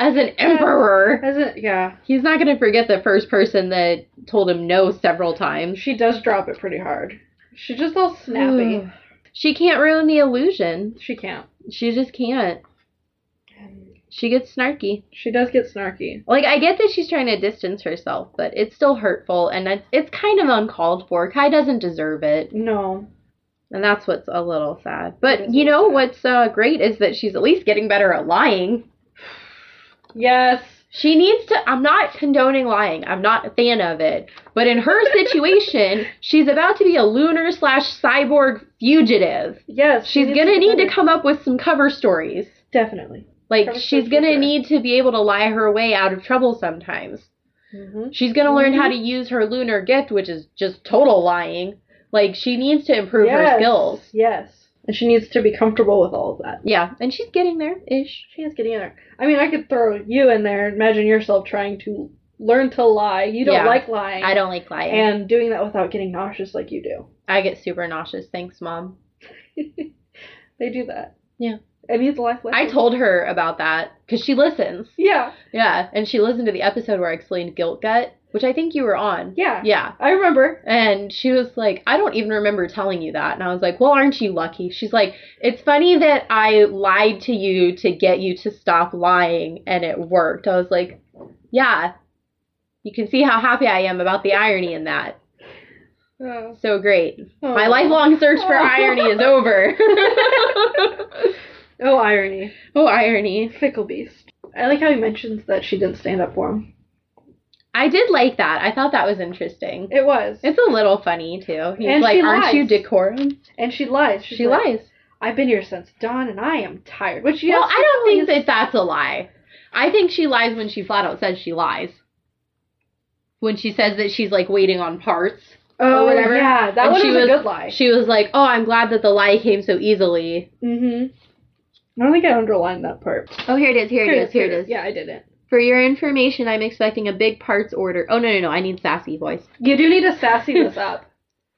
Speaker 3: As an emperor,
Speaker 4: As a, yeah.
Speaker 3: he's not going to forget the first person that told him no several times.
Speaker 4: She does drop it pretty hard. She's just all snappy.
Speaker 3: She can't ruin the illusion.
Speaker 4: she can't.
Speaker 3: She just can't. She gets snarky.
Speaker 4: She does get snarky.
Speaker 3: Like I get that she's trying to distance herself, but it's still hurtful and it's, it's kind of uncalled for. Kai doesn't deserve it,
Speaker 4: No.
Speaker 3: and that's what's a little sad.
Speaker 4: It
Speaker 3: But
Speaker 4: is
Speaker 3: you
Speaker 4: a
Speaker 3: know
Speaker 4: little sad.
Speaker 3: what's uh, great is that she's at least getting better at lying.
Speaker 4: Yes.
Speaker 3: She needs to. I'm not condoning lying. I'm not a fan of it. But in her situation, she's about to be a lunar slash cyborg fugitive.
Speaker 4: Yes. she
Speaker 3: She's
Speaker 4: needs
Speaker 3: gonna
Speaker 4: get
Speaker 3: need to
Speaker 4: better.
Speaker 3: come up with some cover stories.
Speaker 4: Definitely.
Speaker 3: Like
Speaker 4: Cover
Speaker 3: she's
Speaker 4: stories for
Speaker 3: gonna
Speaker 4: sure.
Speaker 3: need to be able to lie her way out of trouble sometimes.
Speaker 4: Mm-hmm.
Speaker 3: She's gonna learn how to use her lunar gift, which is just total lying. Like she needs to improve her skills.
Speaker 4: Yes. And she needs to be comfortable with all of that.
Speaker 3: Yeah, and she's getting there ish.
Speaker 4: She is getting there. I mean, I could throw you in there. Imagine yourself trying to learn to lie. You don't
Speaker 3: Yeah.
Speaker 4: like lying.
Speaker 3: I don't like lying.
Speaker 4: And doing that without getting nauseous like you do.
Speaker 3: I get super nauseous. Thanks, mom.
Speaker 4: They do that.
Speaker 3: Yeah.
Speaker 4: And he's a life lesson.
Speaker 3: I told her about that because she listens.
Speaker 4: Yeah.
Speaker 3: Yeah, and she listened to the episode where I explained guilt gut, which I think you were on.
Speaker 4: Yeah.
Speaker 3: Yeah.
Speaker 4: I remember.
Speaker 3: And she was like, I don't even remember telling you that. And I was like, Well, aren't you lucky? She's like, It's funny that I lied to you to get you to stop lying, and it worked. I was like, Yeah, you can see how happy I am about the irony in that.
Speaker 4: Oh.
Speaker 3: So great. My
Speaker 4: Oh.
Speaker 3: lifelong search for
Speaker 4: Oh.
Speaker 3: irony is over.
Speaker 4: Oh, irony.
Speaker 3: oh, irony.
Speaker 4: Fickle beast. I like how he mentions that she didn't stand up for him.
Speaker 3: I did like that. I thought that was interesting.
Speaker 4: It was.
Speaker 3: It's a little funny, too. He's
Speaker 4: And
Speaker 3: like,
Speaker 4: she
Speaker 3: Aren't you
Speaker 4: lies.
Speaker 3: decorum?
Speaker 4: and she lies. She's
Speaker 3: She
Speaker 4: like,
Speaker 3: lies.
Speaker 4: I've been here since dawn and I am tired. Which, you
Speaker 3: well,
Speaker 4: know,
Speaker 3: I don't think that that's a lie. I think she lies when she flat out says she lies. When she says that she's like waiting on parts.
Speaker 4: Oh,
Speaker 3: or whatever.
Speaker 4: yeah. That
Speaker 3: And
Speaker 4: one
Speaker 3: she
Speaker 4: is
Speaker 3: was-
Speaker 4: a good lie.
Speaker 3: She was like, "Oh, I'm glad that the lie came so easily."
Speaker 4: mm-hmm. I don't think I underlined that part.
Speaker 3: Oh, here it is. Here, it is. Here it is.
Speaker 4: Yeah, I didn't.
Speaker 3: For your information, I'm expecting a big parts order. Oh no, no, no. I need sassy voice.
Speaker 4: You do need to sassy this up.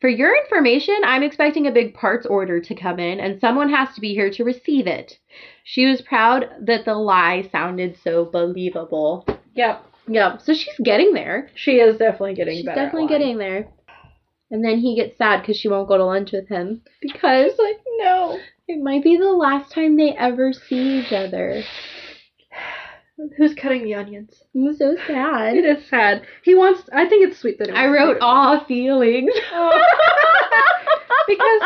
Speaker 3: For your information, I'm expecting a big parts order to come in, and someone has to be here to receive it. She was proud that the lie sounded so believable.
Speaker 4: Yep.
Speaker 3: Yep. So she's getting there.
Speaker 4: She is definitely getting
Speaker 3: She's
Speaker 4: better. at
Speaker 3: definitely
Speaker 4: lying.
Speaker 3: getting there. And then he gets sad because she won't go to lunch with him because
Speaker 4: She's like, no.
Speaker 3: it might be the last time they ever see each other.
Speaker 4: Who's cutting the onions?
Speaker 3: I'm so
Speaker 4: It
Speaker 3: sad.
Speaker 4: is sad. He wants. I think it's sweet that he
Speaker 3: I
Speaker 4: wants to
Speaker 3: wrote
Speaker 4: do it.
Speaker 3: aw feelings
Speaker 4: because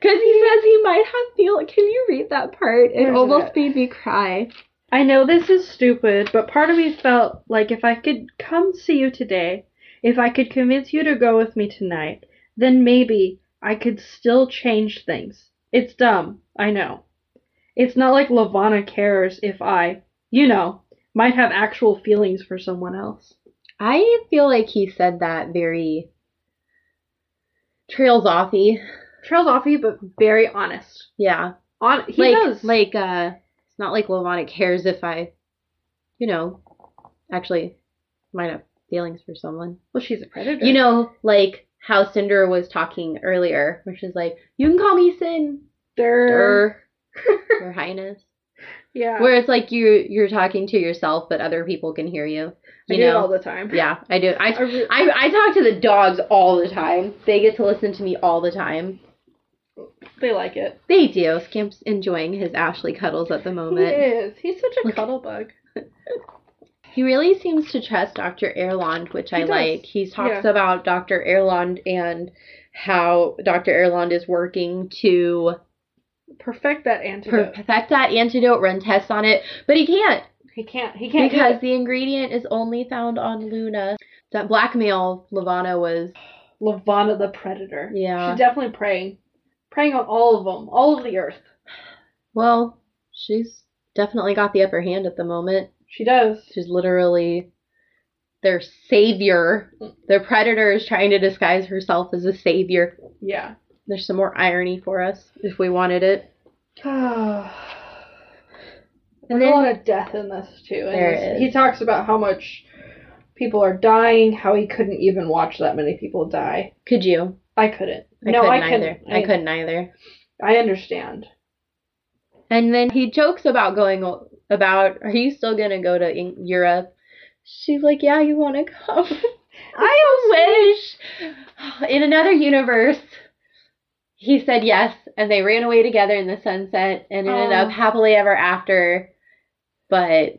Speaker 3: because he says he might have feel. Can you read that part? It
Speaker 4: Where's
Speaker 3: almost
Speaker 4: it?
Speaker 3: made me cry.
Speaker 4: I know this is stupid, but part of me felt like if I could come see you today, if I could convince you to go with me tonight, then maybe I could still change things. It's dumb, I know. It's not like Lavana cares if I, you know, might have actual feelings for someone else.
Speaker 3: I feel like he said that very trails offy.
Speaker 4: Trails offy, but very honest.
Speaker 3: Yeah.
Speaker 4: On he
Speaker 3: like
Speaker 4: knows.
Speaker 3: like uh it's not like Lavonic cares if I you know actually might have feelings for someone.
Speaker 4: well, she's a predator.
Speaker 3: You know, like how Cinder was talking earlier, which is like, you can call me Sin
Speaker 4: Durr.
Speaker 3: or Your Highness.
Speaker 4: Yeah.
Speaker 3: Where it's like you you're talking to yourself but other people can hear you.
Speaker 4: I
Speaker 3: You
Speaker 4: do it
Speaker 3: know?
Speaker 4: all the time.
Speaker 3: Yeah, I do. I,
Speaker 4: I re-
Speaker 3: I I talk to the dogs all the time. They get to listen to me all the time.
Speaker 4: they like it.
Speaker 3: They do. Scamp's enjoying his Ashley cuddles at the
Speaker 4: He
Speaker 3: moment.
Speaker 4: is. He's such a cuddle bug.
Speaker 3: He really seems to trust Dr. Erland, which I
Speaker 4: He does.
Speaker 3: like. He talks
Speaker 4: Yeah.
Speaker 3: about Dr. Erland and how Dr. Erland is working to
Speaker 4: Perfect that antidote.
Speaker 3: perfect that antidote, run tests on it, but he can't
Speaker 4: he can't. He can't. do
Speaker 3: because
Speaker 4: it.
Speaker 3: the ingredient is only found on Luna. That blackmail Lavana was
Speaker 4: Lavana the predator.
Speaker 3: Yeah.
Speaker 4: She's definitely preying, preying on all of them, all of the earth.
Speaker 3: well, she's definitely got the upper hand at the moment.
Speaker 4: She does.
Speaker 3: She's literally their savior.
Speaker 4: Mm.
Speaker 3: The predator is trying to disguise herself as a savior.
Speaker 4: Yeah.
Speaker 3: There's some more irony for us if we wanted it.
Speaker 4: There's
Speaker 3: And
Speaker 4: a lot
Speaker 3: then
Speaker 4: of death in this too. And
Speaker 3: There
Speaker 4: this-
Speaker 3: is.
Speaker 4: He talks about how much people are dying, how he couldn't even watch that many people die.
Speaker 3: could you?
Speaker 4: I couldn't.
Speaker 3: I
Speaker 4: no,
Speaker 3: couldn't
Speaker 4: I couldn't.
Speaker 3: either. I, couldn't either.
Speaker 4: I understand.
Speaker 3: And then he jokes about going o- about. Are you still gonna go to Eng- Europe? She's like, yeah, you want to come. I wish in another universe. He said yes, and they ran away together in the sunset and ended
Speaker 4: Aw.
Speaker 3: up happily ever after. But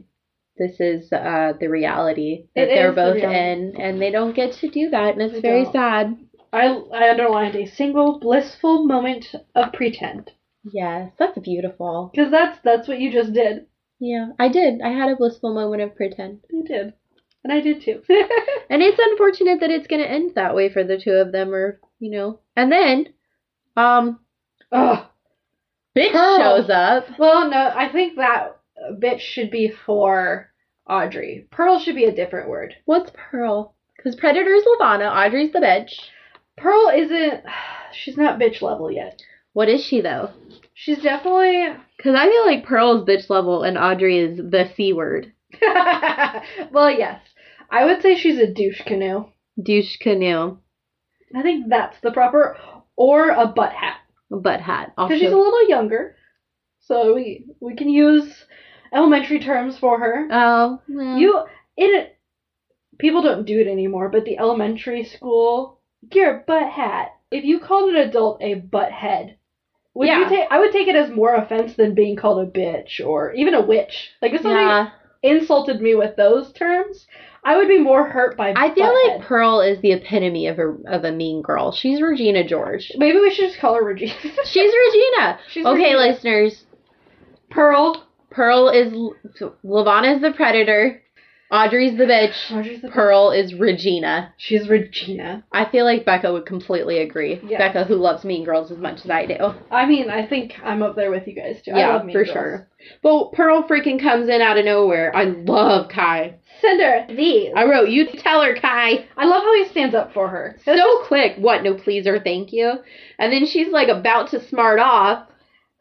Speaker 3: this is uh, the reality that
Speaker 4: It
Speaker 3: they're
Speaker 4: is the
Speaker 3: both
Speaker 4: reality.
Speaker 3: in, and they don't get to do that, and it's
Speaker 4: They
Speaker 3: very
Speaker 4: don't.
Speaker 3: sad.
Speaker 4: I I underlined a single blissful moment of pretend
Speaker 3: Yes, that's beautiful.
Speaker 4: because that's that's what you just did.
Speaker 3: Yeah, I did. I had a blissful moment of pretend.
Speaker 4: You did, and I did too.
Speaker 3: And it's unfortunate that it's going to end that way for the two of them, or, you know. And then, um,
Speaker 4: Ugh.
Speaker 3: Bitch
Speaker 4: Pearl.
Speaker 3: shows up.
Speaker 4: Well, no, I think that bitch should be for Audrey. Pearl should be a different word.
Speaker 3: What's Pearl? Because Predator's Lavana, Audrey's the bitch.
Speaker 4: Pearl isn't. She's not bitch level yet.
Speaker 3: What is she, though?
Speaker 4: She's definitely.
Speaker 3: Because I feel like Pearl's bitch level and Audrey is the C word.
Speaker 4: well, yes. I would say she's a douche canoe.
Speaker 3: Douche canoe,
Speaker 4: I think that's the proper. Or a butt hat.
Speaker 3: butt hat.
Speaker 4: Because she's a
Speaker 3: Also.
Speaker 4: little younger. So we, we can use elementary terms for her.
Speaker 3: Oh, well.
Speaker 4: You it people don't do it anymore, but the elementary school your butt hat. If you called an adult a butt head, would you
Speaker 3: Yeah.
Speaker 4: take I would take it as more offense than being called a bitch or even a witch. Like if somebody
Speaker 3: yeah.
Speaker 4: insulted me with those terms, I would be more hurt by
Speaker 3: I feel
Speaker 4: butt
Speaker 3: like
Speaker 4: head.
Speaker 3: Pearl is the epitome of a, of a mean girl. She's Regina George.
Speaker 4: maybe we should just call her Regina.
Speaker 3: She's Regina.
Speaker 4: She's
Speaker 3: okay,
Speaker 4: Regina.
Speaker 3: listeners.
Speaker 4: Pearl.
Speaker 3: Pearl is Lavana's the predator. Audrey's the bitch.
Speaker 4: Audrey's the-
Speaker 3: Pearl is Regina.
Speaker 4: She's Regina.
Speaker 3: I feel like Becca would completely agree.
Speaker 4: Yes.
Speaker 3: Becca, who loves Mean Girls as much as I do.
Speaker 4: I mean, I think I'm up there with you guys too. I
Speaker 3: yeah,
Speaker 4: love Mean
Speaker 3: for
Speaker 4: Girls.
Speaker 3: sure. But Pearl freaking comes in out of nowhere. I love Kai.
Speaker 4: Send her these.
Speaker 3: I wrote, you tell her, Kai.
Speaker 4: I love how he stands up for her.
Speaker 3: So quick. What? No please or thank you. And then she's like about to smart off.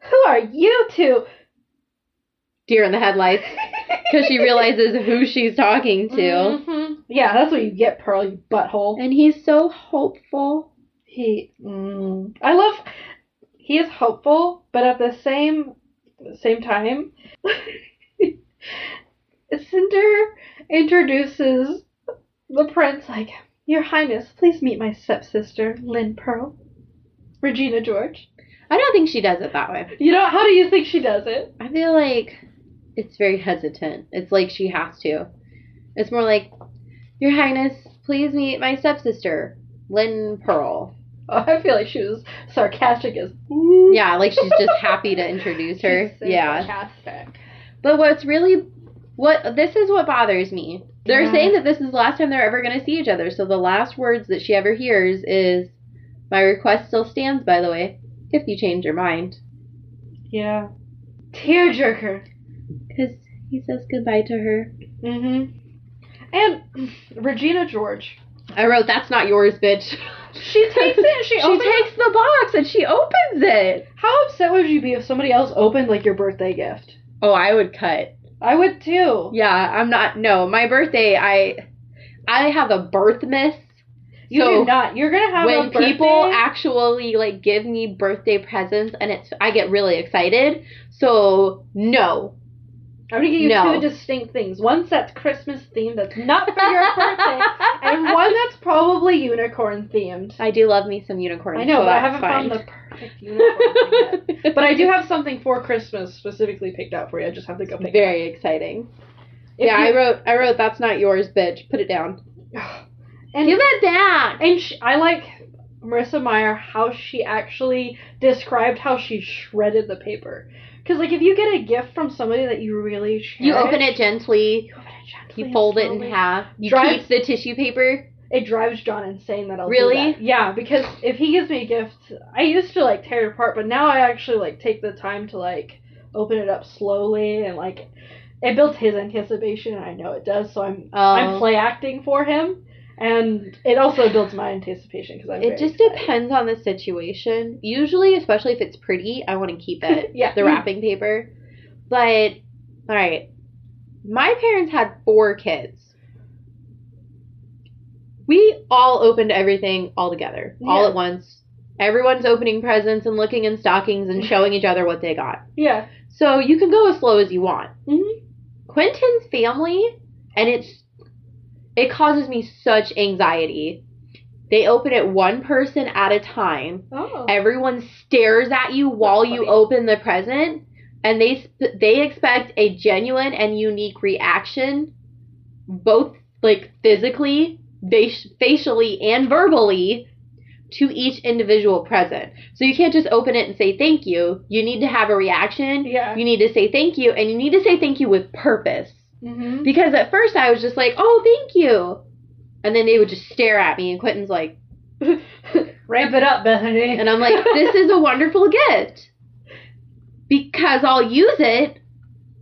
Speaker 4: Who are you two?
Speaker 3: Deer in the headlights. Because she realizes who she's talking to.
Speaker 4: Mhm. Yeah, that's what you get, Pearl, you butthole.
Speaker 3: And he's so hopeful.
Speaker 4: He, mm, I love. He is hopeful, but at the same same time, Cinder introduces the prince like, "Your Highness, please meet my stepsister, Lynn Pearl, Regina George."
Speaker 3: I don't think she does it that way.
Speaker 4: You know how do you think she does it?
Speaker 3: I feel like it's very hesitant. It's like she has to. It's more like, Your Highness, please meet my stepsister, Lynn Pearl.
Speaker 4: Oh, I feel like she was sarcastic as
Speaker 3: Yeah, like she's just happy to introduce her.
Speaker 4: She's so
Speaker 3: yeah.
Speaker 4: sarcastic.
Speaker 3: But what's really what this is what bothers me. They're
Speaker 4: Yeah.
Speaker 3: saying that this is the last time they're ever going to see each other. So the last words that she ever hears is, "My request still stands." By the way, if you change your mind,
Speaker 4: Yeah. Tearjerker.
Speaker 3: because he says goodbye to her.
Speaker 4: Mm-hmm. And Regina George.
Speaker 3: I wrote, "That's not yours, bitch."
Speaker 4: She takes it. She,
Speaker 3: She
Speaker 4: opens it.
Speaker 3: takes the box and she opens it.
Speaker 4: How upset would you be if somebody else opened like your birthday gift?
Speaker 3: Oh, I would cut.
Speaker 4: I would too.
Speaker 3: Yeah, I'm not. No, my birthday, I, I have a birth miss.
Speaker 4: You
Speaker 3: So,
Speaker 4: do not. You're gonna have
Speaker 3: when
Speaker 4: a birthday-
Speaker 3: people actually like give me birthday presents and it's I get really excited. So no.
Speaker 4: I'm gonna give you
Speaker 3: No.
Speaker 4: two distinct things. One that's Christmas themed, that's not for your birthday, and one that's probably unicorn themed.
Speaker 3: I do love me some unicorns.
Speaker 4: I know,
Speaker 3: so
Speaker 4: but I
Speaker 3: that's
Speaker 4: haven't
Speaker 3: fine.
Speaker 4: found the perfect unicorn thing yet. But I do have something for Christmas specifically picked out for you. I just have to go pick it
Speaker 3: very exciting.
Speaker 4: up. If
Speaker 3: yeah,
Speaker 4: you-
Speaker 3: I wrote I wrote that's not yours, bitch. Put it down.
Speaker 4: And
Speaker 3: that back.
Speaker 4: And she, I like Marissa Meyer how she actually described how she shredded the paper. Because like if you get a gift from somebody that you really cherish,
Speaker 3: You open it gently,
Speaker 4: you open it gently
Speaker 3: you
Speaker 4: and
Speaker 3: fold it in
Speaker 4: slowly.
Speaker 3: half, you
Speaker 4: Drive-
Speaker 3: keep the tissue paper.
Speaker 4: It drives John insane that I'll do
Speaker 3: Really?
Speaker 4: that. Yeah, because if he gives me a gift, I used to like tear it apart, but now I actually like take the time to like open it up slowly and like it builds his anticipation. And I know it does, so I'm I'm
Speaker 3: Oh.
Speaker 4: play acting for him, and it also builds my anticipation because I'm.
Speaker 3: It
Speaker 4: very
Speaker 3: just
Speaker 4: excited.
Speaker 3: depends on the situation. Usually, especially if it's pretty, I want to keep it.
Speaker 4: yeah,
Speaker 3: the wrapping paper. But all right, my parents had four kids. We all opened everything all together, all
Speaker 4: Yeah.
Speaker 3: at once. Everyone's opening presents and looking in stockings and showing each other what they got.
Speaker 4: Yeah.
Speaker 3: So you can go as slow as you want.
Speaker 4: Mhm.
Speaker 3: Quentin's family, and it's it causes me such anxiety. They open it one person at a time,
Speaker 4: Oh.
Speaker 3: everyone stares at you while you
Speaker 4: funny.
Speaker 3: open the present and they sp- they expect a genuine and unique reaction both like physically fa- facially and verbally to each individual present so you can't just open it and say thank you you need to have a reaction
Speaker 4: Yeah.
Speaker 3: you need to say thank you and you need to say thank you with purpose
Speaker 4: Mm-hmm.
Speaker 3: because at first i was just like oh thank you and then they would just stare at me and quentin's like
Speaker 4: Ramp it up, Bethany.
Speaker 3: and I'm like, this is a wonderful gift because I'll use it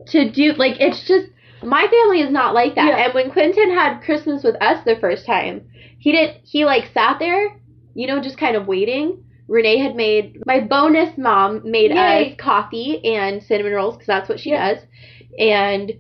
Speaker 3: to do, like, it's just, my family is not like that.
Speaker 4: Yeah.
Speaker 3: And when Quentin had Christmas with us the first time, he did, he like sat there, you know, just kind of waiting. Renee had made, my bonus mom made
Speaker 4: Yay.
Speaker 3: us coffee and cinnamon rolls because that's what she
Speaker 4: Yeah.
Speaker 3: does, and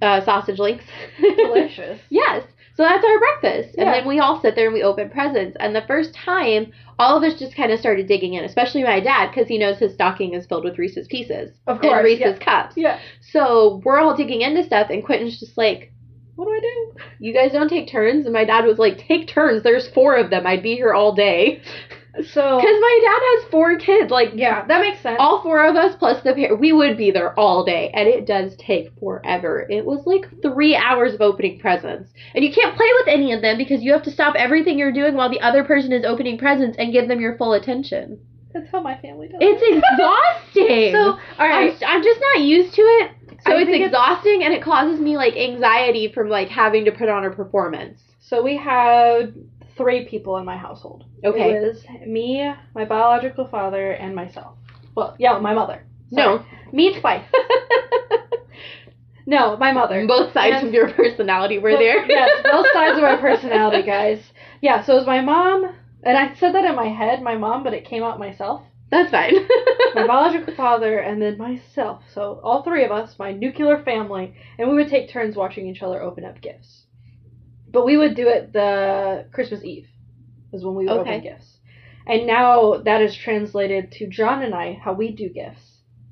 Speaker 3: uh, sausage links.
Speaker 4: delicious.
Speaker 3: Yes. So that's our breakfast. And
Speaker 4: Yeah.
Speaker 3: then we all sit there and we open presents. And the first time, all of us just kind of started digging in, especially my dad, because he knows his stocking is filled with Reese's pieces
Speaker 4: Of
Speaker 3: and
Speaker 4: course.
Speaker 3: Reese's cups.
Speaker 4: Yeah.
Speaker 3: So we're all digging into stuff, and Quentin's just like, What do I do? You guys don't take turns? And my dad was like, Take turns. There's four of them. I'd be here all day.
Speaker 4: yeah. So.
Speaker 3: Because my dad has four kids. Like,
Speaker 4: Yeah, that makes sense.
Speaker 3: all four of us plus the pair, we would be there all day, and it does take forever. It was like three hours of opening presents, and you can't play with any of them because you have to stop everything you're doing while the other person is opening presents and give them your full attention.
Speaker 4: That's how my family does.
Speaker 3: It's exhausting.
Speaker 4: so. All
Speaker 3: I'm,
Speaker 4: right.
Speaker 3: I'm just not used to it, so
Speaker 4: I
Speaker 3: it's
Speaker 4: think it's-
Speaker 3: exhausting, and it causes me like anxiety from like having to put on a performance.
Speaker 4: so we had three people in my household.
Speaker 3: Okay.
Speaker 4: It was me, my biological father, and myself. Well, yeah, my mother. Sorry.
Speaker 3: No,
Speaker 4: Me twice. no, my mother.
Speaker 3: both sides
Speaker 4: And-
Speaker 3: of your personality were
Speaker 4: Both-
Speaker 3: there.
Speaker 4: yes, both sides of my personality, guys. Yeah. So it was my mom, and I said that in my head, my mom, but it came out myself.
Speaker 3: That's fine.
Speaker 4: my biological father, and then myself. So all three of us, my nuclear family, and we would take turns watching each other open up gifts. But we would do it the Christmas Eve, is when we would
Speaker 3: Okay.
Speaker 4: open gifts. And now that is translated to John and I, how we do gifts.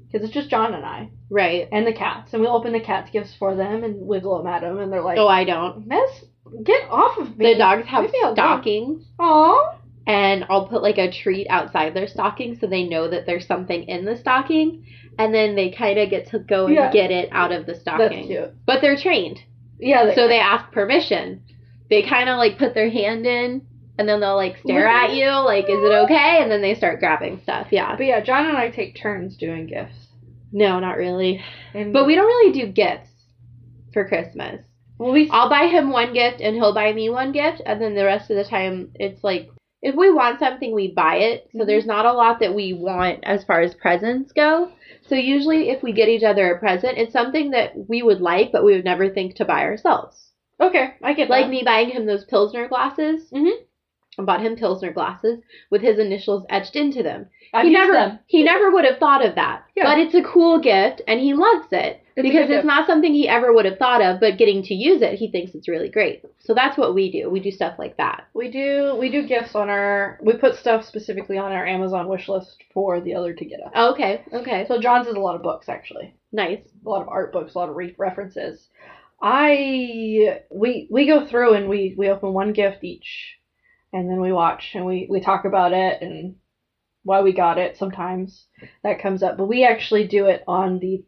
Speaker 4: Because it's just John and I,
Speaker 3: right.
Speaker 4: and the cats. And we'll open the cats' gifts for them and wiggle them at them, and they're like,
Speaker 3: Oh, I don't.
Speaker 4: mess, get off of me.
Speaker 3: The dogs have
Speaker 4: Leave me alone."
Speaker 3: stockings.
Speaker 4: Aw.
Speaker 3: and I'll put like a treat outside their stocking so they know that there's something in the stocking, and then they kind of get to go and
Speaker 4: Yeah.
Speaker 3: get it out of the
Speaker 4: That's
Speaker 3: stocking.
Speaker 4: cute.
Speaker 3: But they're trained,
Speaker 4: Yeah,
Speaker 3: so they ask permission. They kind of like put their hand in, and then they'll like stare
Speaker 4: Look at
Speaker 3: at you, like, "Is it okay?" And then they start grabbing stuff. Yeah.
Speaker 4: But yeah, John and I take turns doing gifts.
Speaker 3: No, not really.
Speaker 4: And
Speaker 3: But we don't really do gifts for Christmas.
Speaker 4: well, we
Speaker 3: I'll buy him one gift and he'll buy me one gift, and then the rest of the time it's like if we want something, we buy it.
Speaker 4: Mm-hmm.
Speaker 3: So there's not a lot that we want as far as presents go. So usually, if we get each other a present, it's something that we would like, but we would never think to buy ourselves.
Speaker 4: Okay, I get
Speaker 3: Like
Speaker 4: that.
Speaker 3: me buying him those Pilsner glasses.
Speaker 4: Mhm.
Speaker 3: I bought him Pilsner glasses with his initials etched into them.
Speaker 4: I've
Speaker 3: he
Speaker 4: used
Speaker 3: never
Speaker 4: them.
Speaker 3: he never would have thought of that.
Speaker 4: Yeah.
Speaker 3: But it's a cool gift, and he loves it
Speaker 4: It's a
Speaker 3: because
Speaker 4: good
Speaker 3: it's
Speaker 4: gift.
Speaker 3: not something he ever would have thought of. But getting to use it, he thinks it's really great. So that's what we do. We do stuff like that.
Speaker 4: We do we do gifts on our we put stuff specifically on our Amazon wish list for the other to get us.
Speaker 3: Okay. Okay.
Speaker 4: So John's is a lot of books actually,
Speaker 3: Nice.
Speaker 4: a lot of art books, a lot of re- references. I we we go through and we we open one gift each, and then we watch and we we talk about it and why we got it. Sometimes that comes up, but we actually do it on the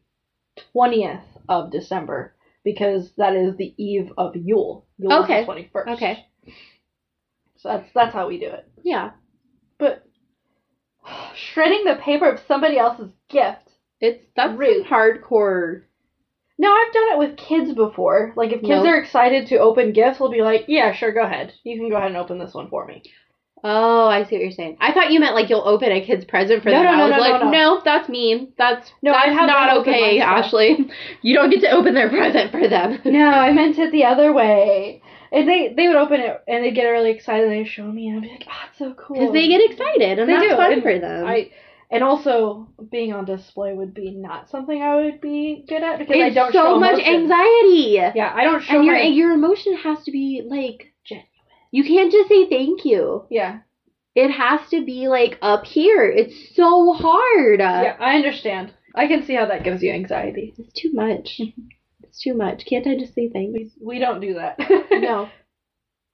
Speaker 4: twentieth of December because that is the eve of Yule. Yule
Speaker 3: Okay.
Speaker 4: twenty first.
Speaker 3: Okay.
Speaker 4: So that's that's how we do it.
Speaker 3: Yeah.
Speaker 4: But shredding the paper of somebody else's gift.
Speaker 3: It's that's
Speaker 4: Rude.
Speaker 3: hardcore.
Speaker 4: No, I've done it with kids before. Like if kids
Speaker 3: No.
Speaker 4: are excited to open gifts, we'll be like, "Yeah, sure, go ahead. You can go ahead and open this one for me."
Speaker 3: Oh, I see what you're saying. I thought you meant like you'll open a kid's present for
Speaker 4: No,
Speaker 3: them.
Speaker 4: no,
Speaker 3: I
Speaker 4: no,
Speaker 3: was
Speaker 4: no,
Speaker 3: like,
Speaker 4: no,
Speaker 3: that's mean. That's
Speaker 4: No, I
Speaker 3: that's
Speaker 4: have
Speaker 3: not
Speaker 4: not opened
Speaker 3: okay,
Speaker 4: mine, so-
Speaker 3: Ashley. You don't get to open their present for them.
Speaker 4: No, I meant it the other way. And they they would open it and they get really excited and they show me and I'd be like, "Ah, it's so cool."
Speaker 3: Because they get excited and
Speaker 4: They
Speaker 3: that's
Speaker 4: do,
Speaker 3: fun
Speaker 4: and
Speaker 3: for them.
Speaker 4: I and also being on display would be not something I would be good at because I
Speaker 3: it's
Speaker 4: don't
Speaker 3: so
Speaker 4: show
Speaker 3: much
Speaker 4: emotion.
Speaker 3: anxiety.
Speaker 4: Yeah, I don't show
Speaker 3: and your
Speaker 4: my
Speaker 3: your emotion has to be like
Speaker 4: Genuine.
Speaker 3: You can't just say thank you.
Speaker 4: yeah.
Speaker 3: It has to be like up here. It's so hard.
Speaker 4: yeah, I understand. I can see how that gives you anxiety.
Speaker 3: It's too much.
Speaker 4: Mm-hmm.
Speaker 3: it's too much. Can't I just say thanks?
Speaker 4: We, we don't do that.
Speaker 3: No.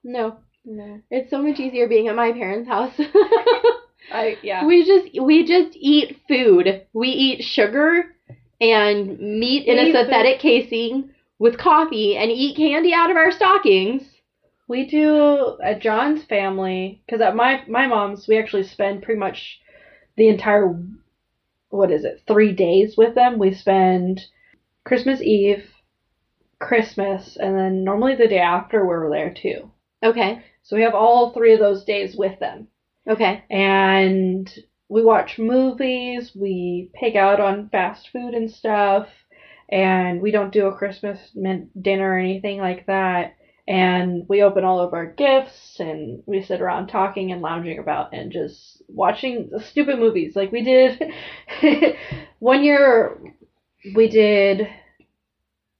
Speaker 3: No.
Speaker 4: no.
Speaker 3: It's so much easier being at my parents' house.
Speaker 4: I yeah.
Speaker 3: we just we just eat food. We eat sugar and meat in
Speaker 4: We
Speaker 3: a
Speaker 4: eat
Speaker 3: synthetic casing with coffee and eat candy out of our stockings.
Speaker 4: We do at John's family because at my my mom's we actually spend pretty much the entire what is it three days with them. We spend Christmas Eve, Christmas, and then normally the day after we're there too.
Speaker 3: Okay.
Speaker 4: So we have all three of those days with them.
Speaker 3: Okay.
Speaker 4: and we watch movies, we pig out on fast food and stuff, and we don't do a Christmas min- dinner or anything like that. And we open all of our gifts and we sit around talking and lounging about and just watching stupid movies. Like we did one year, we did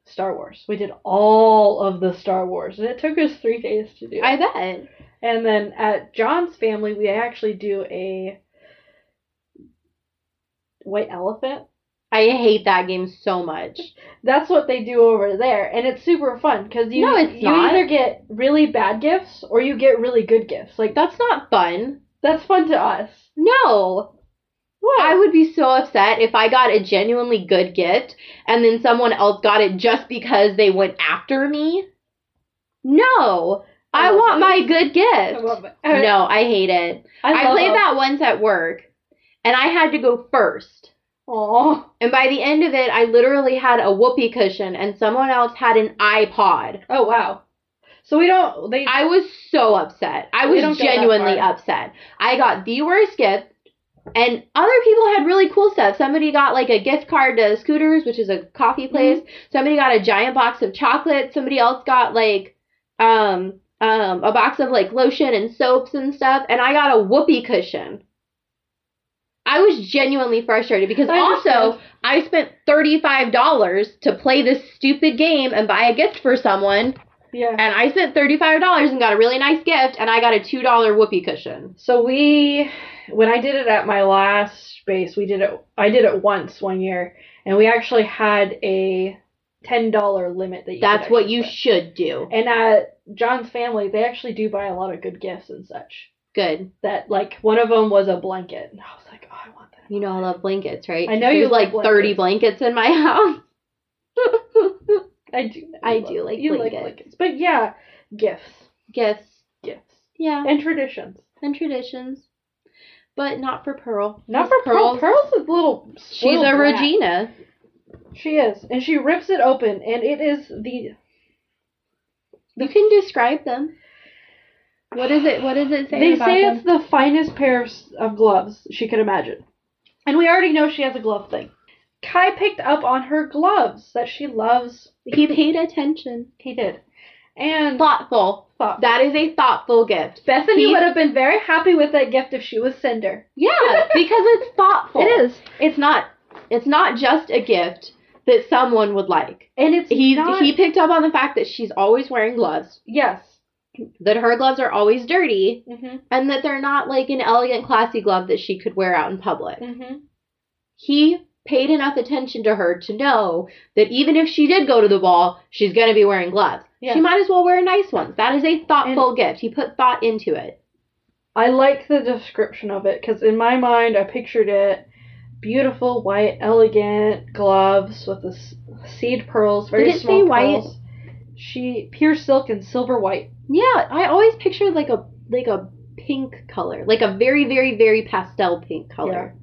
Speaker 4: Star Wars. We did all of the Star Wars, and it took us three days to do. it.
Speaker 3: I bet.
Speaker 4: And then at John's family, we actually do a white elephant.
Speaker 3: I hate that game so much.
Speaker 4: That's what they do over there, and it's super fun because you
Speaker 3: No, it's
Speaker 4: you
Speaker 3: not.
Speaker 4: either get really bad gifts or you get really good gifts. Like
Speaker 3: That's not fun.
Speaker 4: that's fun to us.
Speaker 3: No.
Speaker 4: What?
Speaker 3: I would be so upset if I got a genuinely good gift and then someone else got it just because they went after me. No.
Speaker 4: I
Speaker 3: I,
Speaker 4: love
Speaker 3: want
Speaker 4: this.
Speaker 3: my good
Speaker 4: I
Speaker 3: gift.
Speaker 4: love it.
Speaker 3: No, I hate it. I,
Speaker 4: love-
Speaker 3: played that once at work and I had to go first.
Speaker 4: Aw.
Speaker 3: And by the end of it, I literally had a whoopee cushion and someone else had an iPod.
Speaker 4: Oh wow. So we don't. They.
Speaker 3: I was so upset. I
Speaker 4: We don't
Speaker 3: was
Speaker 4: go that
Speaker 3: genuinely
Speaker 4: far.
Speaker 3: upset. I got the worst gift, and other people had really cool stuff. Somebody got like a gift card to Scooters, which is a coffee
Speaker 4: Mm-hmm.
Speaker 3: place. Somebody got a giant box of chocolate. Somebody else got like um um a box of like lotion and soaps and stuff, and I got a whoopee cushion. I was genuinely frustrated because
Speaker 4: I understand.
Speaker 3: also I spent $35 to play this stupid game and buy a gift for someone
Speaker 4: yeah.
Speaker 3: and I spent $35 and got a really nice gift, and I got a $2 whoopee cushion.
Speaker 4: So we, when I did it at my last space, we did it. I did it once one year, and we actually had a ten dollar limit that you.
Speaker 3: That's
Speaker 4: could
Speaker 3: what
Speaker 4: actually
Speaker 3: you
Speaker 4: spend.
Speaker 3: should do.
Speaker 4: and at John's family, they actually do buy a lot of good gifts and such.
Speaker 3: Good.
Speaker 4: That like one of them was a blanket, and I was like, oh, I want that.
Speaker 3: You know I love blankets, right?
Speaker 4: I know you
Speaker 3: There's
Speaker 4: love
Speaker 3: like 30 blankets in my house.
Speaker 4: I do.
Speaker 3: I
Speaker 4: you
Speaker 3: do like
Speaker 4: you
Speaker 3: blankets.
Speaker 4: but yeah, gifts,
Speaker 3: Gifts.
Speaker 4: gifts,
Speaker 3: Yeah.
Speaker 4: and traditions.
Speaker 3: And traditions. But not for Pearl.
Speaker 4: Not for Pearl. Pearl's a little.
Speaker 3: She's
Speaker 4: little
Speaker 3: a
Speaker 4: brat.
Speaker 3: Regina.
Speaker 4: She is, and she rips it open, and it is the
Speaker 3: You can describe them. What is it? What is it saying
Speaker 4: They
Speaker 3: about
Speaker 4: say
Speaker 3: them?
Speaker 4: it's the finest pair of, s- of gloves she could imagine. And we already know she has a glove thing. Kai picked up on her gloves that she loves.
Speaker 3: he paid attention.
Speaker 4: He did. And
Speaker 3: Thoughtful.
Speaker 4: thought-
Speaker 3: That is a thoughtful gift.
Speaker 4: Bethany
Speaker 3: He-
Speaker 4: would have been very happy with that gift if she was Cinder.
Speaker 3: Yeah, because it's thoughtful.
Speaker 4: It is.
Speaker 3: It's not. It's not just a gift that someone would like.
Speaker 4: And it's
Speaker 3: He
Speaker 4: not,
Speaker 3: he picked up on the fact that she's always wearing gloves,
Speaker 4: Yes.
Speaker 3: that her gloves are always dirty,
Speaker 4: Mhm.
Speaker 3: and that they're not like an elegant, classy glove that she could wear out in public.
Speaker 4: Mhm.
Speaker 3: He paid enough attention to her to know that even if she did go to the ball, she's going to be wearing gloves.
Speaker 4: Yeah.
Speaker 3: She might as well wear nice ones. That is a thoughtful gift. He put thought into it.
Speaker 4: I like the description of it because in my mind I pictured it beautiful, white, elegant gloves with the s- seed pearls, very
Speaker 3: Did it
Speaker 4: small
Speaker 3: say white?
Speaker 4: pearls. She pure silk and silver white.
Speaker 3: Yeah, I always pictured like a like a pink color, like a very very very pastel pink color.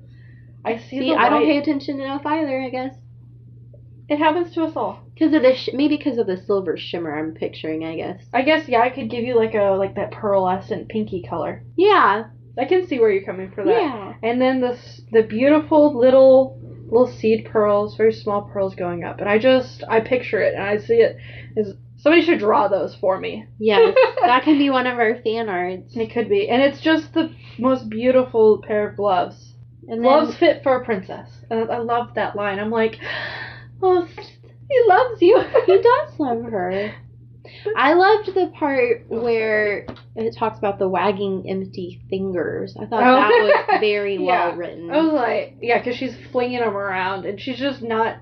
Speaker 4: I see.
Speaker 3: See,
Speaker 4: the
Speaker 3: I don't
Speaker 4: white.
Speaker 3: pay attention enough either, I guess.
Speaker 4: It happens to us all.
Speaker 3: Because of the sh- maybe because of the silver shimmer I'm picturing, I guess.
Speaker 4: I guess yeah, I could give you like a like that pearlescent pinky color.
Speaker 3: Yeah,
Speaker 4: I can see where you're coming for that.
Speaker 3: yeah.
Speaker 4: And then this the beautiful little little seed pearls, very small pearls going up. And I just I picture it and I see it as somebody should draw those for me.
Speaker 3: Yes, that can be one of our fan arts.
Speaker 4: It could be. And it's just the most beautiful pair of gloves.
Speaker 3: And
Speaker 4: Gloves
Speaker 3: then,
Speaker 4: fit for a princess. And I love that line. I'm like, oh, he loves you.
Speaker 3: he does love her. I loved the part where it talks about the wagging empty fingers. I thought
Speaker 4: Oh.
Speaker 3: that was very well
Speaker 4: Yeah.
Speaker 3: written.
Speaker 4: I was like, yeah, because she's flinging them around and she's just not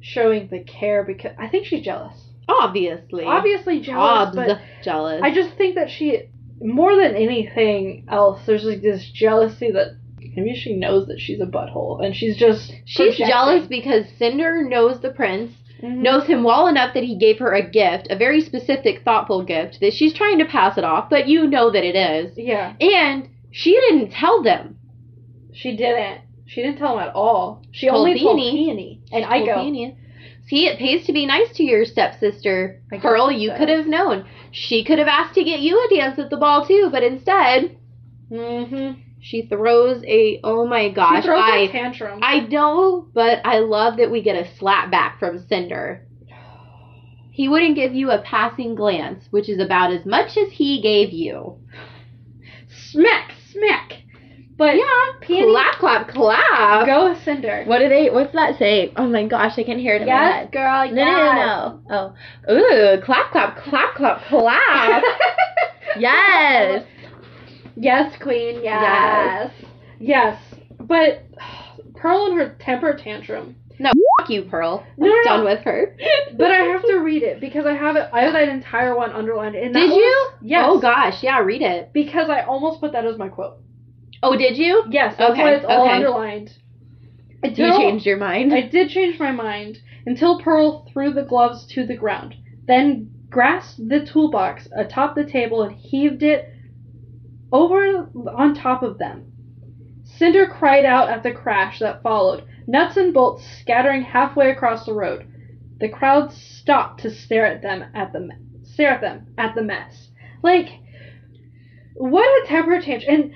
Speaker 4: showing the care because I think she's jealous.
Speaker 3: Obviously.
Speaker 4: Obviously jealous,
Speaker 3: Obs
Speaker 4: but
Speaker 3: jealous.
Speaker 4: I just think that she, more than anything else, there's like this jealousy that maybe she knows that she's a butthole and she's just
Speaker 3: She's
Speaker 4: projecting.
Speaker 3: jealous because Cinder knows the prince,
Speaker 4: Mhm.
Speaker 3: knows him well enough that he gave her a gift, a very specific, thoughtful gift that she's trying to pass it off, but you know that it is.
Speaker 4: Yeah,
Speaker 3: And she didn't tell them.
Speaker 4: she didn't. She didn't tell him at all. She
Speaker 3: Told
Speaker 4: only told
Speaker 3: Beanie.
Speaker 4: Peony and
Speaker 3: Well,
Speaker 4: Iko.
Speaker 3: Peony. See, it pays to be nice to your stepsister.
Speaker 4: I guess
Speaker 3: Pearl,
Speaker 4: it
Speaker 3: you
Speaker 4: does.
Speaker 3: could have known. She could have asked to get you a dance at the ball too, but instead,
Speaker 4: Mm-hmm.
Speaker 3: she throws a oh my
Speaker 4: She
Speaker 3: gosh,
Speaker 4: throws
Speaker 3: I
Speaker 4: a tantrum.
Speaker 3: I know, but I love that we get a slap back from Cinder. He wouldn't give you a passing glance, which is about as much as he gave you.
Speaker 4: smack, smack. But
Speaker 3: yeah,
Speaker 4: Peony-
Speaker 3: clap, clap, clap.
Speaker 4: go Cinder.
Speaker 3: What do they? What's that say? Oh my gosh, I can't hear it in my
Speaker 4: Yes,
Speaker 3: head.
Speaker 4: girl. Yes.
Speaker 3: No, no, no, no. Oh, ooh, clap, clap, clap, clap, clap. yes.
Speaker 4: Yes, Queen.
Speaker 3: Yes.
Speaker 4: Yes. Yes. But Pearl and her temper tantrum.
Speaker 3: Fuck you, Pearl. I'm
Speaker 4: No, no, no.
Speaker 3: done with her.
Speaker 4: But I have to read it because I have it. I have that entire one underlined. And that
Speaker 3: Did
Speaker 4: was-
Speaker 3: you?
Speaker 4: Yes.
Speaker 3: Oh gosh, yeah, read it.
Speaker 4: Because I almost put that as my quote.
Speaker 3: Oh, did you?
Speaker 4: Yes, that's
Speaker 3: Okay,
Speaker 4: why it's all
Speaker 3: okay.
Speaker 4: underlined.
Speaker 3: You
Speaker 4: No.
Speaker 3: changed your mind.
Speaker 4: I did change my mind until Pearl threw the gloves to the ground, then grasped the toolbox atop the table and heaved it over on top of them. Cinder cried out at the crash that followed, nuts and bolts scattering halfway across the road. The crowd stopped to stare at them at the me- stare at them at the mess. Like what a temper tantrum! And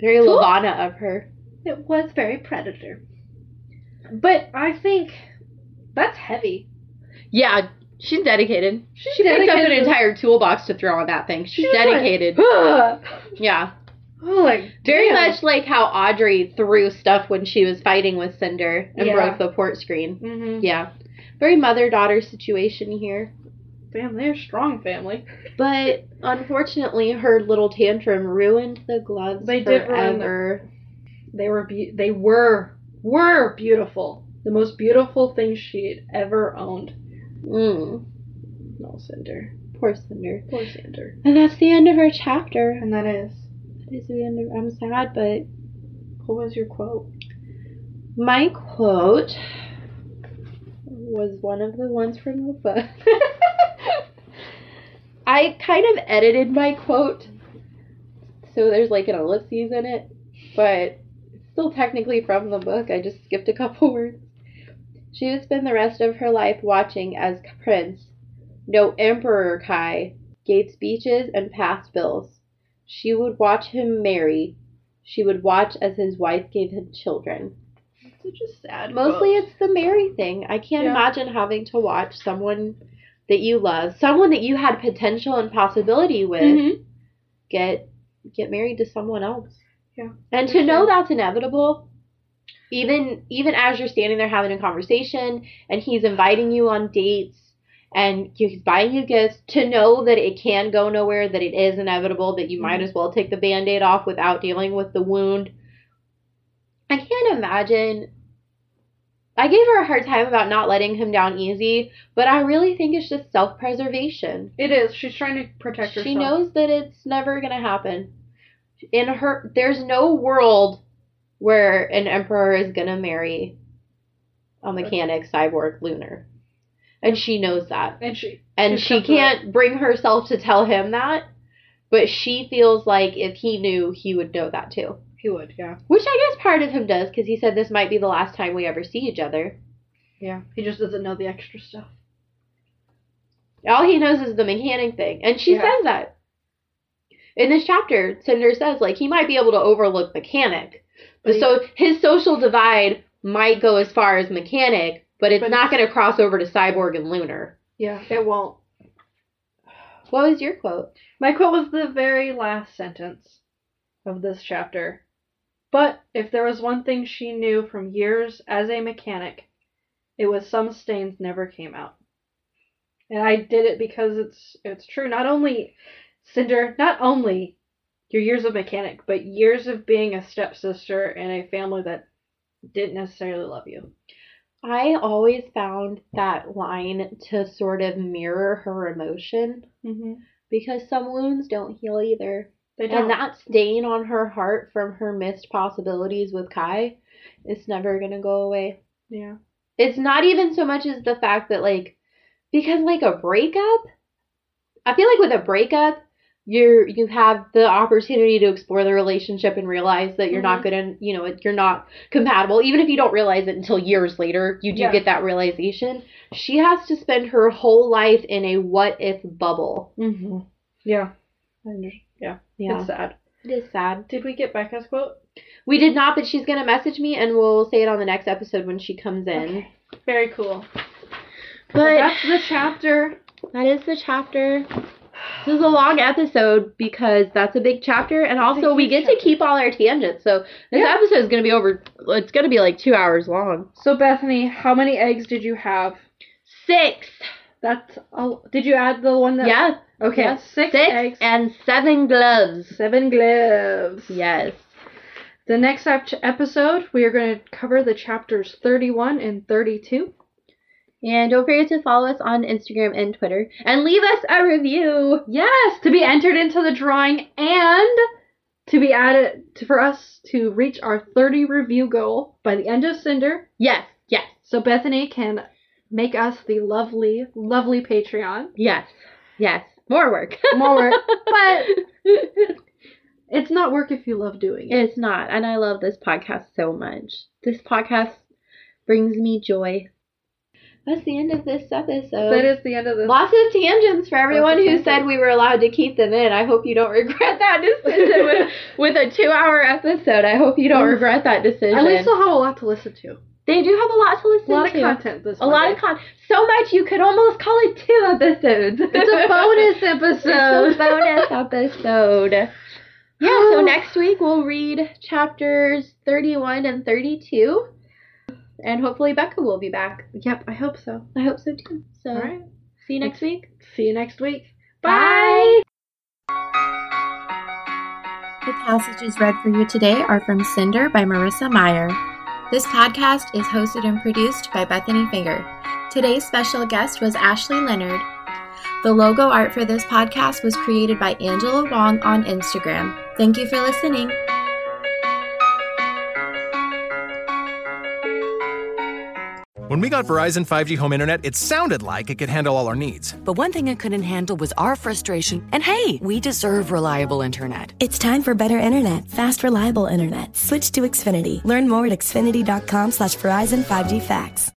Speaker 3: Very
Speaker 4: Cool.
Speaker 3: Lavana of her.
Speaker 4: it was very predator. But I think that's heavy.
Speaker 3: Yeah, she's dedicated.
Speaker 4: She's
Speaker 3: She picked up an
Speaker 4: dedicated.
Speaker 3: entire toolbox to throw on that thing. She's
Speaker 4: She's like,
Speaker 3: dedicated.
Speaker 4: Ugh.
Speaker 3: yeah.
Speaker 4: oh, like
Speaker 3: Very
Speaker 4: damn.
Speaker 3: much like how Audrey threw stuff when she was fighting with Cinder and
Speaker 4: Yeah.
Speaker 3: broke the port screen.
Speaker 4: Mhm.
Speaker 3: Yeah. Very mother daughter situation here.
Speaker 4: Damn, they're a strong family.
Speaker 3: But unfortunately, her little tantrum ruined the gloves
Speaker 4: They did ruin
Speaker 3: forever.
Speaker 4: They were be- they were were beautiful. The most beautiful thing she'd ever owned.
Speaker 3: mm,
Speaker 4: No, Cinder.
Speaker 3: poor Cinder.
Speaker 4: Poor Cinder.
Speaker 3: And that's the end of our chapter.
Speaker 4: And that is.
Speaker 3: That is the end of. I'm sad, but
Speaker 4: What was your quote?
Speaker 3: My quote was one of the ones from the book. I kind of edited my quote, so there's like an ellipses in it, but it's still technically from the book. I just skipped a couple words. She would spend the rest of her life watching as Prince, no Emperor Kai, gave speeches and passed bills. She would watch him marry. She would watch as his wife gave him children.
Speaker 4: Such a sad.
Speaker 3: Mostly
Speaker 4: book.
Speaker 3: it's the marry thing. I can't
Speaker 4: Yeah.
Speaker 3: imagine having to watch someone that you love, someone that you had potential and possibility with,
Speaker 4: Mhm.
Speaker 3: get get married to someone else.
Speaker 4: Yeah,
Speaker 3: And
Speaker 4: for
Speaker 3: to know
Speaker 4: sure.
Speaker 3: that's inevitable, even even as you're standing there having a conversation and he's inviting you on dates and he's buying you gifts, to know that it can go nowhere, that it is inevitable, that you might
Speaker 4: Mm-hmm.
Speaker 3: as well take the band-aid off without dealing with the wound. I can't imagine I gave her a hard time about not letting him down easy, but I really think it's just self-preservation
Speaker 4: It is. She's trying to protect herself.
Speaker 3: she knows that it's never gonna happen in her there's no world where an emperor is gonna marry a mechanic cyborg lunar and she knows that
Speaker 4: and she
Speaker 3: and
Speaker 4: She's
Speaker 3: she
Speaker 4: comfortable.
Speaker 3: can't bring herself to tell him that but she feels like if he knew he would know that too
Speaker 4: he would. Yeah.
Speaker 3: which i guess part of him does because he said this might be the last time we ever see each other
Speaker 4: Yeah. He just doesn't know the extra stuff.
Speaker 3: all he knows is the mechanic thing and she
Speaker 4: Yeah.
Speaker 3: says that in this chapter cinder says like he might be able to overlook mechanic
Speaker 4: But he-
Speaker 3: so his social divide might go as far as mechanic but it's
Speaker 4: But-
Speaker 3: not going to cross over to cyborg and lunar
Speaker 4: Yeah. It won't.
Speaker 3: what was your quote
Speaker 4: My quote was the very last sentence of this chapter. But if there was one thing she knew from years as a mechanic, it was some stains never came out. And I did it because it's it's true. Not only Cinder, not only your years of mechanic, but years of being a stepsister in a family that didn't necessarily love you.
Speaker 3: i always found that line to sort of mirror her emotion
Speaker 4: Mm-hmm.
Speaker 3: because some wounds don't heal either
Speaker 4: They don't.
Speaker 3: and that stain on her heart from her missed possibilities with kai is never going to go away
Speaker 4: yeah.
Speaker 3: it's not even so much as the fact that like because like a breakup i feel like with a breakup you're you have the opportunity to explore the relationship and realize that you're not good and you know you're not compatible even if you don't realize it until years later you do
Speaker 4: Yeah.
Speaker 3: get that realization she has to spend her whole life in a what if bubble
Speaker 4: Mm-hmm. Yeah. I under- yeah.
Speaker 3: yeah
Speaker 4: It's sad.
Speaker 3: it is sad
Speaker 4: Did we get Becca's quote?
Speaker 3: we did not but she's gonna message me and we'll say it on the next episode when she comes in
Speaker 4: Okay. Very cool.
Speaker 3: but
Speaker 4: that's the chapter.
Speaker 3: That is the chapter. This is a long episode because that's a big chapter, and
Speaker 4: That's a
Speaker 3: also we
Speaker 4: huge
Speaker 3: get to
Speaker 4: chapter.
Speaker 3: keep all our tangents. So this
Speaker 4: Yeah.
Speaker 3: episode is going to be over. It's going to be like two hours long.
Speaker 4: So Bethany, how many eggs did you have?
Speaker 3: Six.
Speaker 4: That's oh, did you add the one that?
Speaker 3: Yeah.
Speaker 4: Okay.
Speaker 3: yeah.
Speaker 4: Six,
Speaker 3: Six
Speaker 4: eggs.
Speaker 3: and seven gloves.
Speaker 4: seven gloves.
Speaker 3: Yes.
Speaker 4: The next ep- episode, we are going to cover the chapters 31 and 32.
Speaker 3: And don't forget to follow us on Instagram and Twitter, and leave us a review.
Speaker 4: Yes, to be entered into the drawing and to be added to, for us to reach our 30 review goal by the end of Cinder.
Speaker 3: Yes. Yes.
Speaker 4: So Bethany can make us the lovely, lovely Patreon.
Speaker 3: Yes. Yes. More work.
Speaker 4: More work, but It's not work if you love doing it.
Speaker 3: It's not. And I love this podcast so much. This podcast brings me joy. That's the end of this episode.
Speaker 4: That is the end of this.
Speaker 3: Lots of tangents for everyone who
Speaker 4: tangents.
Speaker 3: said we were allowed to keep them in. I hope you don't regret that decision with, with a two hour episode. I hope you don't
Speaker 4: Oof.
Speaker 3: regret that decision.
Speaker 4: At least they'll have a lot to listen to.
Speaker 3: they do have a lot to
Speaker 4: A
Speaker 3: listen
Speaker 4: lot of
Speaker 3: to.
Speaker 4: content this
Speaker 3: A lot of con. So much you could almost call it two episodes.
Speaker 4: It's a bonus episode.
Speaker 3: It's a bonus episode. Yeah, so next week we'll read chapters 31 and 32. And hopefully Becca will be back.
Speaker 4: Yep, I hope so.
Speaker 3: I hope so too. So,
Speaker 4: All right.
Speaker 3: see you next week.
Speaker 4: See you next week. Bye.
Speaker 3: Bye.
Speaker 2: The passages read for you today are from Cinder by Marissa Meyer. This podcast is hosted and produced by Bethany Finger. Today's special guest was Ashley Leonard. The logo art for this podcast was created by Angela Wong on Instagram. Thank you for listening.
Speaker 5: When we got Verizon 5G home internet, it sounded like it could handle all our needs.
Speaker 6: But one thing it couldn't handle was our frustration. And hey, we deserve reliable internet.
Speaker 7: It's time for better internet, fast, reliable internet. Switch to Xfinity. Learn more at xfinity.com slash Verizon 5G facts.